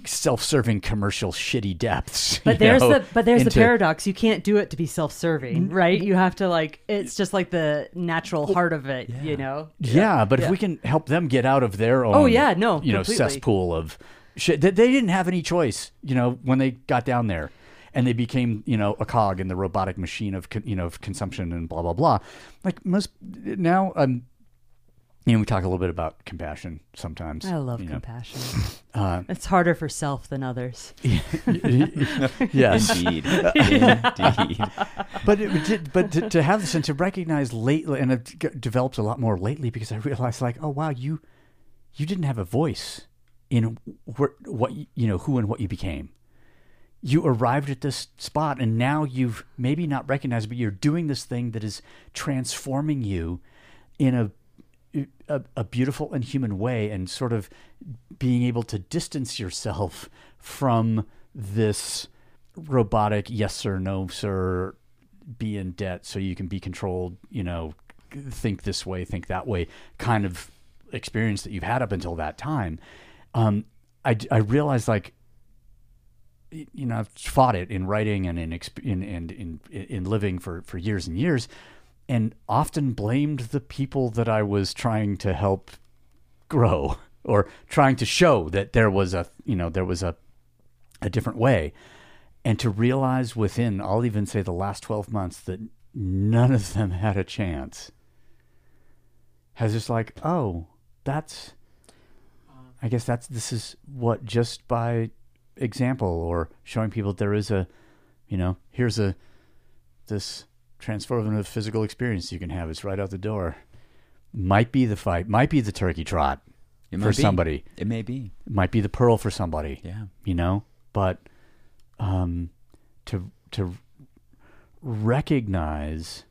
self-serving commercial shitty depths *laughs*
But
you
there's
know,
the but there's the
into-
paradox. You can't do it to be self-serving, right? You have to like it's just like the natural heart of it, you know.
Yeah, but
Yeah. Oh,
if we can help them get out of their own,
yeah, no,
you know,
completely.
cesspool of shit that they didn't have any choice, you know, when they got down there, and they became, you know, a cog in the robotic machine of, con- you know, of consumption and blah blah blah. Like most now, um, you know, we talk a little bit about compassion sometimes.
I love
you know. Uh,
compassion. it's harder for self than others.
*laughs* yes, *laughs*
Indeed. Indeed.
but it, but, to, but to, to have this and to recognize lately, and I've g- developed a lot more lately because I realized like, oh wow, you you didn't have a voice in wh- what y- you know who and what you became. You arrived at this spot, and now you've maybe not recognized, but you're doing this thing that is transforming you in a a, a beautiful and human way, and sort of being able to distance yourself from this robotic yes sir no sir be in debt so you can be controlled, you know, think this way, think that way kind of experience that you've had up until that time. Um, I, I realized like, y- you know, I've fought it in writing and in, exp- in, and in, in living for, for years and years and often blamed the people that I was trying to help grow *laughs* or trying to show that there was a, you know, there was a, a different way and to realize within i'll even say the last 12 months that none of them *laughs* had a chance has just like oh that's i guess that's this is what just by example or showing people there is a you know here's a this transformative physical experience you can have it's right out the door might be the fight might be the turkey trot
It may
for
be.
somebody
It may be.
might be the pearl for somebody
Yeah.
you know but um to to recognize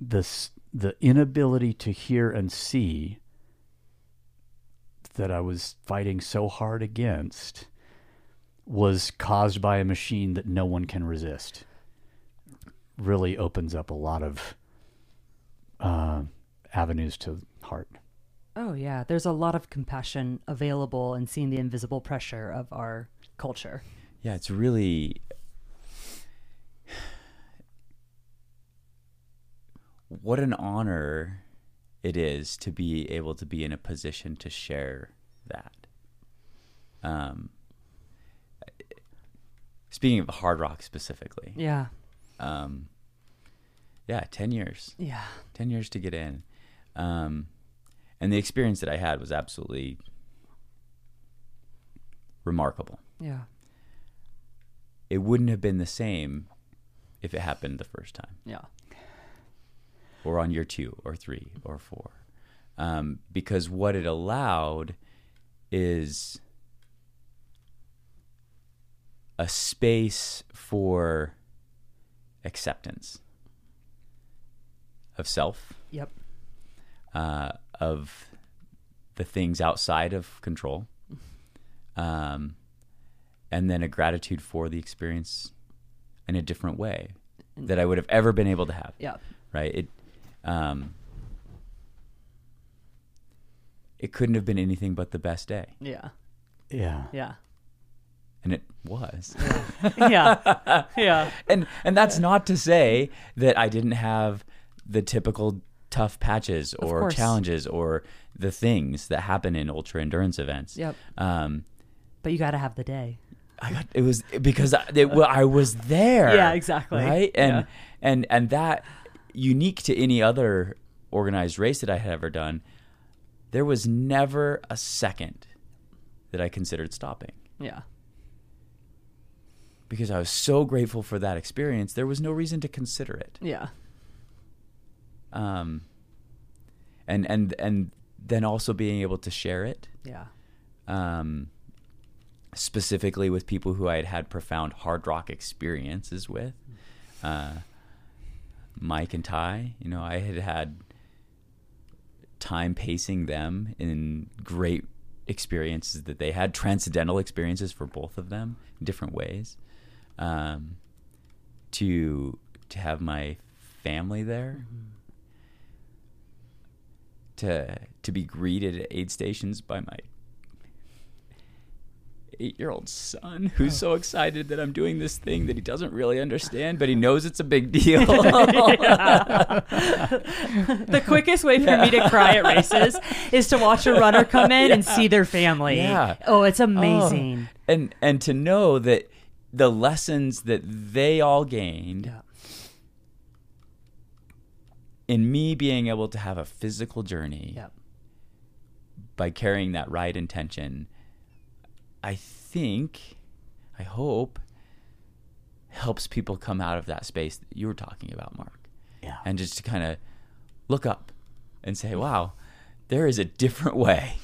this the inability to hear and see that I was fighting so hard against was caused by a machine that no one can resist really opens up a lot of uh, avenues to heart
Oh yeah, there's a lot of compassion available and seeing the invisible pressure of our culture.
Yeah, it's really what an honor it is to be able to be in a position to share that. Um, speaking of hard rock specifically,
Yeah.
um, yeah, ten years.
Yeah.
10 years to get in. Um, and the experience that I had was absolutely remarkable.
Yeah.
It wouldn't have been the same if it happened the first time
Yeah.
or on year two or three or four. Um, because what it allowed is a space for acceptance of self.
Yep.
uh, of the things outside of control, um, and then a gratitude for the experience in a different way that I would have ever been able to have.
Yeah.
Right. It. Um, it couldn't have been anything but the best day,
Yeah.
yeah
Yeah.
and it was.
Yeah. *laughs* yeah.
and and that's not to say that I didn't have the typical tough patches or
course.
challenges or the things that happen in ultra endurance events.
Yep.
Um,
But you got to have the day.
I got it was because I, it, well, I was there.
Yeah, exactly.
Right, and and and that unique to any other organized race that I had ever done, there was never a second that I considered stopping
Yeah.
because I was so grateful for that experience. There was no reason to consider it.
Yeah.
um, and and and then also being able to share it
Yeah.
um, specifically with people who I had had profound hard rock experiences with. Uh, Mike and Ty, you know, I had had time pacing them in great experiences that they had, transcendental experiences for both of them, in different ways. Um, to to have my family there, to to be greeted at aid stations by my eight year old son who's so excited that I'm doing this thing that he doesn't really understand, but he knows it's a big deal.
The quickest way for me to cry at races is to watch a runner come in and see their family.
Yeah.
Oh, it's amazing.
and and to know that the lessons that they all gained in me being able to have a physical journey
Yep.
by carrying that right intention, I think, I hope, helps people come out of that space that you were talking about, Mark.
Yeah.
And just to kind of look up and say, wow, there is a different way.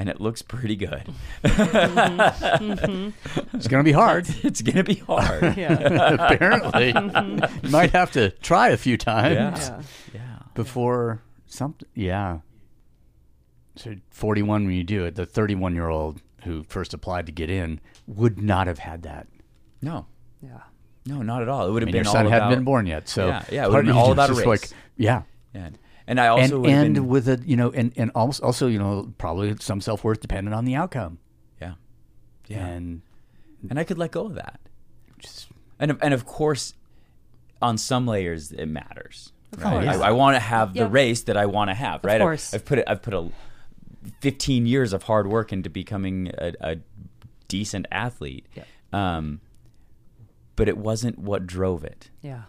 And it looks pretty good.
It's going to be *laughs* hard,
*laughs* it's going to be hard. *laughs*
Yeah.
apparently. you might have to try a few times
Mm-hmm. Yeah. Yeah.
before something. Yeah. So 41 when you do it, the 31 year old who first applied to get in would not have had that.
No,
yeah.
no, not at all. It would
I
have
mean,
been
your
all
son
about,
hadn't been born yet, so
Yeah, yeah, it
part of
would've been
you
all
is
about a
just
race.
like, yeah,
Yeah. And I also
and
would have
and
been,
with a you know, and and also also you know, probably some self worth dependent on the outcome,
yeah, yeah, and,
and
I could let go of that.
just
And of- and of course, on some layers it matters. Right?
course.
I, I want to have the
Yeah.
race that I want to have. Right. I've-
course.
I've, put it. I've put a fifteen years of hard work into becoming a, a decent athlete.
Yeah.
Um, but it wasn't what drove it.
Yeah.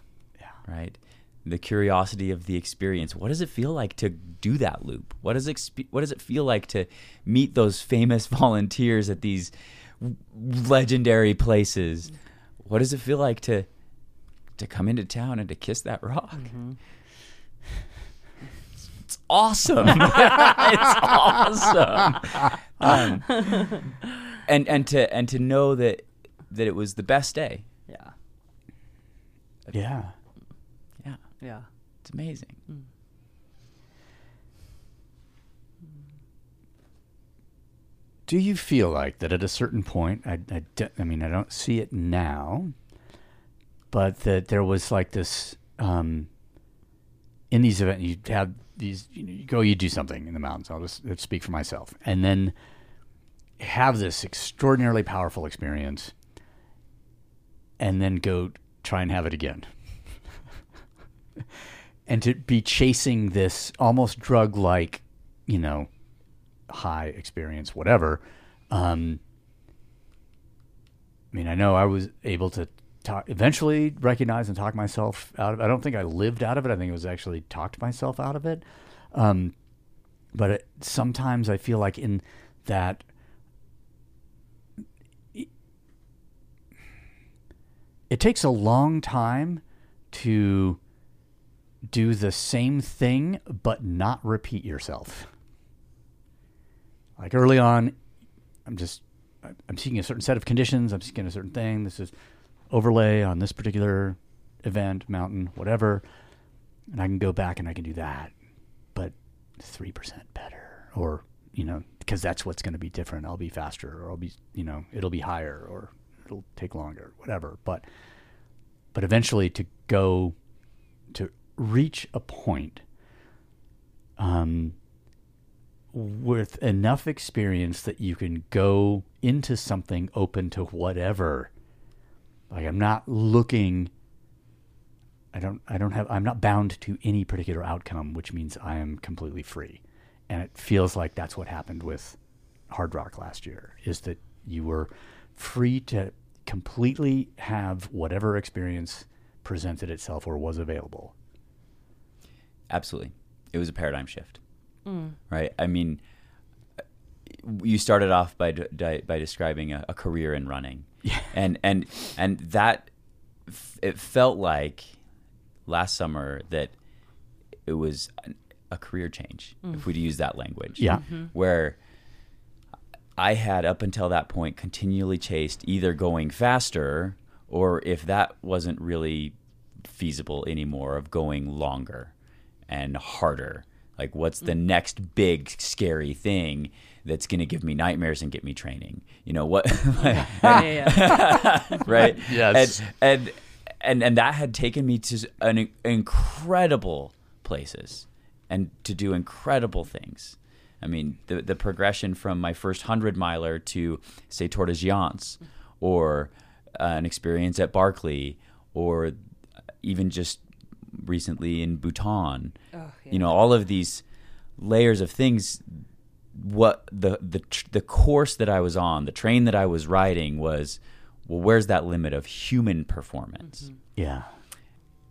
right? The curiosity of the experience. What does it feel like to do that loop? What does exp- what does it feel like to meet those famous *laughs* volunteers at these w- legendary places? What does it feel like to to come into town and to kiss that rock? It's- It's awesome. *laughs* it's awesome. Um, and and to and to know that that it was the best day.
Yeah.
yeah.
Yeah,
Yeah.
it's amazing.
Do you feel like that at a certain point? I, I, de- I mean, I don't see it now, but that there was like this um, in these events. You had these. You, know, you go, you do something in the mountains. I'll just speak for myself, and then have this extraordinarily powerful experience, and then go try and have it again. *laughs* and to be chasing this almost drug like, you know, high experience, whatever. Um, I mean, I know I was able to talk, eventually recognize and talk myself out of. I don't think I lived out of it. I think it was actually talked myself out of it. Um, but it, sometimes I feel like in that. It takes a long time to do the same thing but not repeat yourself like early on i'm just I- i'm seeking a certain set of conditions i'm seeking a certain thing this is overlay on this particular event mountain whatever and i can go back and i can do that but 3% better or you know because that's what's going to be different i'll be faster or i'll be you know it'll be higher or it'll take longer whatever but but eventually to go to reach a point um with enough experience that you can go into something open to whatever. Like I'm not looking I don't I don't have I'm not bound to any particular outcome, which means I am completely free. And it feels like that's what happened with Hard Rock last year is that you were free to completely have whatever experience presented itself or was available.
Absolutely. It was a paradigm shift. Right? I mean, you started off by de- de- by describing a, a career in running. And and and that f- it felt like last summer that it was an, a career change if we'd use that language.
Yeah.
Where I had up until that point continually chased either going faster or if that wasn't really feasible anymore of going longer and harder. Like what's the next big scary thing that's going to give me nightmares and get me training? You know what *laughs*
Yeah, yeah, yeah.
right?
Yes.
And, and and and that had taken me to an incredible places and to do incredible things. I mean, the the progression from my first hundred miler to say Tour de Giants or uh, an experience at Barclay or uh, even just recently in Bhutan. You know, all of these layers of things what the the tr- the course that I was on, the train that I was riding was well, where's that limit of human performance?
Yeah.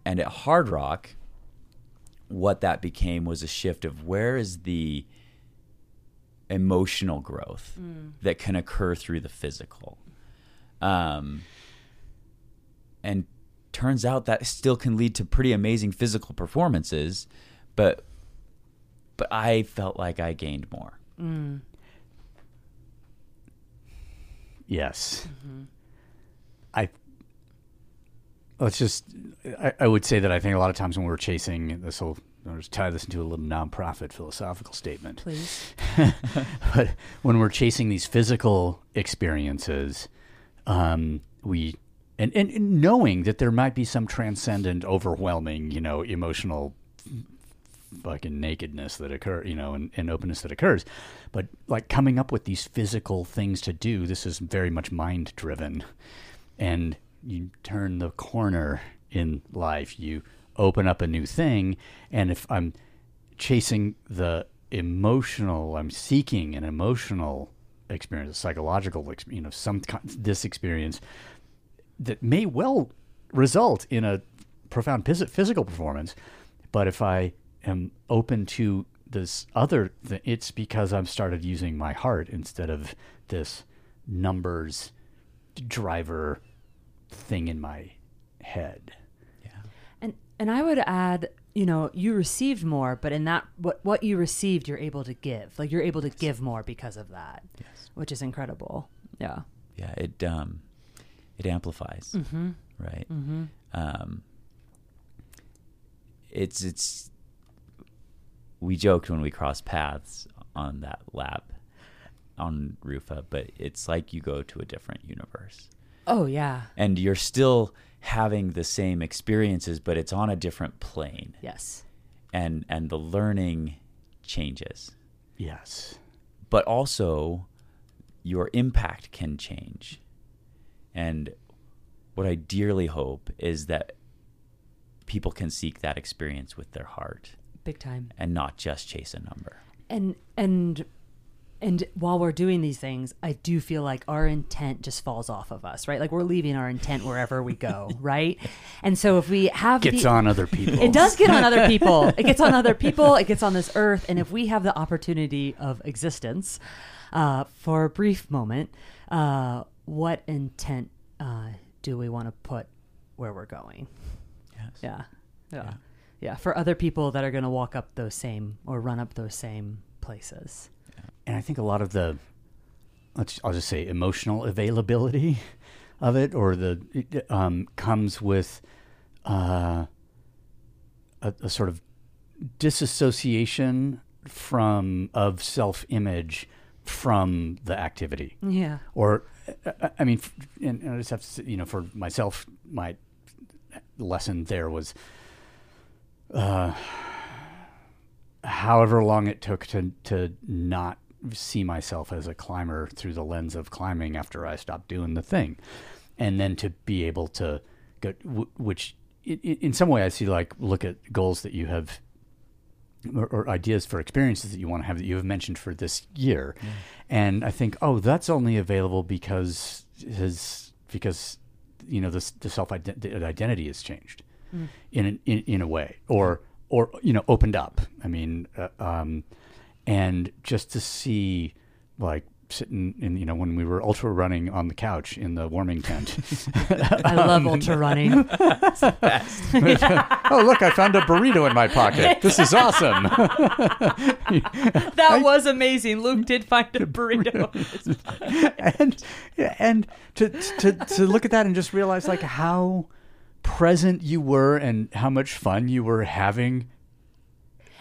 And at Hard Rock, what that became was a shift of where is the emotional growth that can occur through the physical. Um, and turns out that still can lead to pretty amazing physical performances, but but I felt like I gained more.
Yes. I let's just I, I would say that I think a lot of times when we're chasing this whole I'll just tie this into a little nonprofit philosophical statement.
*laughs* Please.
*laughs* But when we're chasing these physical experiences, um, we and, and, and knowing that there might be some transcendent, overwhelming, you know, emotional fucking nakedness that occur, you know, and, and openness that occurs. But like coming up with these physical things to do, this is very much mind driven. And you turn the corner in life, you open up a new thing. And if I'm chasing the emotional, I'm seeking an emotional experience, a psychological, ex- you know, some kind, this experience that may well result in a profound phys- physical performance. But if I am open to this other, th- it's because I've started using my heart instead of this numbers driver thing in my head.
And and I would add, you know, you received more, but in that what what you received, you're able to give. Like you're able to give more because of that. Yes. Which is incredible. Yeah.
yeah it um it amplifies right mm-hmm. um it's it's we joked when we crossed paths on that lab on rufa but it's like you go to a different universe
Oh yeah.
and you're still having the same experiences but it's on a different plane
Yes.
and and the learning changes
Yes.
but also your impact can change. And what I dearly hope is that people can seek that experience with their heart
Big time.
and not just chase a number.
and and and while we're doing these things i do feel like our intent just falls off of us right like we're leaving our intent wherever we go right and so if we have
Gets
the,
on other people.
it does get on
*laughs*
other people it gets on other people it gets on this earth and if we have the opportunity of existence uh, for a brief moment uh, what intent uh, do we want to put where we're going
Yes.
yeah. Yeah. Yeah. For other people that are going to walk up those same or run up those same places.
and I think a lot of the, let's I'll just say emotional availability of it, or the it, um, comes with uh, a, a sort of disassociation from of self image from the activity
Yeah.
or I- I, I mean, f- and, and I just have to, say, you know, for myself, my lesson there was, uh, however long it took to to not see myself as a climber through the lens of climbing after I stopped doing the thing, and then to be able to go, wh- which i- i- in some way I see like look at goals that you have or, or ideas for experiences that you want to have that you have mentioned for this year, and I think oh that's only available because his because you know this the self ident- the identity has changed in, an, in in a way or or you know opened up. I mean, uh, um, and just to see like sitting in, you know, when we were ultra running on the couch in the warming tent.
I
Um,
love ultra running.
*laughs* oh, look, I found a burrito in my pocket. This is awesome.
That was amazing. Luke did find
*laughs*
a burrito.
and and to, to to look at that and just realize like how present you were and how much fun you were having.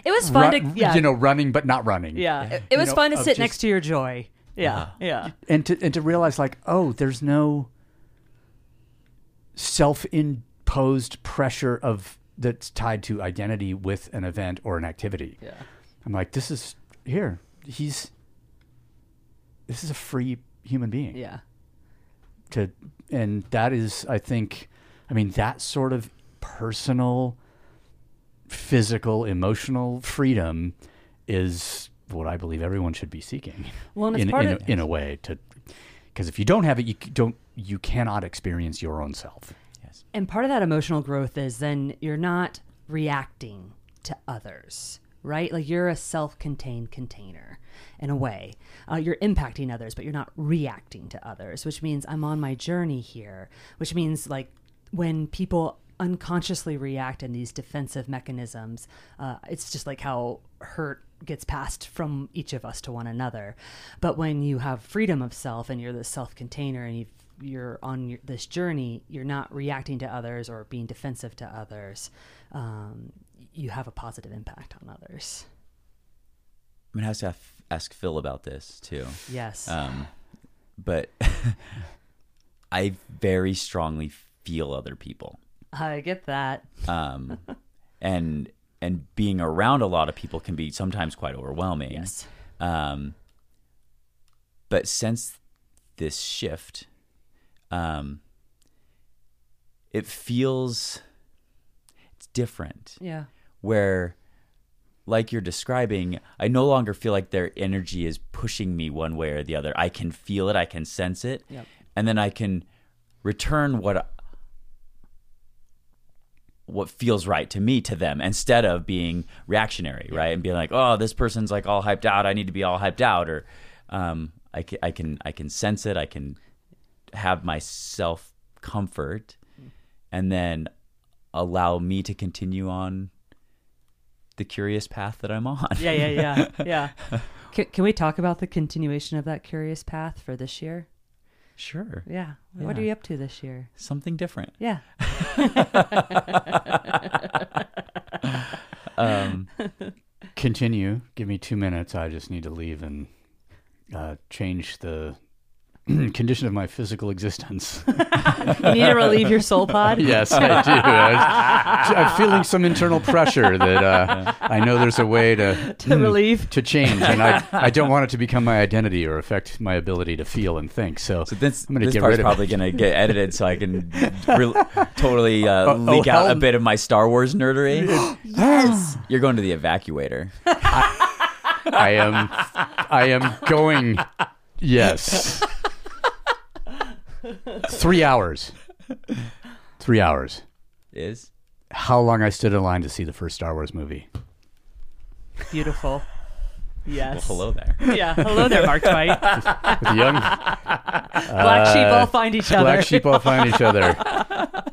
It was fun
Ru-
to yeah.
You know, running but not running.
yeah. It, it
You
was
know,
fun to
of
sit
just-
next to your joy. Yeah. Yeah.
and to and to realize like oh there's no self-imposed pressure of that's tied to identity with an event or an activity
Yeah.
i'm like this is here he's this is a free human being
Yeah.
to and that is i think i mean that sort of personal physical emotional freedom is what i believe everyone should be seeking
Well, and it's
in,
part
in,
of-
a, in a way to because if you don't have it you c- don't you cannot experience your own self
And part of that emotional growth is then you're not reacting to others, right? Like you're a self contained container in a way. Uh, you're impacting others, but you're not reacting to others, which means I'm on my journey here, which means like when people unconsciously react in these defensive mechanisms, uh, it's just like how hurt gets passed from each of us to one another. But when you have freedom of self and you're the self container and you've you're on your, this journey, you're not reacting to others or being defensive to others. Um, you have a positive impact on others.
I'm gonna have to af- ask Phil about this too.
Yes.
Um, but *laughs* I very strongly feel other people,
I get that.
um, and and being around a lot of people can be sometimes quite overwhelming.
Yes.
Um, but since this shift, um, it feels it's different
Yeah.
where like you're describing i no longer feel like their energy is pushing me one way or the other i can feel it i can sense it
Yep.
and then i can return what what feels right to me to them instead of being reactionary right and being like oh this person's like all hyped out i need to be all hyped out or um, I, can, I can i can sense it i can have my self comfort and then allow me to continue on the curious path that I'm on.
Yeah. Yeah. Yeah. Yeah. can, can we talk about the continuation of that curious path for this year?
*laughs* Sure.
Yeah. What are you up to this year?
Something different.
Yeah.
Um,
continue give me two minutes i just need to leave and uh, change the *clears throat* condition of my physical existence
You need to relieve your soul pod.
Yes, I do. I, am feeling some internal pressure that uh, I know there's a way to
To relieve.
to change, and I, I don't want it to become my identity or affect my ability to feel and think. So,
so this,
I'm going to
this
get
part's
rid of
probably
it.
going to get edited so I can re- totally uh,
Oh, oh,
leak out a
hell-
bit of my Star
*gasps*
Wars nerdery. yes. You're going to the evacuator.
I am I am going. Yes, three hours. Three hours.
Is
How long I stood in line to see the first Star Wars movie.
Beautiful.
well,
Yes.
hello there.
Yeah. Hello there, Mark
*laughs*
Twain.
Uh, With the young
Black sheep
Uh,
all find each other.
Black sheep all find each other.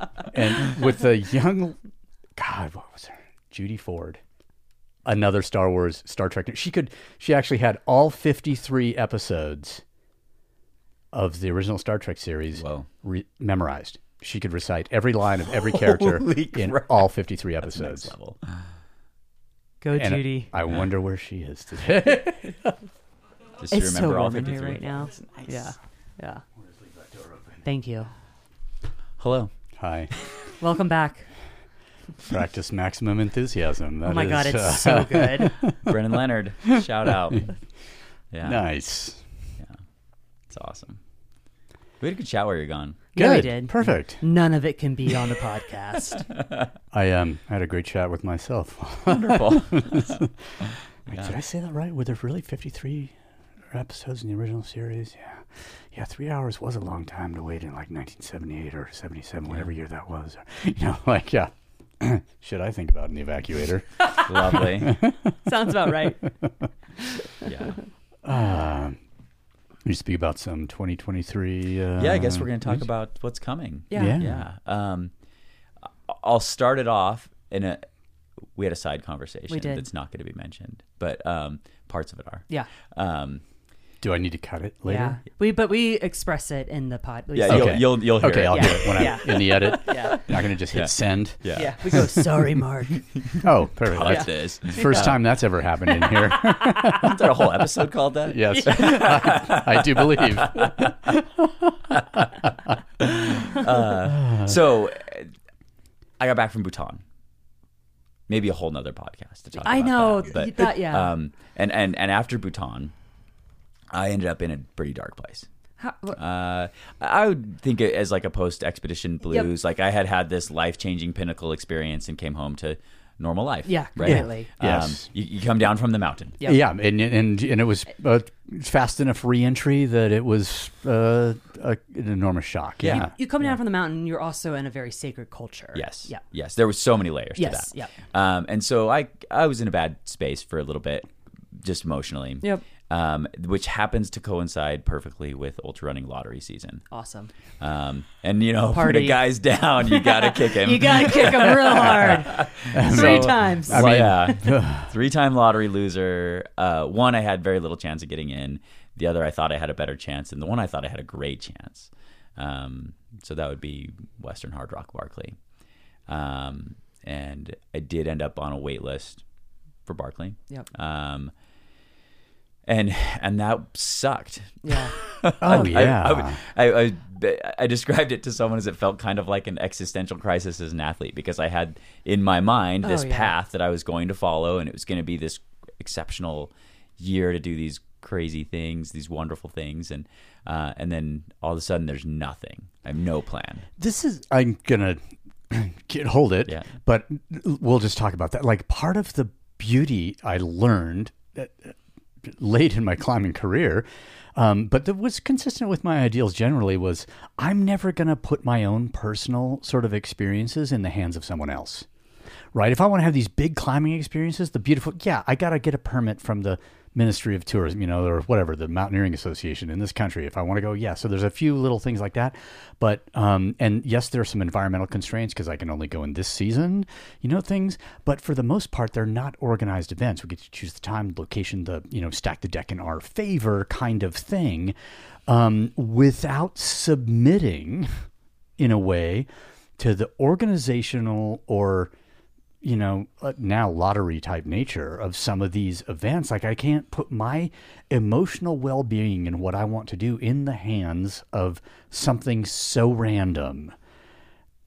*laughs*
And with the young, God, what was her? Judy Ford. Another Star Wars, Star Trek. She could. She actually had all fifty-three episodes of the original Star Trek series
Whoa.
re- memorized. She could recite every line of
*laughs*
every character
Holy
in
crap.
all fifty-three
Next
episodes.
level.
Go,
And uh,
Judy.
I wonder where she is
*laughs*
today.
Just to
It's so
remember all
warm in here
53.
right now. Yeah. Yeah. Thank you.
Hello.
Hi.
Welcome back.
Practice maximum enthusiasm.
Oh
That
my
is,
god,
uh,
it's so good. *laughs*
Brennan Leonard. Shout out. Yeah.
*laughs* nice.
It's awesome. We had a good chat while you're gone.
Good.
Yeah, we did.
Perfect.
None of it can be on the podcast.
I um had a great chat with myself. *laughs*
Uh-huh. Wonderful.
*laughs*
Did I say that right? Were there really 53 episodes in the original series? Yeah. Yeah, three hours was a long time to wait in like 1978 or 77, whatever year that was. *laughs* You know, like, yeah. *clears throat* Should I think about in the evacuator?
*laughs* Lovely.
Sounds about right.
Yeah.
um, You speak about some 2023. Uh,
yeah, I guess we're going to talk about what's coming.
Yeah.
Yeah.
Yeah.
Mm-hmm.
Um, I- I'll start it off in a. We had a side conversation
We did.
that's not going to be mentioned, but um, parts of it are.
Yeah.
Um,
Do I need to cut it later?
Yeah. We but we express it in the pod. We
yeah.
say-
Okay.
You'll, you'll you'll hear
Okay,
it.
I'll
Yeah.
do it when
Yeah.
I'm in the edit.
Yeah.
Not going to just hit
*laughs* Yeah.
send.
yeah.
Yeah. We go,
*laughs*
sorry, Mark.
Oh, perfect.
God,
That's
*laughs* this.
the first time that's ever happened in
*laughs*
here.
Is there a whole episode called that?
yes, *laughs* I, I do believe.
So, uh, I got back from Bhutan. Maybe a whole nother podcast to talk.
I
about
know,
that,
you thought- yeah.
Um, and and and after Bhutan, I ended up in a pretty dark place.
How- wh-
Uh, I would think it as like a post expedition blues. Like I had had this life changing pinnacle experience and came home to normal life.
Yeah,
right?
completely.
Um,
Yes.
you, you come down from the mountain.
Yep.
Yeah, and and and it was uh, fast enough reentry that it was uh, a, an enormous shock. Uh, Yeah,
you come down from the mountain, you're also in a very sacred culture.
Yes.
Yeah.
Yes. There was so many layers
Yes,
to that.
yep.
Um, and so I I was in a bad space for a little bit, just emotionally.
Yep.
Um, which happens to coincide perfectly with ultra running lottery season.
Awesome.
Um, and you know, *laughs* when
Party.
a guy's down, you
*laughs*
gotta kick him.
You gotta kick him real
*laughs*
hard. Three times.
uh,
I mean-
yeah. *sighs* Three time lottery loser. Uh, one, I had very little chance of getting in. The other, I thought I had a better chance. And the one, I thought I had a great chance. Um, so that would be Western Hard Rock Barclay. Um, and I did end up on a wait list for Barclay.
Yep.
Um, and and that sucked.
Yeah.
oh
I-
yeah.
I, would- I, I, I described it to someone as it felt kind of like an existential crisis as an athlete because I had in my mind this
Oh, yeah.
path that I was going to follow, and it was going to be this exceptional year to do these crazy things, these wonderful things, and uh, and then all of a sudden there's nothing. I have no plan.
this is i'm gonna *clears throat* get hold it
Yeah.
but we'll just talk about that like part of the beauty i learned uh, late in my climbing career um, but that was consistent with my ideals generally was i'm never gonna put my own personal sort of experiences in the hands of someone else right? If I want to have these big climbing experiences, the beautiful, yeah, I got to get a permit from the Ministry of Tourism, you know, or whatever, the Mountaineering Association in this country. If I want to go, yeah. So there's a few little things like that. But, um, and yes, there are some environmental constraints because I can only go in this season, you know, things. But for the most part, they're not organized events. We get to choose the time, location, the, you know, stack the deck in our favor kind of thing um, without submitting in a way to the organizational or you know uh, now lottery type nature of some of these events like i can't put my emotional well-being and what i want to do in the hands of something so random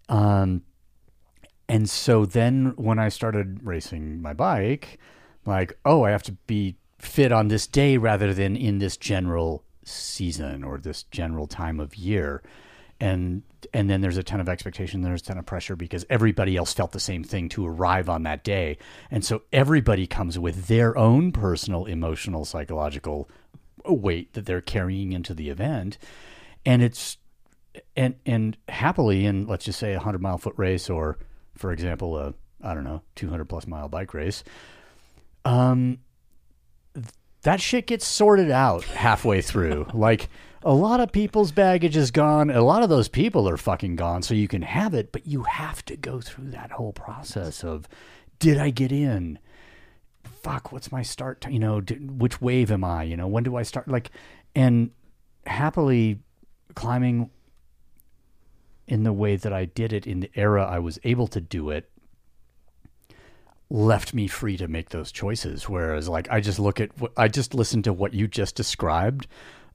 um and so then when i started racing my bike like oh i have to be fit on this day rather than in this general season or this general time of year and and then there's a ton of expectation there's a ton of pressure because everybody else felt the same thing to arrive on that day and so everybody comes with their own personal emotional psychological weight that they're carrying into the event and it's and and happily in let's just say a 100 mile foot race or for example a i don't know 200 plus mile bike race um th- that shit gets sorted out halfway through like a lot of people's baggage is gone a lot of those people are fucking gone so you can have it but you have to go through that whole process of did i get in fuck what's my start time you know d which wave am i you know when do i start like and happily climbing in the way that I did it in the era I was able to do it left me free to make those choices whereas like I just look at wh- I just listen to what you just described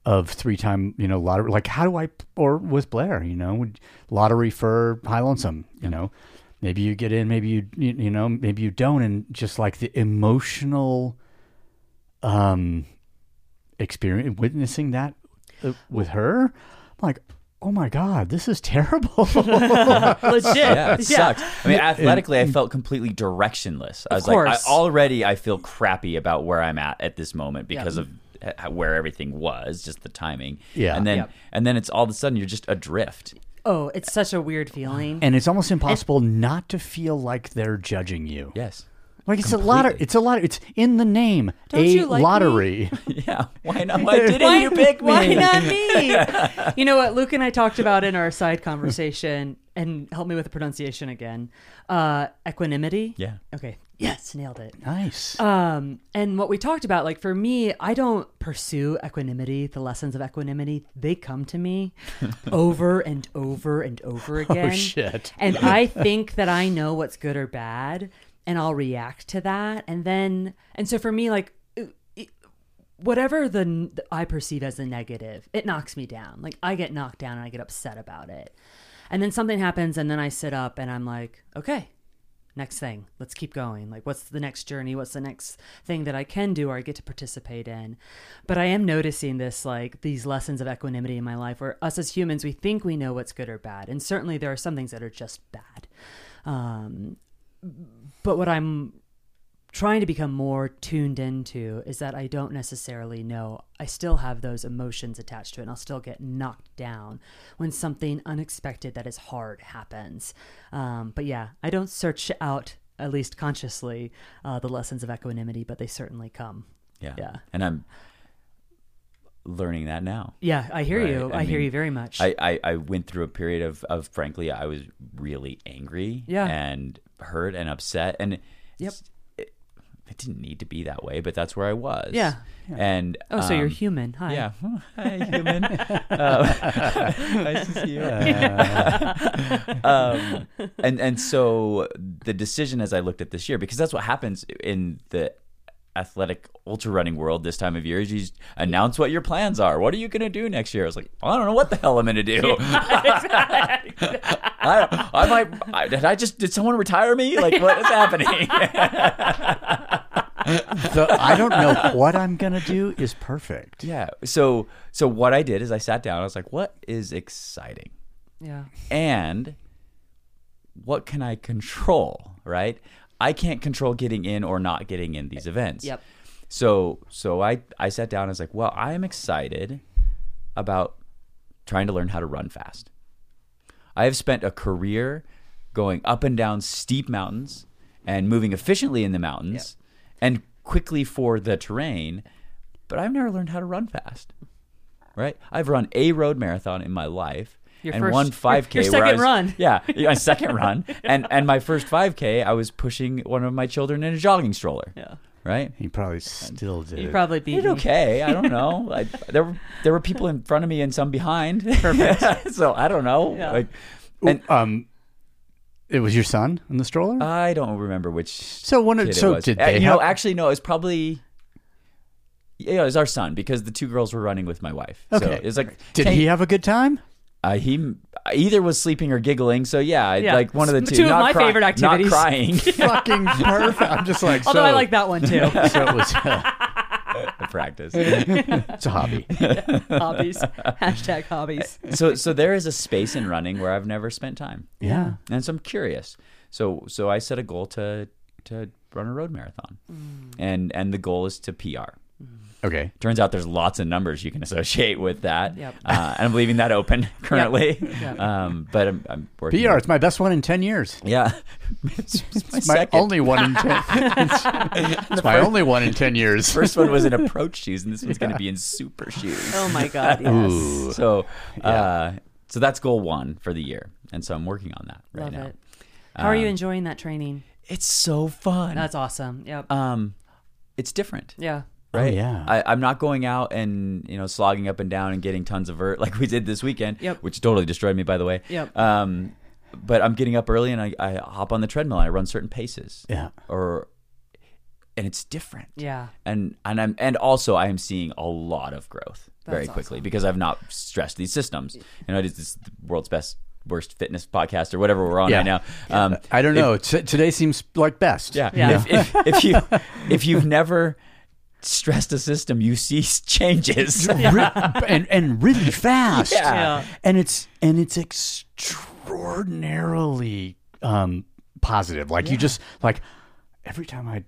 of three time you know lottery like how do I or with Blair you know would- lottery for high lonesome you know maybe you get in maybe you you you know maybe you don't and just like the emotional um experience witnessing that uh, with her I'm like oh my god this is *laughs* terrible
*laughs* Legit.
Yeah, it sucks. I mean, athletically, I felt completely directionless. I was like,
course.
I, already I feel crappy about where I'm at at this moment because of h- how- where everything was, just the timing.
Yeah.
and then
Yep.
and then it's all of a sudden you're just adrift.
Oh, it's such a weird feeling.
and it's almost impossible not to feel like they're judging you
Yes. *laughs*
Like it's a lottery. It's a lottery. It's in the name.
Don't
a
you like me? *laughs*
lottery.
Yeah, why not? Why didn't you pick me?
Why not *laughs* me? you know what? Luke and I talked about in our side conversation, and help me with the pronunciation again. Uh, equanimity.
Yeah.
Okay. Yes, nailed it.
nice.
Um, and what we talked about, like for me, I don't pursue equanimity, the lessons of equanimity. They come to me over and over and over again.
shit.
And I think that I know what's good or bad, and I'll react to that. And then, and so for me, like whatever the n- I perceive as a negative, it knocks me down. Like I get knocked down and I get upset about it. And then something happens and then I sit up and I'm like, okay, next thing. Let's keep going. Like what's the next journey? What's the next thing that I can do or I get to participate in? But I am noticing this like these lessons of equanimity in my life where us as humans, we think we know what's good or bad. And certainly there are some things that are just bad. Um but what I'm trying to become more tuned into is that I don't necessarily know. I still have those emotions attached to it, and I'll still get knocked down when something unexpected that is hard happens. Um, but yeah, I don't search out, at least consciously, uh, the lessons of equanimity, but they certainly come.
Yeah.
Yeah.
And I'm learning that now.
Yeah, I hear you.
Right,
I,
I
hear
mean,
you very much.
I, I, I went through a period of, of frankly, I was really angry
Yeah.
and hurt and upset. And
Yep.
it, it didn't need to be that way, but that's where I was.
Yeah.
And
oh, so you're
um,
human. Hi.
*laughs* Yeah. Hi, human. Uh, nice to see you. *laughs* um, and and so the decision as I looked at this year, because that's what happens in the athletic ultra running world this time of year is you just announce what your plans are. What are you going to do next year? I was like, I don't know what the hell I'm going to do. *laughs* I, I might. I, did I just? Did someone retire me? Like, what is happening? *laughs*
the I don't know what I'm gonna do is perfect.
yeah. So so what I did is I sat down. I was like, what is exciting?
Yeah.
and what can I control, right? I can't control getting in or not getting in these events.
Yep.
So so I I sat down and was like, well, I am excited about trying to learn how to run fast. I have spent a career going up and down steep mountains and moving efficiently in the mountains and quickly for the terrain, but I've never learned how to run fast. Right? I've run a road marathon in my life.
Your
and
first-
one
your-
5K.
your
where I
second
was-
run.
*laughs* Yeah, yeah,
*laughs*
my second run. And and my first 5K, I was pushing one of my children in a jogging stroller.
Yeah.
Right?
He probably still did.
You
it.
probably be
It's okay. I
*laughs*
don't know. I, there were there were people in front of me and some behind. Perfect. *laughs* so I don't know.
Yeah.
Like
um, it was your son in the stroller.
Uh,
I don't remember which.
so one.
kid
of
it
So
was.
did
Uh,
they?
you know,
help?
actually, no. It was probably. Yeah, it was our son because the two girls were running with my wife. So
Okay.
it was like
did
can-
he have a good
*laughs*
time?
Uh, he either was sleeping or giggling. So yeah,
Yeah.
like one of the
Two
two.
of
not
my
cry-
favorite activities. *laughs*
Not crying.
Fucking perfect. I'm just like.
Although
so,
I like that one
*laughs*
too.
So it was. *laughs*
practice.
it's a
*laughs*
hobby.
*laughs*
hobbies. Hashtag hobbies.
so so there is a space in running where I've never spent time.
Yeah.
and so I'm curious. So so I set a goal to to run a road marathon,
Mm.
and and the goal is to PR.
Okay.
Turns out there's lots of numbers you can associate with that.
Yep.
Uh, and I'm leaving
*laughs*
that open currently.
Yep.
Um, but I'm, I'm working.
PR. It's my best one in ten years.
Yeah. *laughs* it's, it's my
It's my
second.
only one in ten. it's *laughs* my only one in ten years.
*laughs* First one *laughs* was in approach shoes, and this one's going to be in super shoes.
Oh my god. Yes.
Ooh.
So, uh, so that's goal one for the year, and so I'm working on that right
Love
now. Um,
it. How are you enjoying that training?
It's so fun.
That's awesome. Yep.
um, it's different.
yeah.
*laughs* right. yeah.
I, I'm not going out and you know slogging up and down and getting tons of vert *laughs* like we did this weekend,
Yep.
which totally destroyed me by the way.
Yep.
Um, but I'm getting up early and I, I hop on the treadmill. and I run certain paces.
Yeah.
Or, and it's different.
Yeah.
And and I'm and also I am seeing a lot of growth very
That's
quickly because I've not stressed these systems. You know, it is this the world's best worst fitness podcast or whatever we're on
Yeah.
right now. Um,
I don't know. T- today seems like best.
*laughs* yeah.
Yeah.
If, if, if you if you've never stressed a system, you see changes.
Re- *laughs* and and really fast.
Yeah.
Yeah.
And it's and it's extraordinarily um, positive. Like you just like every time I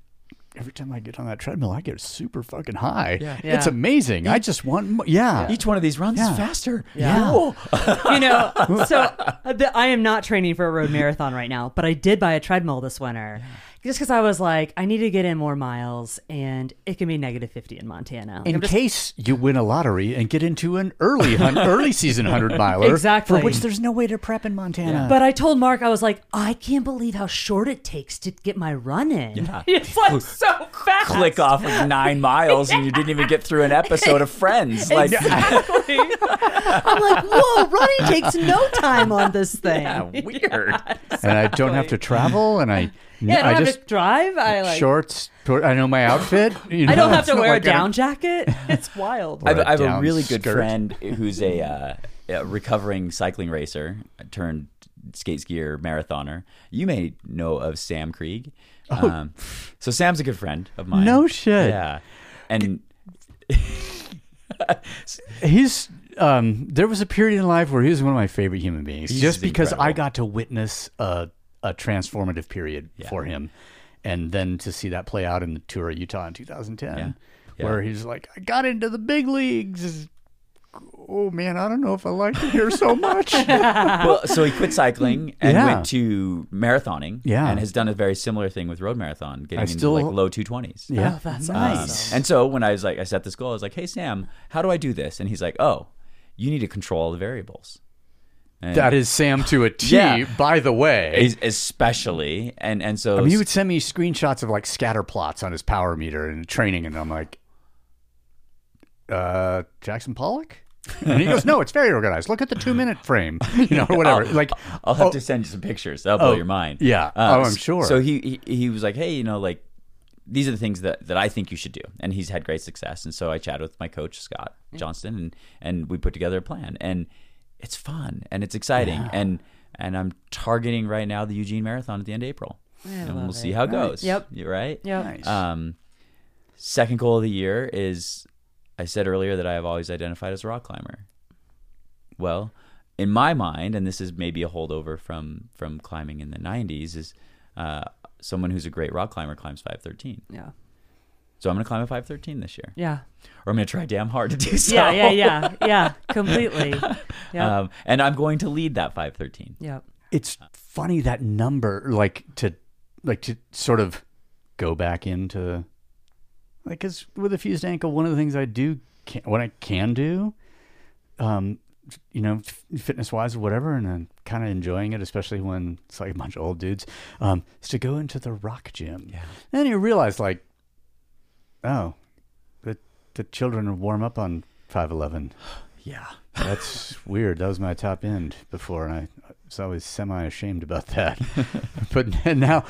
every time I get on that treadmill, I get super fucking high. Yeah. It's
Yeah.
amazing. I just want mo- yeah.
Each one of these runs
Yeah.
is faster.
Yeah.
Cool.
*laughs* You know, uh, so the, I am not training for a road marathon right now, but I did buy a treadmill this winter just because I was like, I need to get in more miles, and it can be negative fifty in Montana. Like,
In
I'm just-
case you win a lottery and get into an early
*laughs*
hun- early season hundred miler,
Exactly.
for which there's no way to prep in Montana.
*laughs* but I told Mark, I was like, I can't believe how short it takes to get my run in. *laughs* It's like so fast.
*laughs* Click off of nine miles, and you didn't even get through an episode of Friends. Like,
Exactly. I'm like, whoa, running takes no time on
*laughs*
this thing. *laughs*
weird.
and I don't have to travel, and I
Yeah, I don't
I
have
just
to drive. I like.
shorts. tor- I know my outfit. you
I
know,
don't have
it's *laughs*
to
not
wear
like
a down
I'm-
jacket. It's wild.
Or
I have,
a
I have a
down
really good
skirt.
friend who's a, uh, a recovering cycling racer turned skate skier marathoner. You may know of Sam Krieg. Um, so Sam's a good friend of mine.
No shit.
Yeah, and
He's um, there was a period in life where he was one of my favorite human beings,
He's
just because I
incredible.
got to witness a a transformative period for him, and then to see that play out in the tour of Utah in 2010,
Yeah.
where he's like, I got into the big leagues. Oh man, I don't know if I like it here so *laughs* much.
well, so he
*laughs*
quit cycling and
Uh, Yeah.
went to marathoning.
Yeah.
and has done a very similar thing with road marathon, getting
still-
into like low two twenties. Um,
yeah,
That's awesome.
And so when I was like, I set this goal, I was like, hey, Sam, how do I do this? And he's like, oh, you need to control all the variables. And
that is Sam to a T.
Yeah.
By the way,
es- especially. And, and so
I mean, he would send me screenshots of like scatter plots on his power meter and training, and I'm like, uh, Jackson
*laughs*
Pollock? And he goes, No, it's very organized. Look at the two minute frame, you know, or whatever. like,
I'll have
oh,
to send you some pictures. That'll blow
Oh,
your mind. Um,
yeah. Oh, I'm sure.
So he, he he was like, hey, you know, like these are the things that, that I think you should do, and he's had great success. And so I chatted with my coach Scott
Mm.
Johnston, and and we put together a plan, and it's fun and it's exciting, and and I'm targeting right now the Eugene Marathon at the end of April, and
love
we'll see
it.
how it goes.
Yep.
You're right.
Yep.
Um, second goal of the year is I said earlier that I have always identified as a rock climber. Well, in my mind, and this is maybe a holdover from from climbing in the '90s, is uh, someone who's a great rock climber climbs 513.
Yeah.
So I'm going to climb a 513 this year,
Yeah.
or I'm going to try damn hard to do so.
Yeah. Yeah.
*laughs*
Yeah. Yeah. *laughs* Completely. Yeah.
Um, and I'm going to lead that 513.
yep.
it's funny that number, like, to, like, to sort of go back into, like, because with a fused ankle, one of the things I do, can, what I can do, um, you know, f- fitness wise or whatever, and I'm kind of enjoying it, especially when it's like a bunch of old dudes, um, is to go into the rock gym. Yeah. Then you realize, like, oh, the, the children warm up on 511.
*sighs* Yeah.
*laughs* That's weird. That was my top end before, and I was always semi ashamed about
*laughs*
that. but now,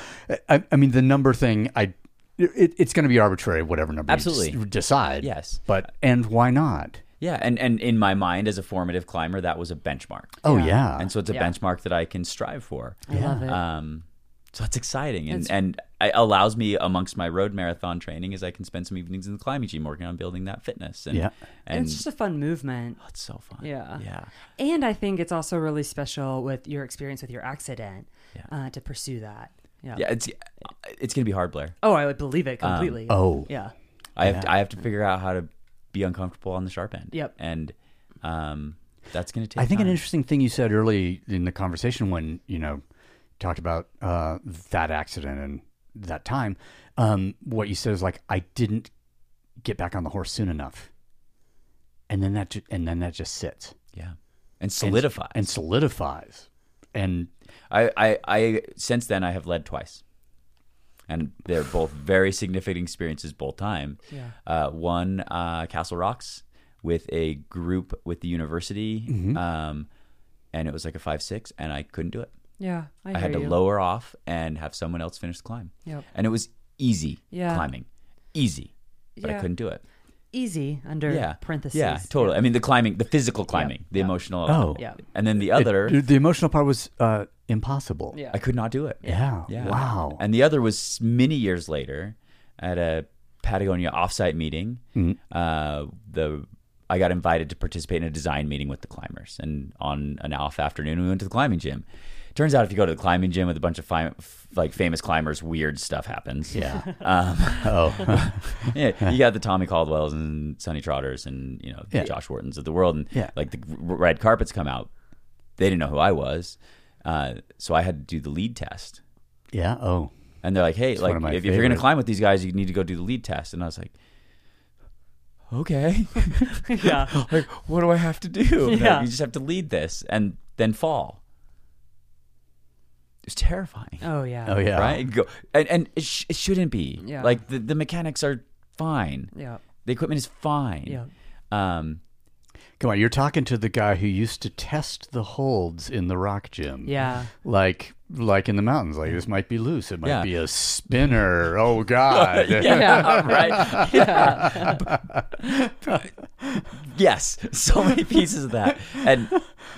I, I mean, the number thing, I it, it's going to be arbitrary, whatever number you
Absolutely.
s- decide.
Yes.
but and why not?
Yeah. And and in my mind, as a formative climber, that was a benchmark.
Oh
Yeah.
yeah,
and so it's a
Yeah.
benchmark that I can strive for.
I love it.
Um, so that's exciting, and and it allows me amongst my road marathon training is I can spend some evenings in the climbing gym working on building that fitness, and
Yeah.
and
it's just a fun movement.
oh, it's so fun.
Yeah.
yeah,
And I think it's also really special with your experience with your accident uh, to pursue that. Yeah.
yeah. Um, It's it's gonna be hard, Blair.
Oh, I would believe it completely.
oh.
Yeah.
I have to, I have to figure out how to be uncomfortable on the sharp end.
Yep.
and um, that's gonna take.
I think an
time.
interesting thing you said early in the conversation when you know talked about uh, that accident and that time, um, what you said is like I didn't get back on the horse soon enough, and then that ju- and then that just sits
yeah, and solidify.
and solidifies, and
I, I, I since then I have led twice, and they're both very significant experiences both time.
Yeah.
Uh, one uh, Castle Rocks with a group with the university,
Mm-hmm.
um, and it was like a five six, and I couldn't do it.
Yeah. I,
I, had to
hear you.
lower off and have someone else finish the climb,
Yep.
and it was easy
Yeah.
climbing, easy, but
Yeah.
I couldn't do it.
Easy under
Yeah,
parentheses.
Yeah, totally. I mean, the climbing, the physical climbing, the emotional.
Oh.
Yeah.
and then the other,
It- the emotional part was uh, impossible.
Yeah.
I could not do it.
yeah,
Yeah.
wow,
And the other was many years later at a Patagonia offsite meeting.
Mm-hmm.
Uh, the I got invited to participate in a design meeting with the climbers, and on an off afternoon, we went to the climbing gym. Turns out, if you go to the climbing gym with a bunch of fi- f- like famous climbers, weird stuff happens. Yeah,
oh,
*laughs*
*laughs*
yeah. You got the Tommy Caldwell's and Sonny Trotters and you know the
Yeah.
Josh Whartons of the world, and
Yeah.
like the r- red carpets come out. They didn't know who I was, uh, so I had to do the lead test.
yeah, oh,
and they're like, "Hey,
one
like
of my
if, if you're gonna
favorite.
climb with these guys, you need to go do the lead test." And I was like,
*laughs*
"Okay,
*laughs*
*laughs*
yeah.
like what do I have to do? Like,
*laughs* Yeah.
you just have to lead this and then fall." It's terrifying,
Oh yeah.
Oh yeah.
right? Go, and and it, sh- it shouldn't be.
Yeah.
Like the, the mechanics are fine.
Yeah.
The equipment is fine.
Yeah.
Um,
Come on, you're talking to the guy who used to test the holds in the rock gym.
Yeah.
Like like in the mountains. Like this might be loose. It might
Yeah.
be a spinner. Oh God.
*laughs*
*laughs*
yeah, right. Yeah. *laughs* yes, so many pieces of that, and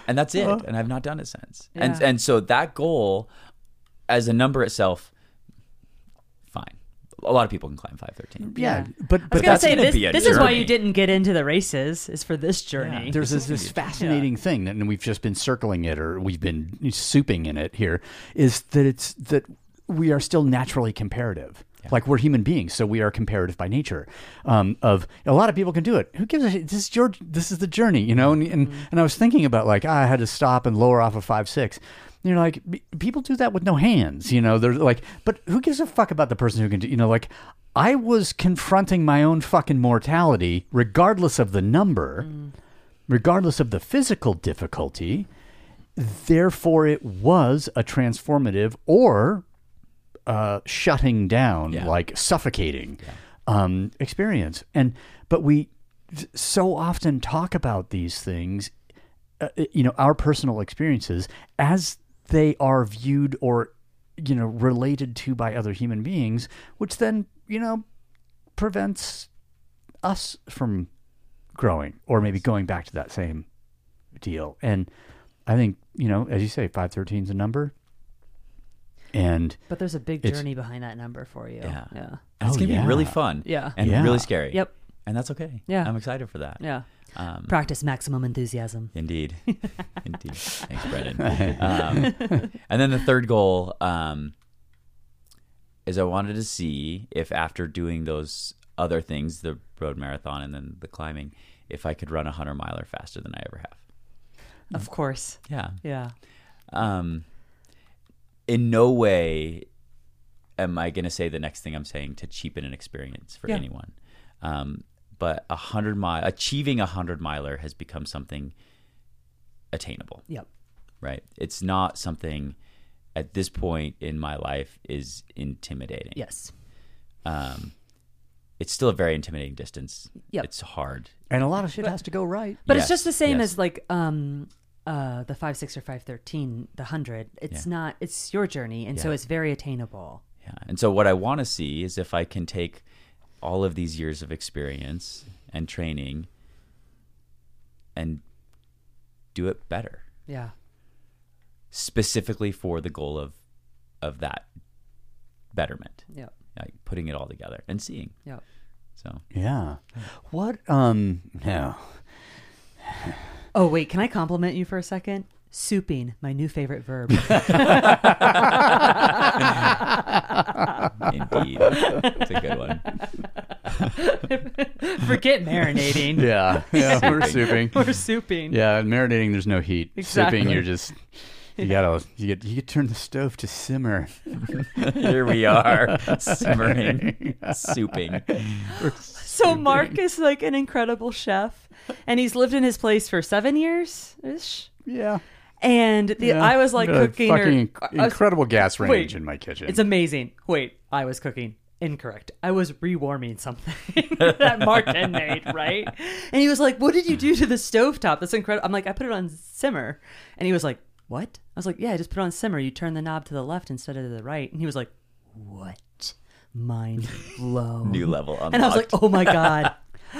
and that's it. And I've not done it since. And
Uh-huh. Yeah.
and so that goal, as a number itself, fine. A lot of people can climb five thirteen.
Yeah,
Yeah.
But
I
but
was gonna
that's
say
gonna
this.
be a
This is why
journey.
you didn't get into the races. Is for this journey.
there's this, this fascinating thing that and we've just been circling it or we've been souping in it here is that it's that we are still naturally comparative like we're human beings so we are comparative by nature um, of a lot of people can do it who gives a shit? this is your this is the journey you know and and, and i was thinking about like i had to stop and lower off a five six you know, like b- people do that with no hands. You know, they're like, but who gives a fuck about the person who can do? You know, like I was confronting my own fucking mortality, regardless of the number, regardless of the physical difficulty. Therefore, it was a transformative or uh, shutting down,
Yeah.
like suffocating um, experience. And but we so often talk about these things uh, you know our personal experiences as they are viewed or you know related to by other human beings which then you know prevents us from growing or maybe going back to that same deal and i think you know as you say 513 is a number and
But there's a big
It's-
journey behind that number for you.
Yeah.
Yeah.
And it's
Oh,
gonna
yeah.
be really fun.
Yeah.
And
Yeah.
really scary.
Yep.
And that's okay.
Yeah.
I'm excited for that.
Yeah.
Um,
Practice maximum enthusiasm.
Indeed. Indeed. Thanks, Brendan. Um, and then the third goal um, is I wanted to see if after doing those other things, the road marathon and then the climbing, if I could run a 100 miler faster than I ever have.
Of course.
Yeah.
Mm. Yeah.
Um, in no way am I going to say the next thing I'm saying to cheapen an experience for
Yeah.
anyone. Um, but a hundred mile achieving a hundred miler has become something attainable
Yep.
right? It's not something at this point in my life is intimidating.
Yes.
Um, it's still a very intimidating distance.
Yep.
It's hard.
and a lot of shit has to go right
But
Yes,
it's just the same
yes.
as like um uh the five six or five thirteen, the hundred. It's
Yeah.
not it's your journey and so
Yeah.
it's very attainable.
Yeah. And so what I want to see is if I can take all of these years of experience and training and do it better
Yeah.
specifically for the goal of of that betterment
Yep.
like putting it all together and seeing
Yep.
so
yeah what um no
Oh wait, can I compliment you for a second? Souping, my new favorite verb. *laughs*
indeed it's a good one
Forget marinating. *laughs*
yeah yeah *laughs* we're souping
We're souping.
Yeah, and marinating, there's no heat. Sipping,
Exactly.
you're just you gotta you get you could turn the stove to simmer.
Here we
*laughs*
are, simmering, souping.
So Mark is like an incredible chef and he's lived in his place for seven years ish.
Yeah,
And the
yeah.
I was like
Got a
cooking
fucking
or,
inc-
I was-
incredible gas range
Wait.
in my kitchen.
It's amazing. Wait, I was cooking. Incorrect. I was rewarming something *laughs* that Mark had made, right? And he was like, What did you do to the stovetop? That's incredible. I'm like, I put it on simmer. And he was like, What? I was like, Yeah, I just put it on simmer. You turn the knob to the left instead of the right. And he was like, What? Mind blown.
New level unlocked.
and I was like, Oh my God.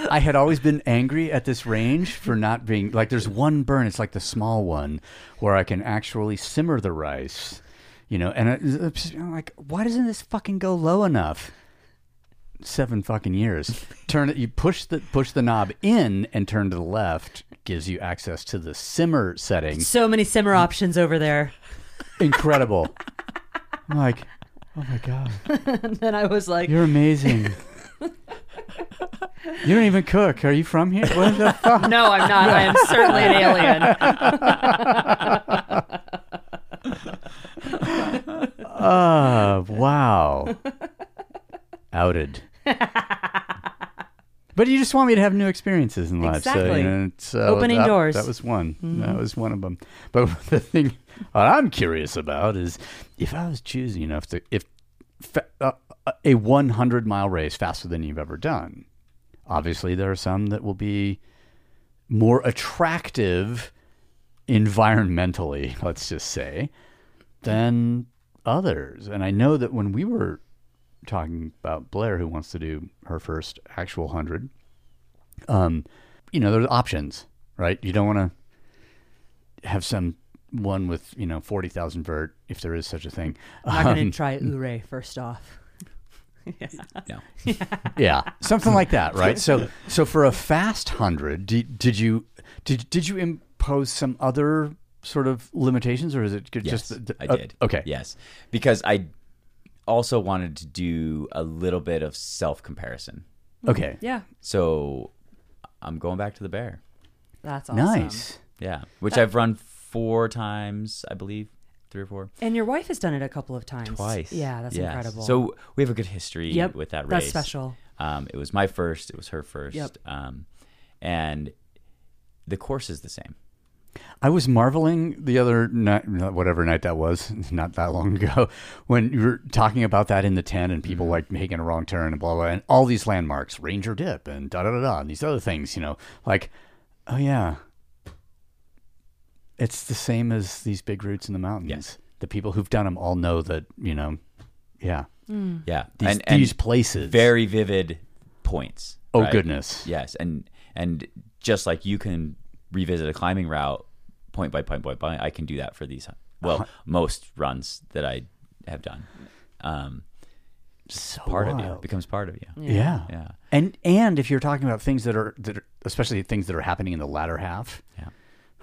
I had always been angry at this range for not being like. There's one burn. It's like the small one where I can actually simmer the rice. You know, and I, am like, why doesn't this fucking go low enough? Seven fucking years. Turn it. You push the push the knob in and turn to the left gives you access to the simmer
*laughs*
setting.
So many simmer options over there. *laughs*
incredible. I'm like, oh my god,
And then I was like,
you're amazing. you don't even cook. Are you from here? What the fuck?
*laughs* No, I'm not. I am certainly an alien.
Uh, wow.
*laughs*
Outed. but you just want me to have new experiences in life. So,
Exactly.
you know, so
Opening
that-
doors. Mm-hmm.
That was one. That was one of them. But *laughs* the thing what I'm curious about is if I was choosing enough to, if fa- uh, uh, a 100 mile race faster than you've ever done, obviously there are some that will be more attractive environmentally, *laughs* let's just say, than others. And I know that when we were talking about Blair, who wants to do her first actual 100, um, you know, there's options, right? You don't want to have some one with, you know, 40,000 vert, if there is such a thing. Um,
I'm not going to try Ure first off. *laughs*
No.
yeah something like that right
*laughs*
so so for a fast 100 did, did you did, did you impose some other sort of limitations or is it just
Yes,
the- the-
I
uh,
did.
okay
Yes, because I also wanted to do a little bit of self comparison.
okay
Yeah,
So I'm going back to the bear.
that's awesome.
nice
Yeah, which I've run four times, I believe, three or four.
And your wife has done it a couple of times.
Twice.
Yeah, that's
Yes.
incredible.
So we have a good history
Yep,
with that race.
that's special.
Um, it was my first. It was her first.
Yep.
Um, and the course is the same.
I was marveling the other night, not- whatever night that was, *laughs* not that long ago, *laughs* when you were talking about that in the tent and
Mm-hmm.
people like making a wrong turn and blah, blah, and all these landmarks, Ranger Dip and da da da da, and these other things, you know, like, oh yeah, it's the same as these big routes in the mountains.
Yes.
The people who've done them all know that, you know, yeah,
Mm.
Yeah,
these,
and, and
these places.
very vivid points.
oh,
right?
goodness.
Yes, and and just like you can revisit a climbing route point by point by point, I can do that for these.
Uh-huh.
Well, most runs that I have done, um,
So
part of you
Oh, wild.
it becomes part of you.
Yeah.
Yeah.
And and if you're talking about things that are that are, especially things that are happening in the latter half
Yeah.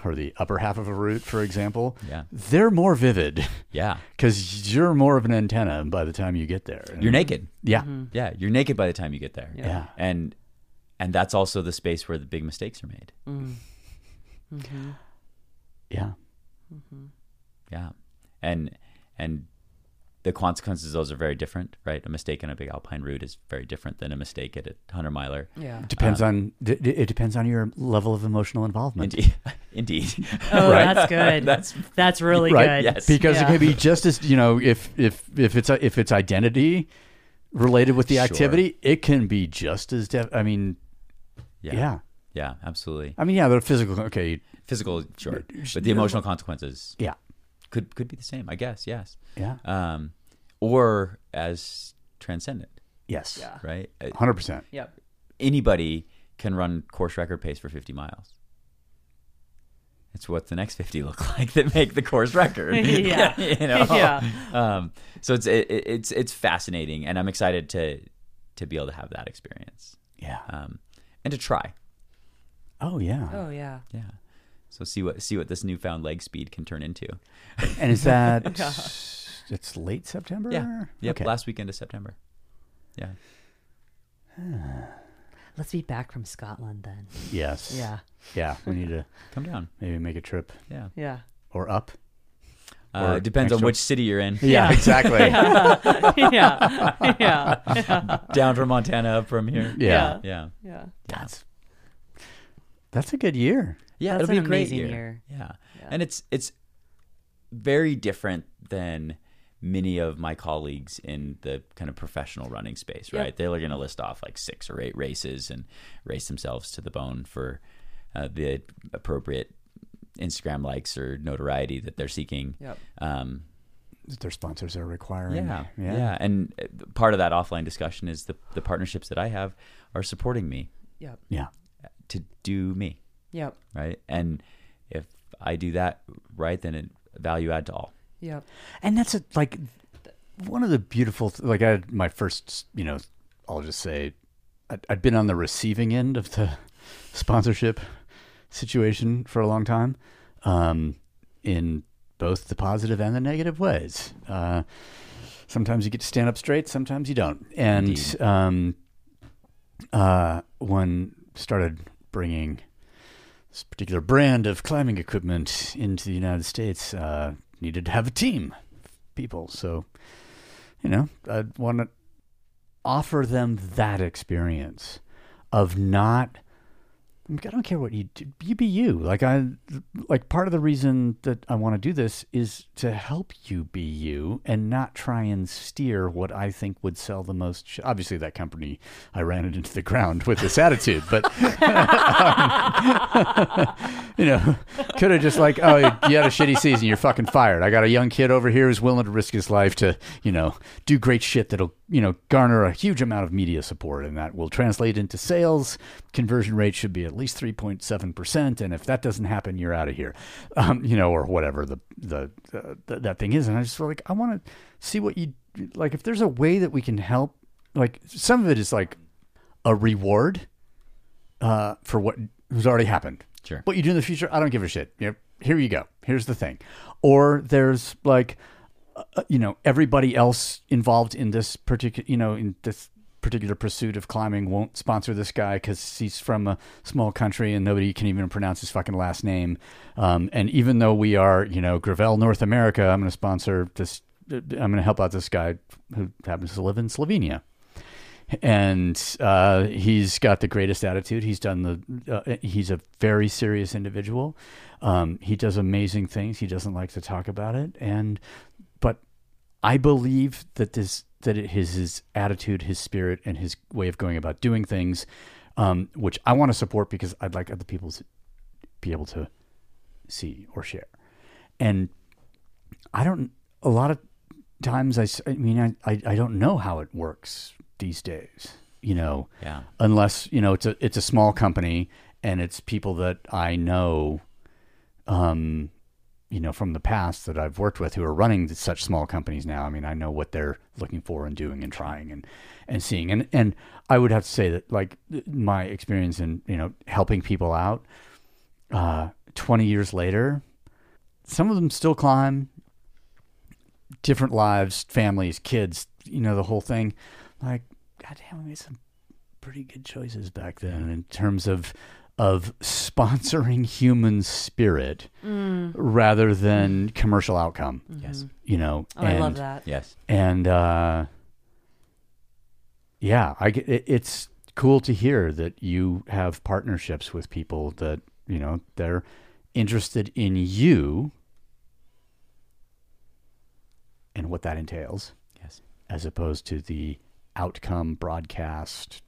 or the upper half of a route, for example,
Yeah.
they're more vivid *laughs*
Yeah.
because you're more of an antenna by the time you get there.
You're Mm-hmm. naked.
yeah.
Yeah, you're naked by the time you get there.
Yeah.
And and that's also the space where the big mistakes are made.
Mm. Yeah.
Yeah. And and the consequences of those are very different, right? A mistake in a big alpine route is very different than a mistake at a hundred miler.
yeah. *laughs*
Depends on d- d- it depends on your level of emotional involvement.
Uh, Indeed. *laughs* Indeed. *laughs*
Oh,
Right.
that's good. *laughs* that's that's really
Right,
good.
yes.
Because
Yeah.
it can be just as you know, if if if it's if it's identity related with the
Sure.
activity, it can be just as. Def- I mean, yeah. Uh,
Yeah, absolutely.
I mean, yeah. They're physical. Okay,
Physical, sure, but the emotional consequences
yeah,
could could be the same, I guess. Yes,
yeah,
um, or as transcendent,
yes,
Yeah.
right? Uh,
hundred percent.
Yep.
Anybody can run course record pace for fifty miles. It's what the next fifty look *laughs* like that make the course record.
*laughs*
*laughs*
Yeah.
you know.
Yeah.
Um, so it's it, it- it's it's fascinating, and I'm excited to to be able to have that experience
Yeah.
um, and to try.
Oh yeah.
Oh yeah.
Yeah. So see what see what this newfound leg speed can turn into.
And is that it's late September?
Yeah. Yep.
Okay.
Last weekend of September. Yeah.
Let's be back from Scotland then.
yes.
Yeah.
Yeah. We need to
Come down.
maybe make a trip
Yeah.
Yeah.
or up.
Uh,
Or
it depends on
extra-
which city you're in.
Yeah. Exactly. yeah.
*laughs* yeah. Yeah.
down from Montana, up from here.
Yeah.
Yeah.
Yeah.
That's that's a good year.
Yeah.
That's
it'll be
an
a great
amazing
year.
year.
Yeah. And it's it's very different than many of my colleagues in the kind of professional running space,
Yep.
right? They're going to list off like six or eight races and race themselves to the bone for uh, the appropriate Instagram likes or notoriety that they're seeking.
Yep.
Um,
that Their sponsors are requiring.
yeah, yeah,
Yeah.
And uh, part of that offline discussion is the the partnerships that I have are supporting me
Yep.
Yeah.
to do me
Yep.
right, and if I do that right, then it value add to all.
Yep.
And that's a, like one of the beautiful. th- Like I had my first. You know, I'll just say, I'd, I'd been on the receiving end of the *laughs* sponsorship situation for a long time, um, in both the positive and the negative ways. Uh, sometimes you get to stand up straight, sometimes you don't. And
Indeed.
um, uh, one started bringing this particular brand of climbing equipment into the United States, uh, needed to have a team people. So, you know, I want to offer them that experience of not. I don't care what you do. You be you. Like I, like part of the reason that I want to do this is to help you be you and not try and steer what I think would sell the most. Sh- Obviously, that company I ran it into the ground with this attitude, but *laughs* you know, could have just like, oh, you had a shitty season, you're fucking fired. I got a young kid over here who's willing to risk his life to, you know, do great shit that'll, you know, garner a huge amount of media support, and that will translate into sales. Conversion rate should be at least three point seven percent, and if that doesn't happen, you're out of here, um, you know, or whatever the the, uh, th- that thing is. And I just feel like I want to see what you like. If there's a way that we can help, like some of it is like a reward uh, for what has already happened.
Sure.
What you do in the future, I don't give a shit. You know, here you go. Here's the thing. Or there's like, uh, you know, everybody else involved in this particular, you know, in this particular pursuit of climbing won't sponsor this guy because he's from a small country and nobody can even pronounce his fucking last name. Um, and even though we are, you know, Gravel North America, I'm going to sponsor this. uh, I'm going to help out this guy who happens to live in Slovenia and uh, he's got the greatest attitude. He's done the. Uh, he's a very serious individual. Um, he does amazing things. He doesn't like to talk about it, and but I believe that this that it, his his attitude, his spirit, and his way of going about doing things, um, which I want to support because I'd like other people to be able to see or share, and I don't. A lot of times, I, s- I mean, I, I I don't know how it works these days. You know,
Yeah.
unless you know it's a it's a small company and it's people that I know, um, you know from the past that I've worked with who are running such small companies now. I mean, I know what they're looking for and doing and trying and and seeing and and I would have to say that like my experience in you know helping people out, uh, twenty years later, some of them still climb. Different lives, families, kids, you know the whole thing. Like, goddamn, we made some pretty good choices back then in terms of of sponsoring human spirit
Mm.
rather than commercial outcome.
Yes.
You know,
Mm-hmm. Oh, I love that.
Yes.
and uh, yeah, I get, it, it's cool to hear that you have partnerships with people that you know they're interested in you and what that entails,
Yes.
as opposed to the outcome broadcast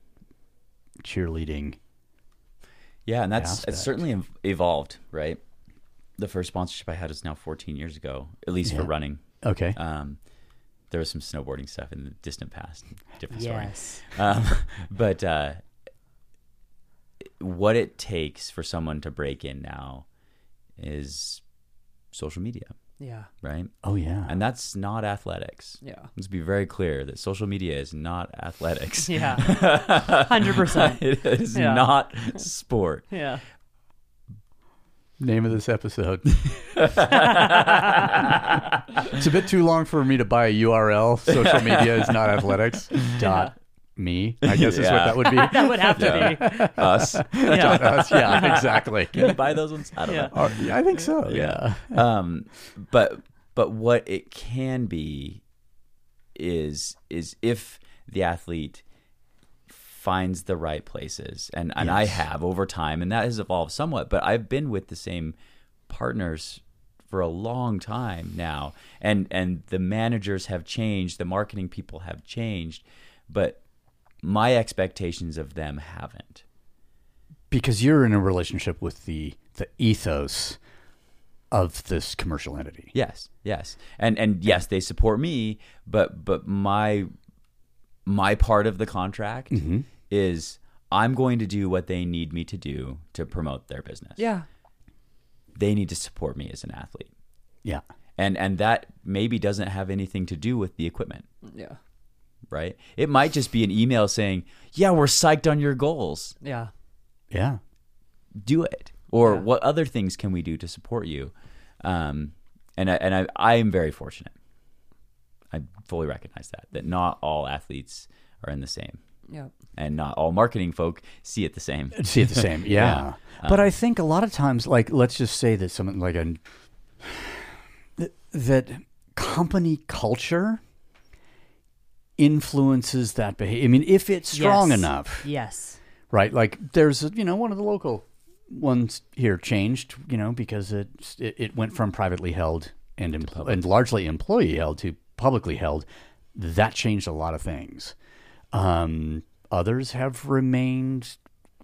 cheerleading.
Yeah, and that's it's
aspect.
certainly ev- evolved, right? The first sponsorship I had is now 14 years ago, at least for
Yeah.
running.
Okay,
Um, there was some snowboarding stuff in the distant past, different story.
Yes.
Um, *laughs* but uh, what it takes for someone to break in now is social media,
Yeah.
right?
oh yeah,
And that's not athletics.
Yeah.
Let's be very clear that social media is not athletics.
*laughs* Yeah. *laughs*
*laughs*
100%.
it is
Yeah.
not
*laughs*
sport.
Yeah.
Name of this
*laughs*
episode. it's a bit too long for me to buy a URL. Social media is not
*laughs*
athletics. Dot me. I guess is what
Yeah.
that would be.
That would have to *laughs* be.
Us.
Yeah.
Us,
*laughs*
yeah, exactly.
Can you buy those ones? I don't
Yeah.
Or- yeah, I think so.
know. Yeah. Um, but but what it can be is is if the athlete finds the right places and and I
Yes.
have over time and that has evolved somewhat but I've been with the same partners for a long time now and and the managers have changed the marketing people have changed but my expectations of them haven't
Because you're in a relationship with the the ethos of this commercial entity.
Yes, yes, and and yes, they support me, but but my my part of the contract is I'm going to do what they need me to do to promote their business.
Yeah.
they need to support me as an athlete,
Yeah.
and and that maybe doesn't have anything to do with the equipment,
Yeah.
right? It might just be an email saying, "Yeah, we're psyched on your goals.
Yeah.
Yeah.
do it or what other things can we do to support you um, and I, and I, I am very fortunate I fully recognize that that not all athletes are in the same
Yeah.
and not all marketing folk see it the same
see *laughs* it the same. Yeah. Um, But I think a lot of times, like, let's just say that someone like a that company culture influences that behavior. I mean, if it's strong
Yes.
enough,
Yes.
right? Like there's you know one of the local ones here changed, you know, because it it, it went from privately held and empl- and largely employee held to publicly held. That changed a lot of things. Um, others have remained.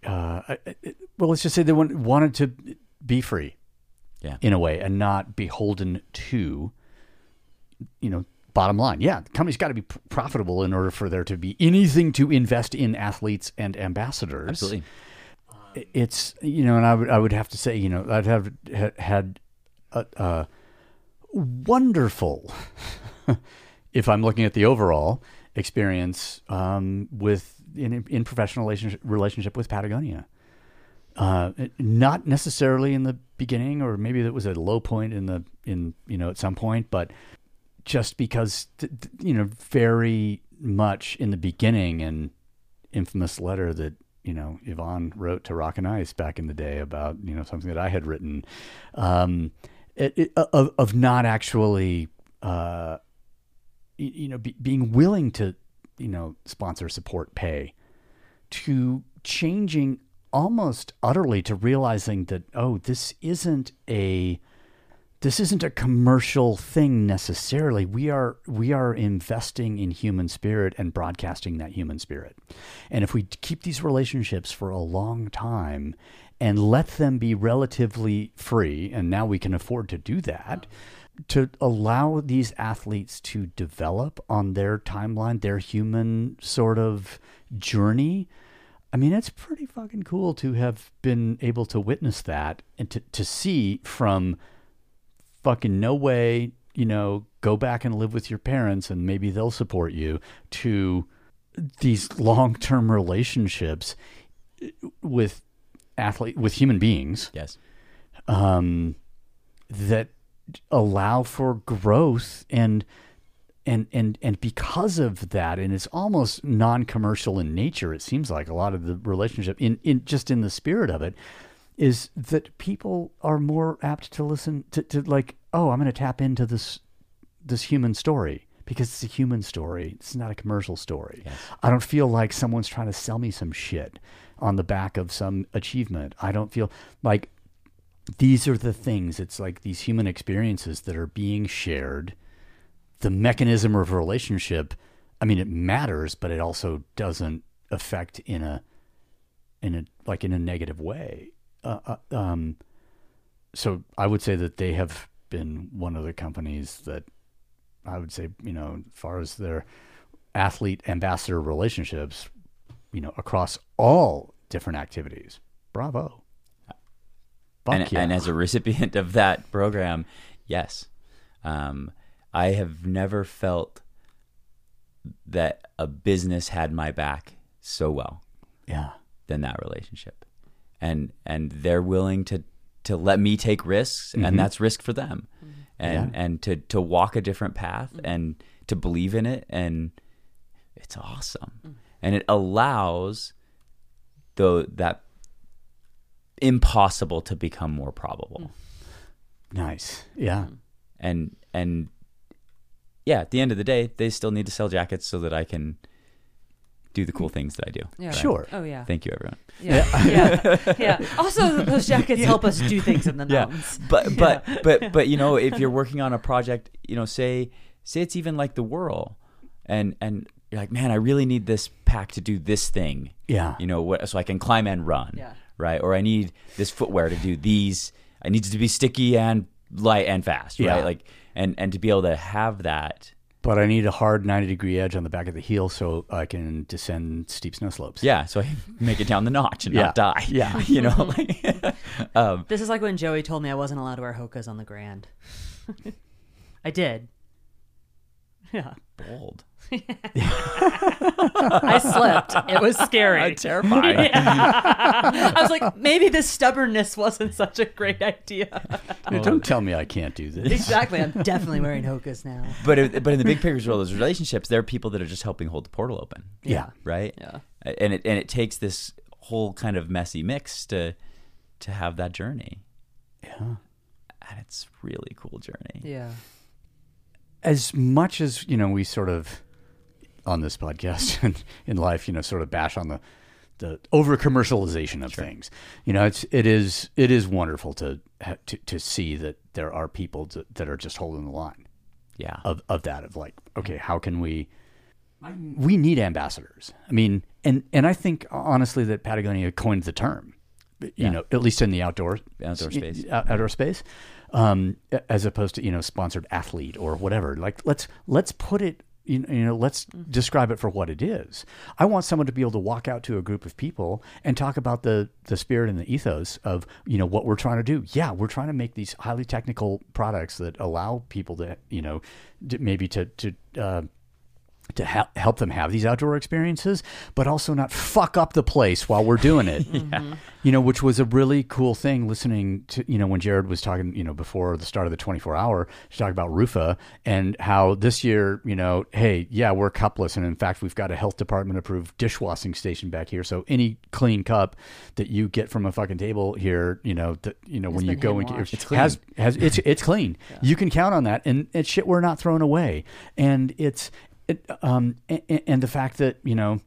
Uh, I- I- well, let's just say they want, wanted to be free,
Yeah.
in a way, and not beholden to, you know. Bottom line, yeah, the company's got to be p- profitable in order for there to be anything to invest in athletes and ambassadors
Absolutely.
it's you know, and I would I would have to say you know I'd have ha- had a, a wonderful, *laughs* if I'm looking at the overall experience um, with in in professional relationship relationship with Patagonia. Uh, it- not necessarily in the beginning, or maybe that was a low point in the in you know at some point, but just because th- th- you know very much in the beginning and infamous letter that you know Yvonne wrote to Rock and Ice back in the day about you know something that I had written, um, it, it, of of not actually uh, y- you know be, being willing to you know sponsor support pay to changing almost utterly to realizing that oh this isn't a this isn't a commercial thing necessarily. We are we are investing in human spirit and broadcasting that human spirit. And if we keep these relationships for a long time and let them be relatively free, and now we can afford to do that, to allow these athletes to develop on their timeline, their human sort of journey, I mean, it's pretty fucking cool to have been able to witness that and to, to see from fucking no way, you know, go back and live with your parents and maybe they'll support you to these long-term relationships with athlete with human beings
Yes.
um, that allow for growth and and and and because of that and it's almost non-commercial in nature it seems like a lot of the relationship in, in just in the spirit of it is that people are more apt to listen to, to like oh i'm going to tap into this this human story because it's a human story it's not a commercial story i don't feel like someone's trying to sell me some shit on the back of some achievement i don't feel like these are the things it's like these human experiences that are being shared the mechanism of a relationship i mean it matters but it also doesn't affect in a in a like in a negative way uh, uh, um so i would say that they have been one of the companies that i would say you know as far as their athlete ambassador relationships you know across all different activities bravo Fuck
and,
yeah.
and as a recipient of that program, yes, um, I have never felt that a business had my back so well
yeah
than that relationship, and and they're willing to to let me take risks, and that's risk for them, and and to to walk a different path and to believe in it, and it's awesome, and it allows though that impossible to become more probable.
Nice. Yeah.
and and yeah, at the end of the day, they still need to sell jackets so that I can do the cool things that I do.
Yeah.
Sure.
Oh yeah.
Thank you, everyone.
Yeah. Yeah. yeah. Also, those jackets help us do things in the mountains.
*laughs* but but but but you know, if you're working on a project, you know, say say it's even like the whirl, and and you're like, man, I really need this pack to do this thing.
Yeah.
you know what so i can climb and run
Yeah.
right or i need this footwear to do these i need it to be sticky and light and fast
Yeah.
right like and and to be able to have that
But I need a hard 90 degree edge on the back of the heel so I can descend steep snow slopes.
yeah so i *laughs* can make it down the notch and
Yeah.
not die
Yeah.
*laughs* you know like *laughs*
This is like when Joey told me I wasn't allowed to wear hokas on the Grand. *laughs* I did. Yeah.
bold
I slipped. It was scary.
terrifying
I was like, maybe this stubbornness wasn't such a great
*laughs*
idea.
Don't Oh, tell me I can't do this.
exactly. I'm definitely wearing hokas now.
but it, but in the big picture of those relationships there are people that are just helping hold the portal open
Yeah.
right
Yeah.
and it and it takes this whole kind of messy mix to to have that journey yeah and it's really cool journey
Yeah.
as much as you know, we sort of on this podcast *laughs* and in life, you know, sort of bash on the the over commercialization of things. You know, it's it is it is wonderful to ha- to to see that there are people to, that are just holding the line
Yeah.
of of that of like, okay, how can we? We need ambassadors. I mean, and and I think honestly that Patagonia coined the term. You know, at least in the outdoor
Outdoor space.
out- outdoor space, um, a- as opposed to you know sponsored athlete or whatever. Like let's let's put it you know, you know let's describe it for what it is. I want someone to be able to walk out to a group of people and talk about the the spirit and the ethos of you know what we're trying to do. Yeah, we're trying to make these highly technical products that allow people to you know d- maybe to to uh, to ha- help them have these outdoor experiences, but also not fuck up the place while we're doing it. You know, which was a really cool thing listening to, you know, when Jared was talking, you know, before the start of the 24 hour to talk about Rufa and how this year, you know, hey, yeah, we're cupless. And in fact, we've got a health department approved dishwashing station back here. So any clean cup that you get from a fucking table here, you know, that, you know, when you
been
go and get your,
hand-washed.
It's clean.
has has it's it's
*laughs*
clean. You can count on that, and it's shit we're not throwing away. And it's it, um and, and the fact that you know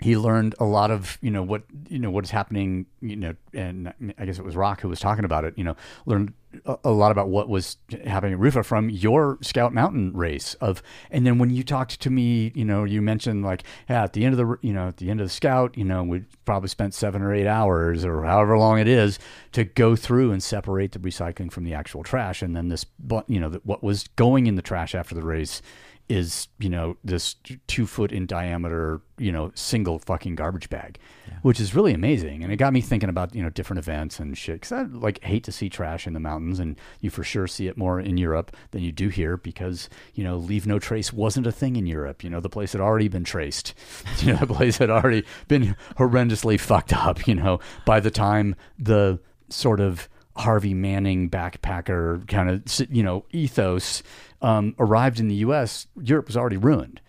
he learned a lot of you know what you know what is happening you know and I guess it was Rock who was talking about it you know learned a, a lot about what was happening at Rufa from your Scout Mountain race of and then when you talked to me you know you mentioned like yeah, at the end of the you know at the end of the Scout you know we probably spent seven or eight hours or however long it is to go through and separate the recycling from the actual trash and then this bu- you know that what was going in the trash after the race is you know this t- two foot in diameter you know single fucking garbage bag which is really amazing and it got me thinking about you know different events and shit because i like hate to see trash in the mountains and you for sure see it more in europe than you do here because you know leave no trace wasn't a thing in europe you know the place had already been traced *laughs* you know the place had already been horrendously fucked up you know by the time the sort of Harvey Manning backpacker kind of you know ethos um, arrived in the U.S., Europe was already ruined.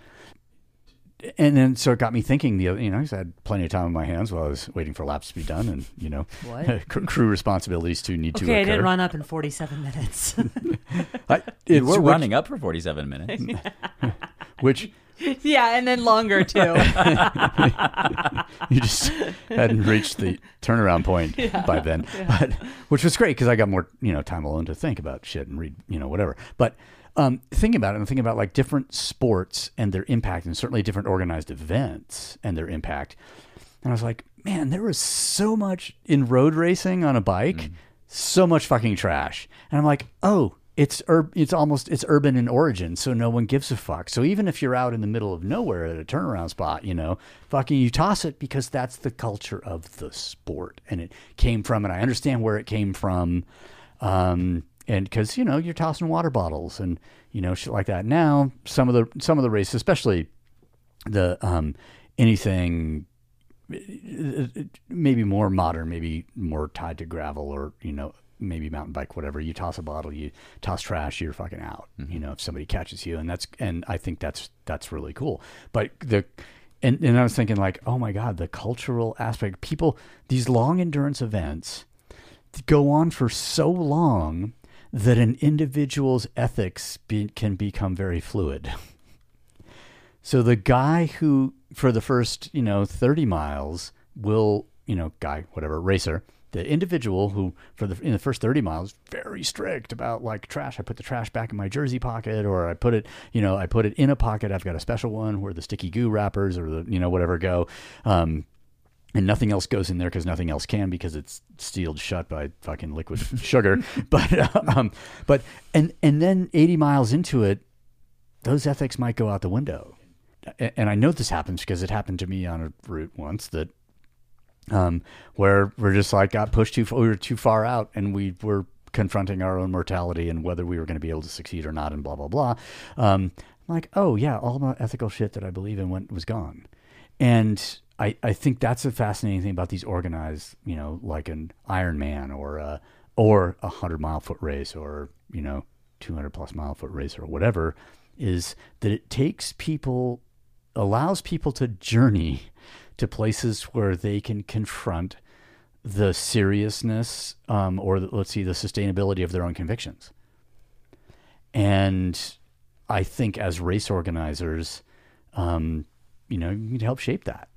And then, so it got me thinking. The other, you know, I had plenty of time on my hands while I was waiting for laps to be done, and you know,
What?
cr- *laughs* crew responsibilities to need to
Okay,
occur.
I didn't run up in 47 minutes. *laughs*
I, it's
We're
which-
running up for 47 minutes. *laughs*
which
yeah, and then
*laughs*
longer too.
you just hadn't reached the turnaround point by then, but which was great because I got more you know time alone to think about shit and read you know whatever. But um, thinking about it, I'm thinking about like different sports and their impact, and certainly different organized events and their impact. And I was like, man, there was so much in road racing on a bike, so much fucking trash. And I'm like, oh, it's ur- it's almost it's urban in origin, so no one gives a fuck. So even if you're out in the middle of nowhere at a turnaround spot, you know, fucking you toss it because that's the culture of the sport, and it came from, and I understand where it came from, um, and because you know you're tossing water bottles and you know shit like that. Now some of the some of the races, especially the um, anything maybe more modern, maybe more tied to gravel or, you know, maybe mountain bike, whatever. You toss a bottle, you toss trash, you're fucking out. You know, if somebody catches you and that's and I think that's that's really cool. But the and, and I was thinking like, oh my God, the cultural aspect. People these long endurance events go on for so long that an individual's ethics be, can become very fluid. *laughs* So the guy who, for the first, you know, 30 miles will, you know, guy, whatever, racer, the individual who, for the, in the first 30 miles, very strict about like trash. I put the trash back in my jersey pocket or I put it, you know, I put it in a pocket. I've got a special one where the sticky goo wrappers or the, you know, whatever go. Um, and nothing else goes in there because nothing else can because it's sealed shut by fucking liquid sugar. But, um, but, and, and then 80 miles into it, those ethics might go out the window. A- And I know this happens because it happened to me on a route once that um, where we're just like got pushed too far, we were too far out and we were confronting our own mortality and whether we were going to be able to succeed or not and blah, blah, blah. Um, I'm like, oh yeah, all my ethical shit that I believe in went, was gone. And I, I think that's a fascinating thing about these organized, you know, like an Ironman or a, or a hundred mile foot race or, you know, 200 plus mile foot race or whatever is that it takes people allows people to journey to places where they can confront the seriousness um, or the, let's see the sustainability of their own convictions and I think as race organizers, um, you know, you can help shape that,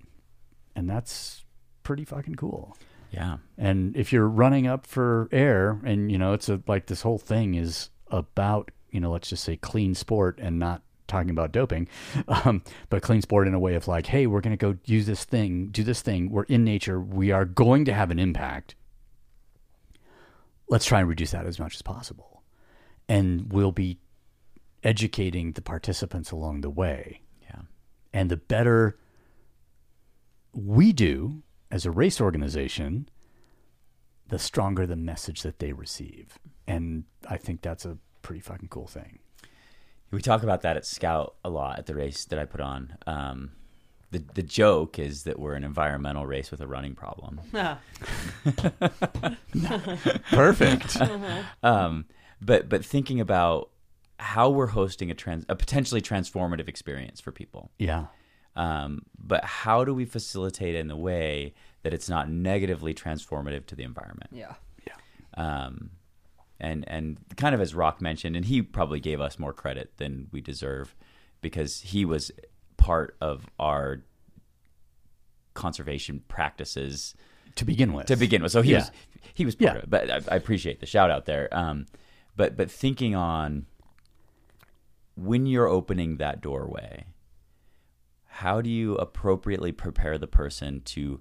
and that's pretty fucking cool.
Yeah.
And if you're running up for air, and you know, it's a, like this whole thing is about, you know, let's just say clean sport and not talking about doping, *laughs* um, but clean sport in a way of like, hey, we're going to go use this thing, do this thing. We're in nature. We are going to have an impact. Let's try and reduce that as much as possible. And we'll be educating the participants along the way.
Yeah.
And the better we do as a race organization, the stronger the message that they receive. And I think that's a pretty fucking cool thing.
We talk about that at Scout a lot at the race that I put on. Um, the the joke is that we're an environmental race with a running problem.
Perfect.
Um, but but thinking about how we're hosting a trans a potentially transformative experience for people.
*laughs* yeah.
Um, but how do we facilitate it in the way that it's not negatively transformative to the environment?
Yeah.
um, and and kind of as Rock mentioned, and he probably gave us more credit than we deserve because he was part of our conservation practices
To begin with.
to begin with. So he
Yeah.
was he was part
Yeah.
of it, but I, I appreciate the shout out there. Um, but but thinking on when you're opening that doorway, how do you appropriately prepare the person to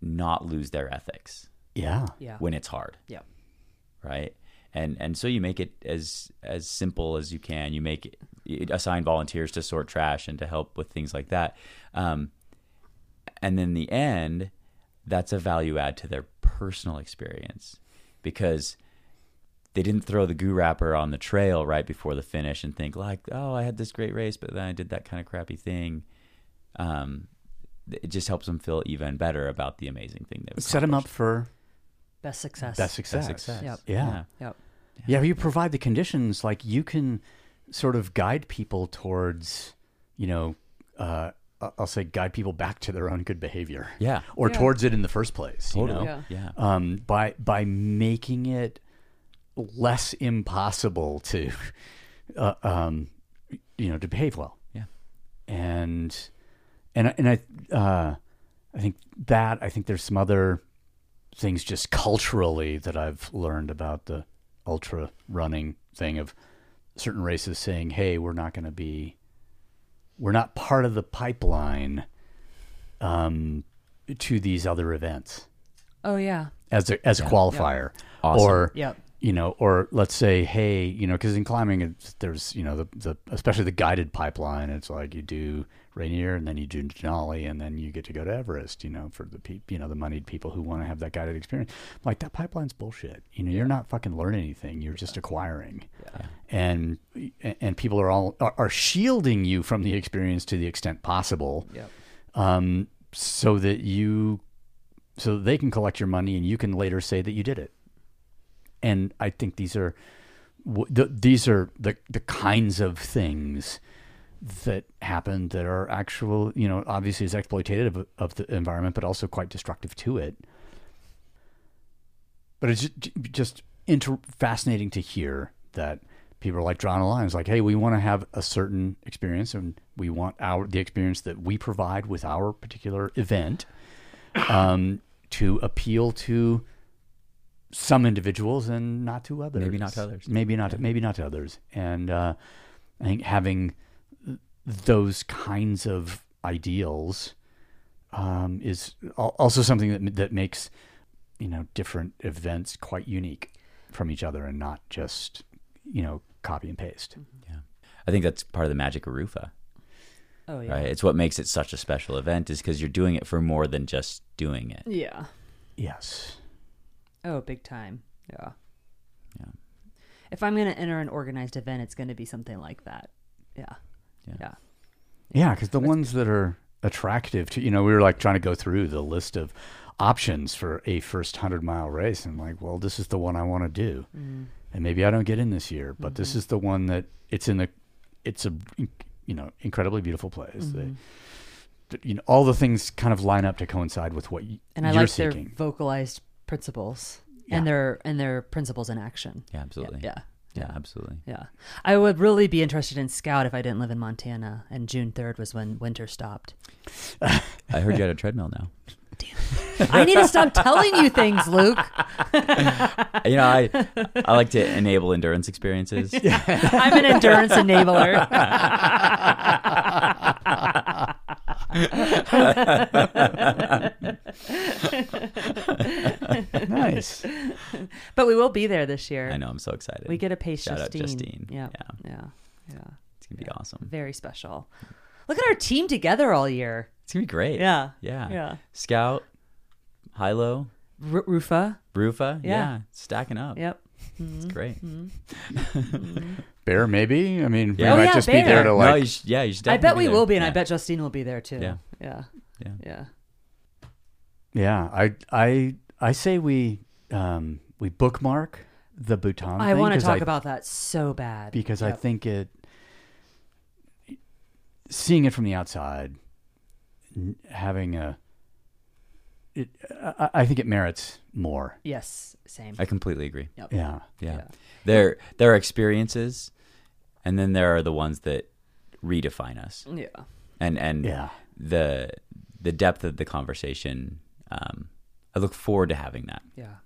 not lose their ethics
Yeah.
Yeah.
when it's hard?
yeah.
right and and so you make it as as simple as you can you make it, you assign volunteers to sort trash and to help with things like that um, and then the end that's a value add to their personal experience because they didn't throw the goo wrapper on the trail right before the finish and think like oh i had this great race but then i did that kind of crappy thing um, it just helps them feel even better about the amazing thing they've
Set them up for
Best success.
that success.
success.
Yep.
Yeah. yeah.
Yep.
you provide the conditions, like you can sort of guide people towards, you know, uh, I- I'll say guide people back to their own good behavior.
Yeah.
Or
Yeah.
towards it in the first place. You know?
Yeah.
yeah
um, by by making it less impossible to, *laughs* uh, um, you know, to behave well.
Yeah.
and and I- and I uh, I think that I think there's some other things just culturally that I've learned about the ultra running thing of certain races saying, "Hey, we're not going to be, we're not part of the pipeline." Um, to these other events
Oh yeah.
as a as a qualifier
Awesome.
or
Yep.
you know or let's say hey you know because in climbing it's, there's you know the, the especially the guided pipeline it's like you do rainier and then you do denali and then you get to go to everest you know for the peop you know the moneyed people who want to have that guided experience like that pipeline's bullshit you know you're not fucking learning anything you're just acquiring and and people are all are, are shielding you from the experience to the extent possible
Yep.
um, so that you so that they can collect your money and you can later say that you did it and i think these are w- the, these are the the kinds of things that happen that are actual you know obviously is exploitative of, of the environment but also quite destructive to it but it's ju- ju- just inter- fascinating to hear that people are like drawing a line. It's like, hey, we want to have a certain experience, and we want our the experience that we provide with our particular event um, to appeal to some individuals and not to others.
Maybe not to others.
Maybe not. Maybe not to others. And uh, I think having th- those kinds of ideals um, is al- also something that that makes you know different events quite unique from each other and not just you know copy and paste
Mm-hmm.
I think that's part of the magic of Rufa,
Oh yeah.
right? It's what makes it such a special event is because you're doing it for more than just doing it.
Yeah.
yes
Oh, big time. Yeah.
Yeah.
If I'm gonna enter an organized event, it's gonna be something like that. Yeah.
Yeah.
Yeah.
yeah because the ones that are attractive to you know we were like trying to go through the list of options for a first 100 mile race and like well this is the one i want to do
Mm.
and maybe i don't get in this year but
Mm-hmm.
this is the one that it's in the it's a you know incredibly beautiful place
Mm-hmm.
They- you know all the things kind of line up to coincide with what y-
And I
you're
like
seeking
their vocalized principles
Yeah.
and their and their principles in action.
Yeah, absolutely.
Yeah.
Yeah, absolutely.
Yeah. I would really be interested in Scout if I didn't live in Montana and June 3rd was when winter stopped.
I
*laughs*
heard you had a treadmill now.
I need to stop telling you things, Luke.
You know, I I like to enable
*laughs*
endurance experiences.
I'm an endurance enabler.
*laughs*
Nice.
But we will be there this year.
I know. I'm so excited.
We get a pace
Shout
Justine.
out Justine.
Yeah.
Yeah.
Yeah. Yeah.
It's gonna be awesome.
Very special. Look at our team together all year.
It's gonna be great.
Yeah.
Yeah.
Yeah.
Scout, Hilo,
R- Rufa.
Rufa. Yeah.
Yeah. Mm-hmm.
Stacking up.
Yep.
It's great.
Bear, maybe. I mean,
Yeah. Oh,
we might
yeah,
just be
Bear.
there to
No,
like.
no, you should, yeah, you should
I
definitely
bet we
there.
will be, and I
Yeah.
bet Justine will be there too.
Yeah.
Yeah.
Yeah.
Yeah.
yeah, I, I, I say we, um, we bookmark the Bhutan.
I
thing
want to
'cause
talk about that so bad.
because I
Yep.
think it, seeing it from the outside, n- having a, it, I, I think it merits more.
Yes. Same.
I completely agree.
Yep.
Yeah.
Yeah.
Yeah.
There there are experiences and then there are the ones that redefine us.
Yeah.
And and
Yeah.
the the depth of the conversation, um, I look forward to having that.
Yeah.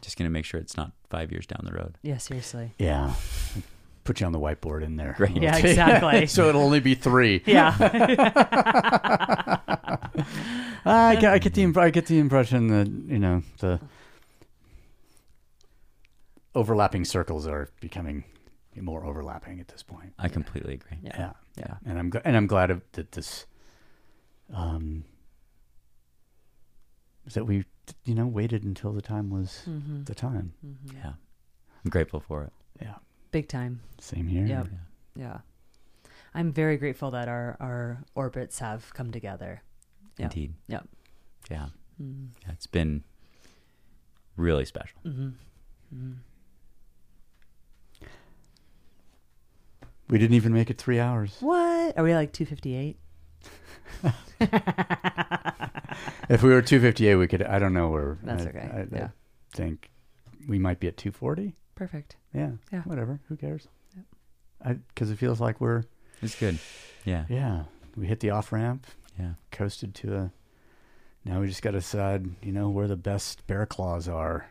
Just gonna make sure it's not five years down the road.
Yeah. Seriously.
Yeah. Put you on the whiteboard in there.
Great.
Yeah.
*laughs*
Exactly.
So it'll only be three.
*laughs* yeah.
I get, I get the imp- I get the impression that you know the overlapping circles are becoming more overlapping at this point.
I completely agree.
Yeah.
Yeah,
Yeah.
and I'm gl- and I'm glad of, that this, um, that we you know waited until the time was
Mm-hmm.
the time.
Yeah. I'm grateful for it.
Yeah,
Big time.
same here.
Yep. Yeah. I'm very grateful that our our orbits have come together. Mm-hmm. Yeah.
Indeed.
Yep.
Yeah. yeah. It's been really special.
Mm-hmm.
We didn't even make it three
*laughs*
hours.
What? Are we like 258?
if we were two fifty eight, we could. I don't know where.
That's
I-
okay.
I, I
Yeah.
think we might be at two forty.
Perfect.
Yeah.
Yeah.
Whatever. Who cares? Because it feels like we're
It's good. Yeah.
yeah. We hit the off ramp,
Yeah.
coasted to a. Now we just got to decide, you know, where the best bear claws are.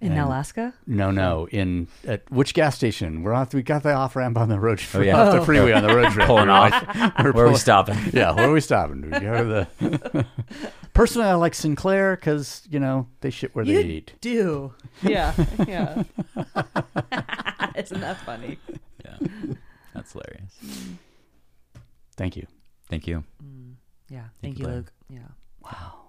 In
And-
Alaska?
No, no, in at which gas station? We're off. We got the off ramp on the road.
Oh,
*laughs*
yeah.
off the freeway on the road trip.
Pulling
*laughs* We're
off.
like-
Where are we *laughs*
pulling-
stopping?
Yeah, where are we stopping? Do we go to the?
*laughs*
*laughs* Personally, I like Sinclair because you know they shit where they eat.
do. Yeah. Yeah. *laughs* Isn't that funny?
Yeah. That's hilarious.
Thank you.
Thank you.
Yeah. Thank
Thank you,
you,
Blair.
Luke. Yeah.
Wow.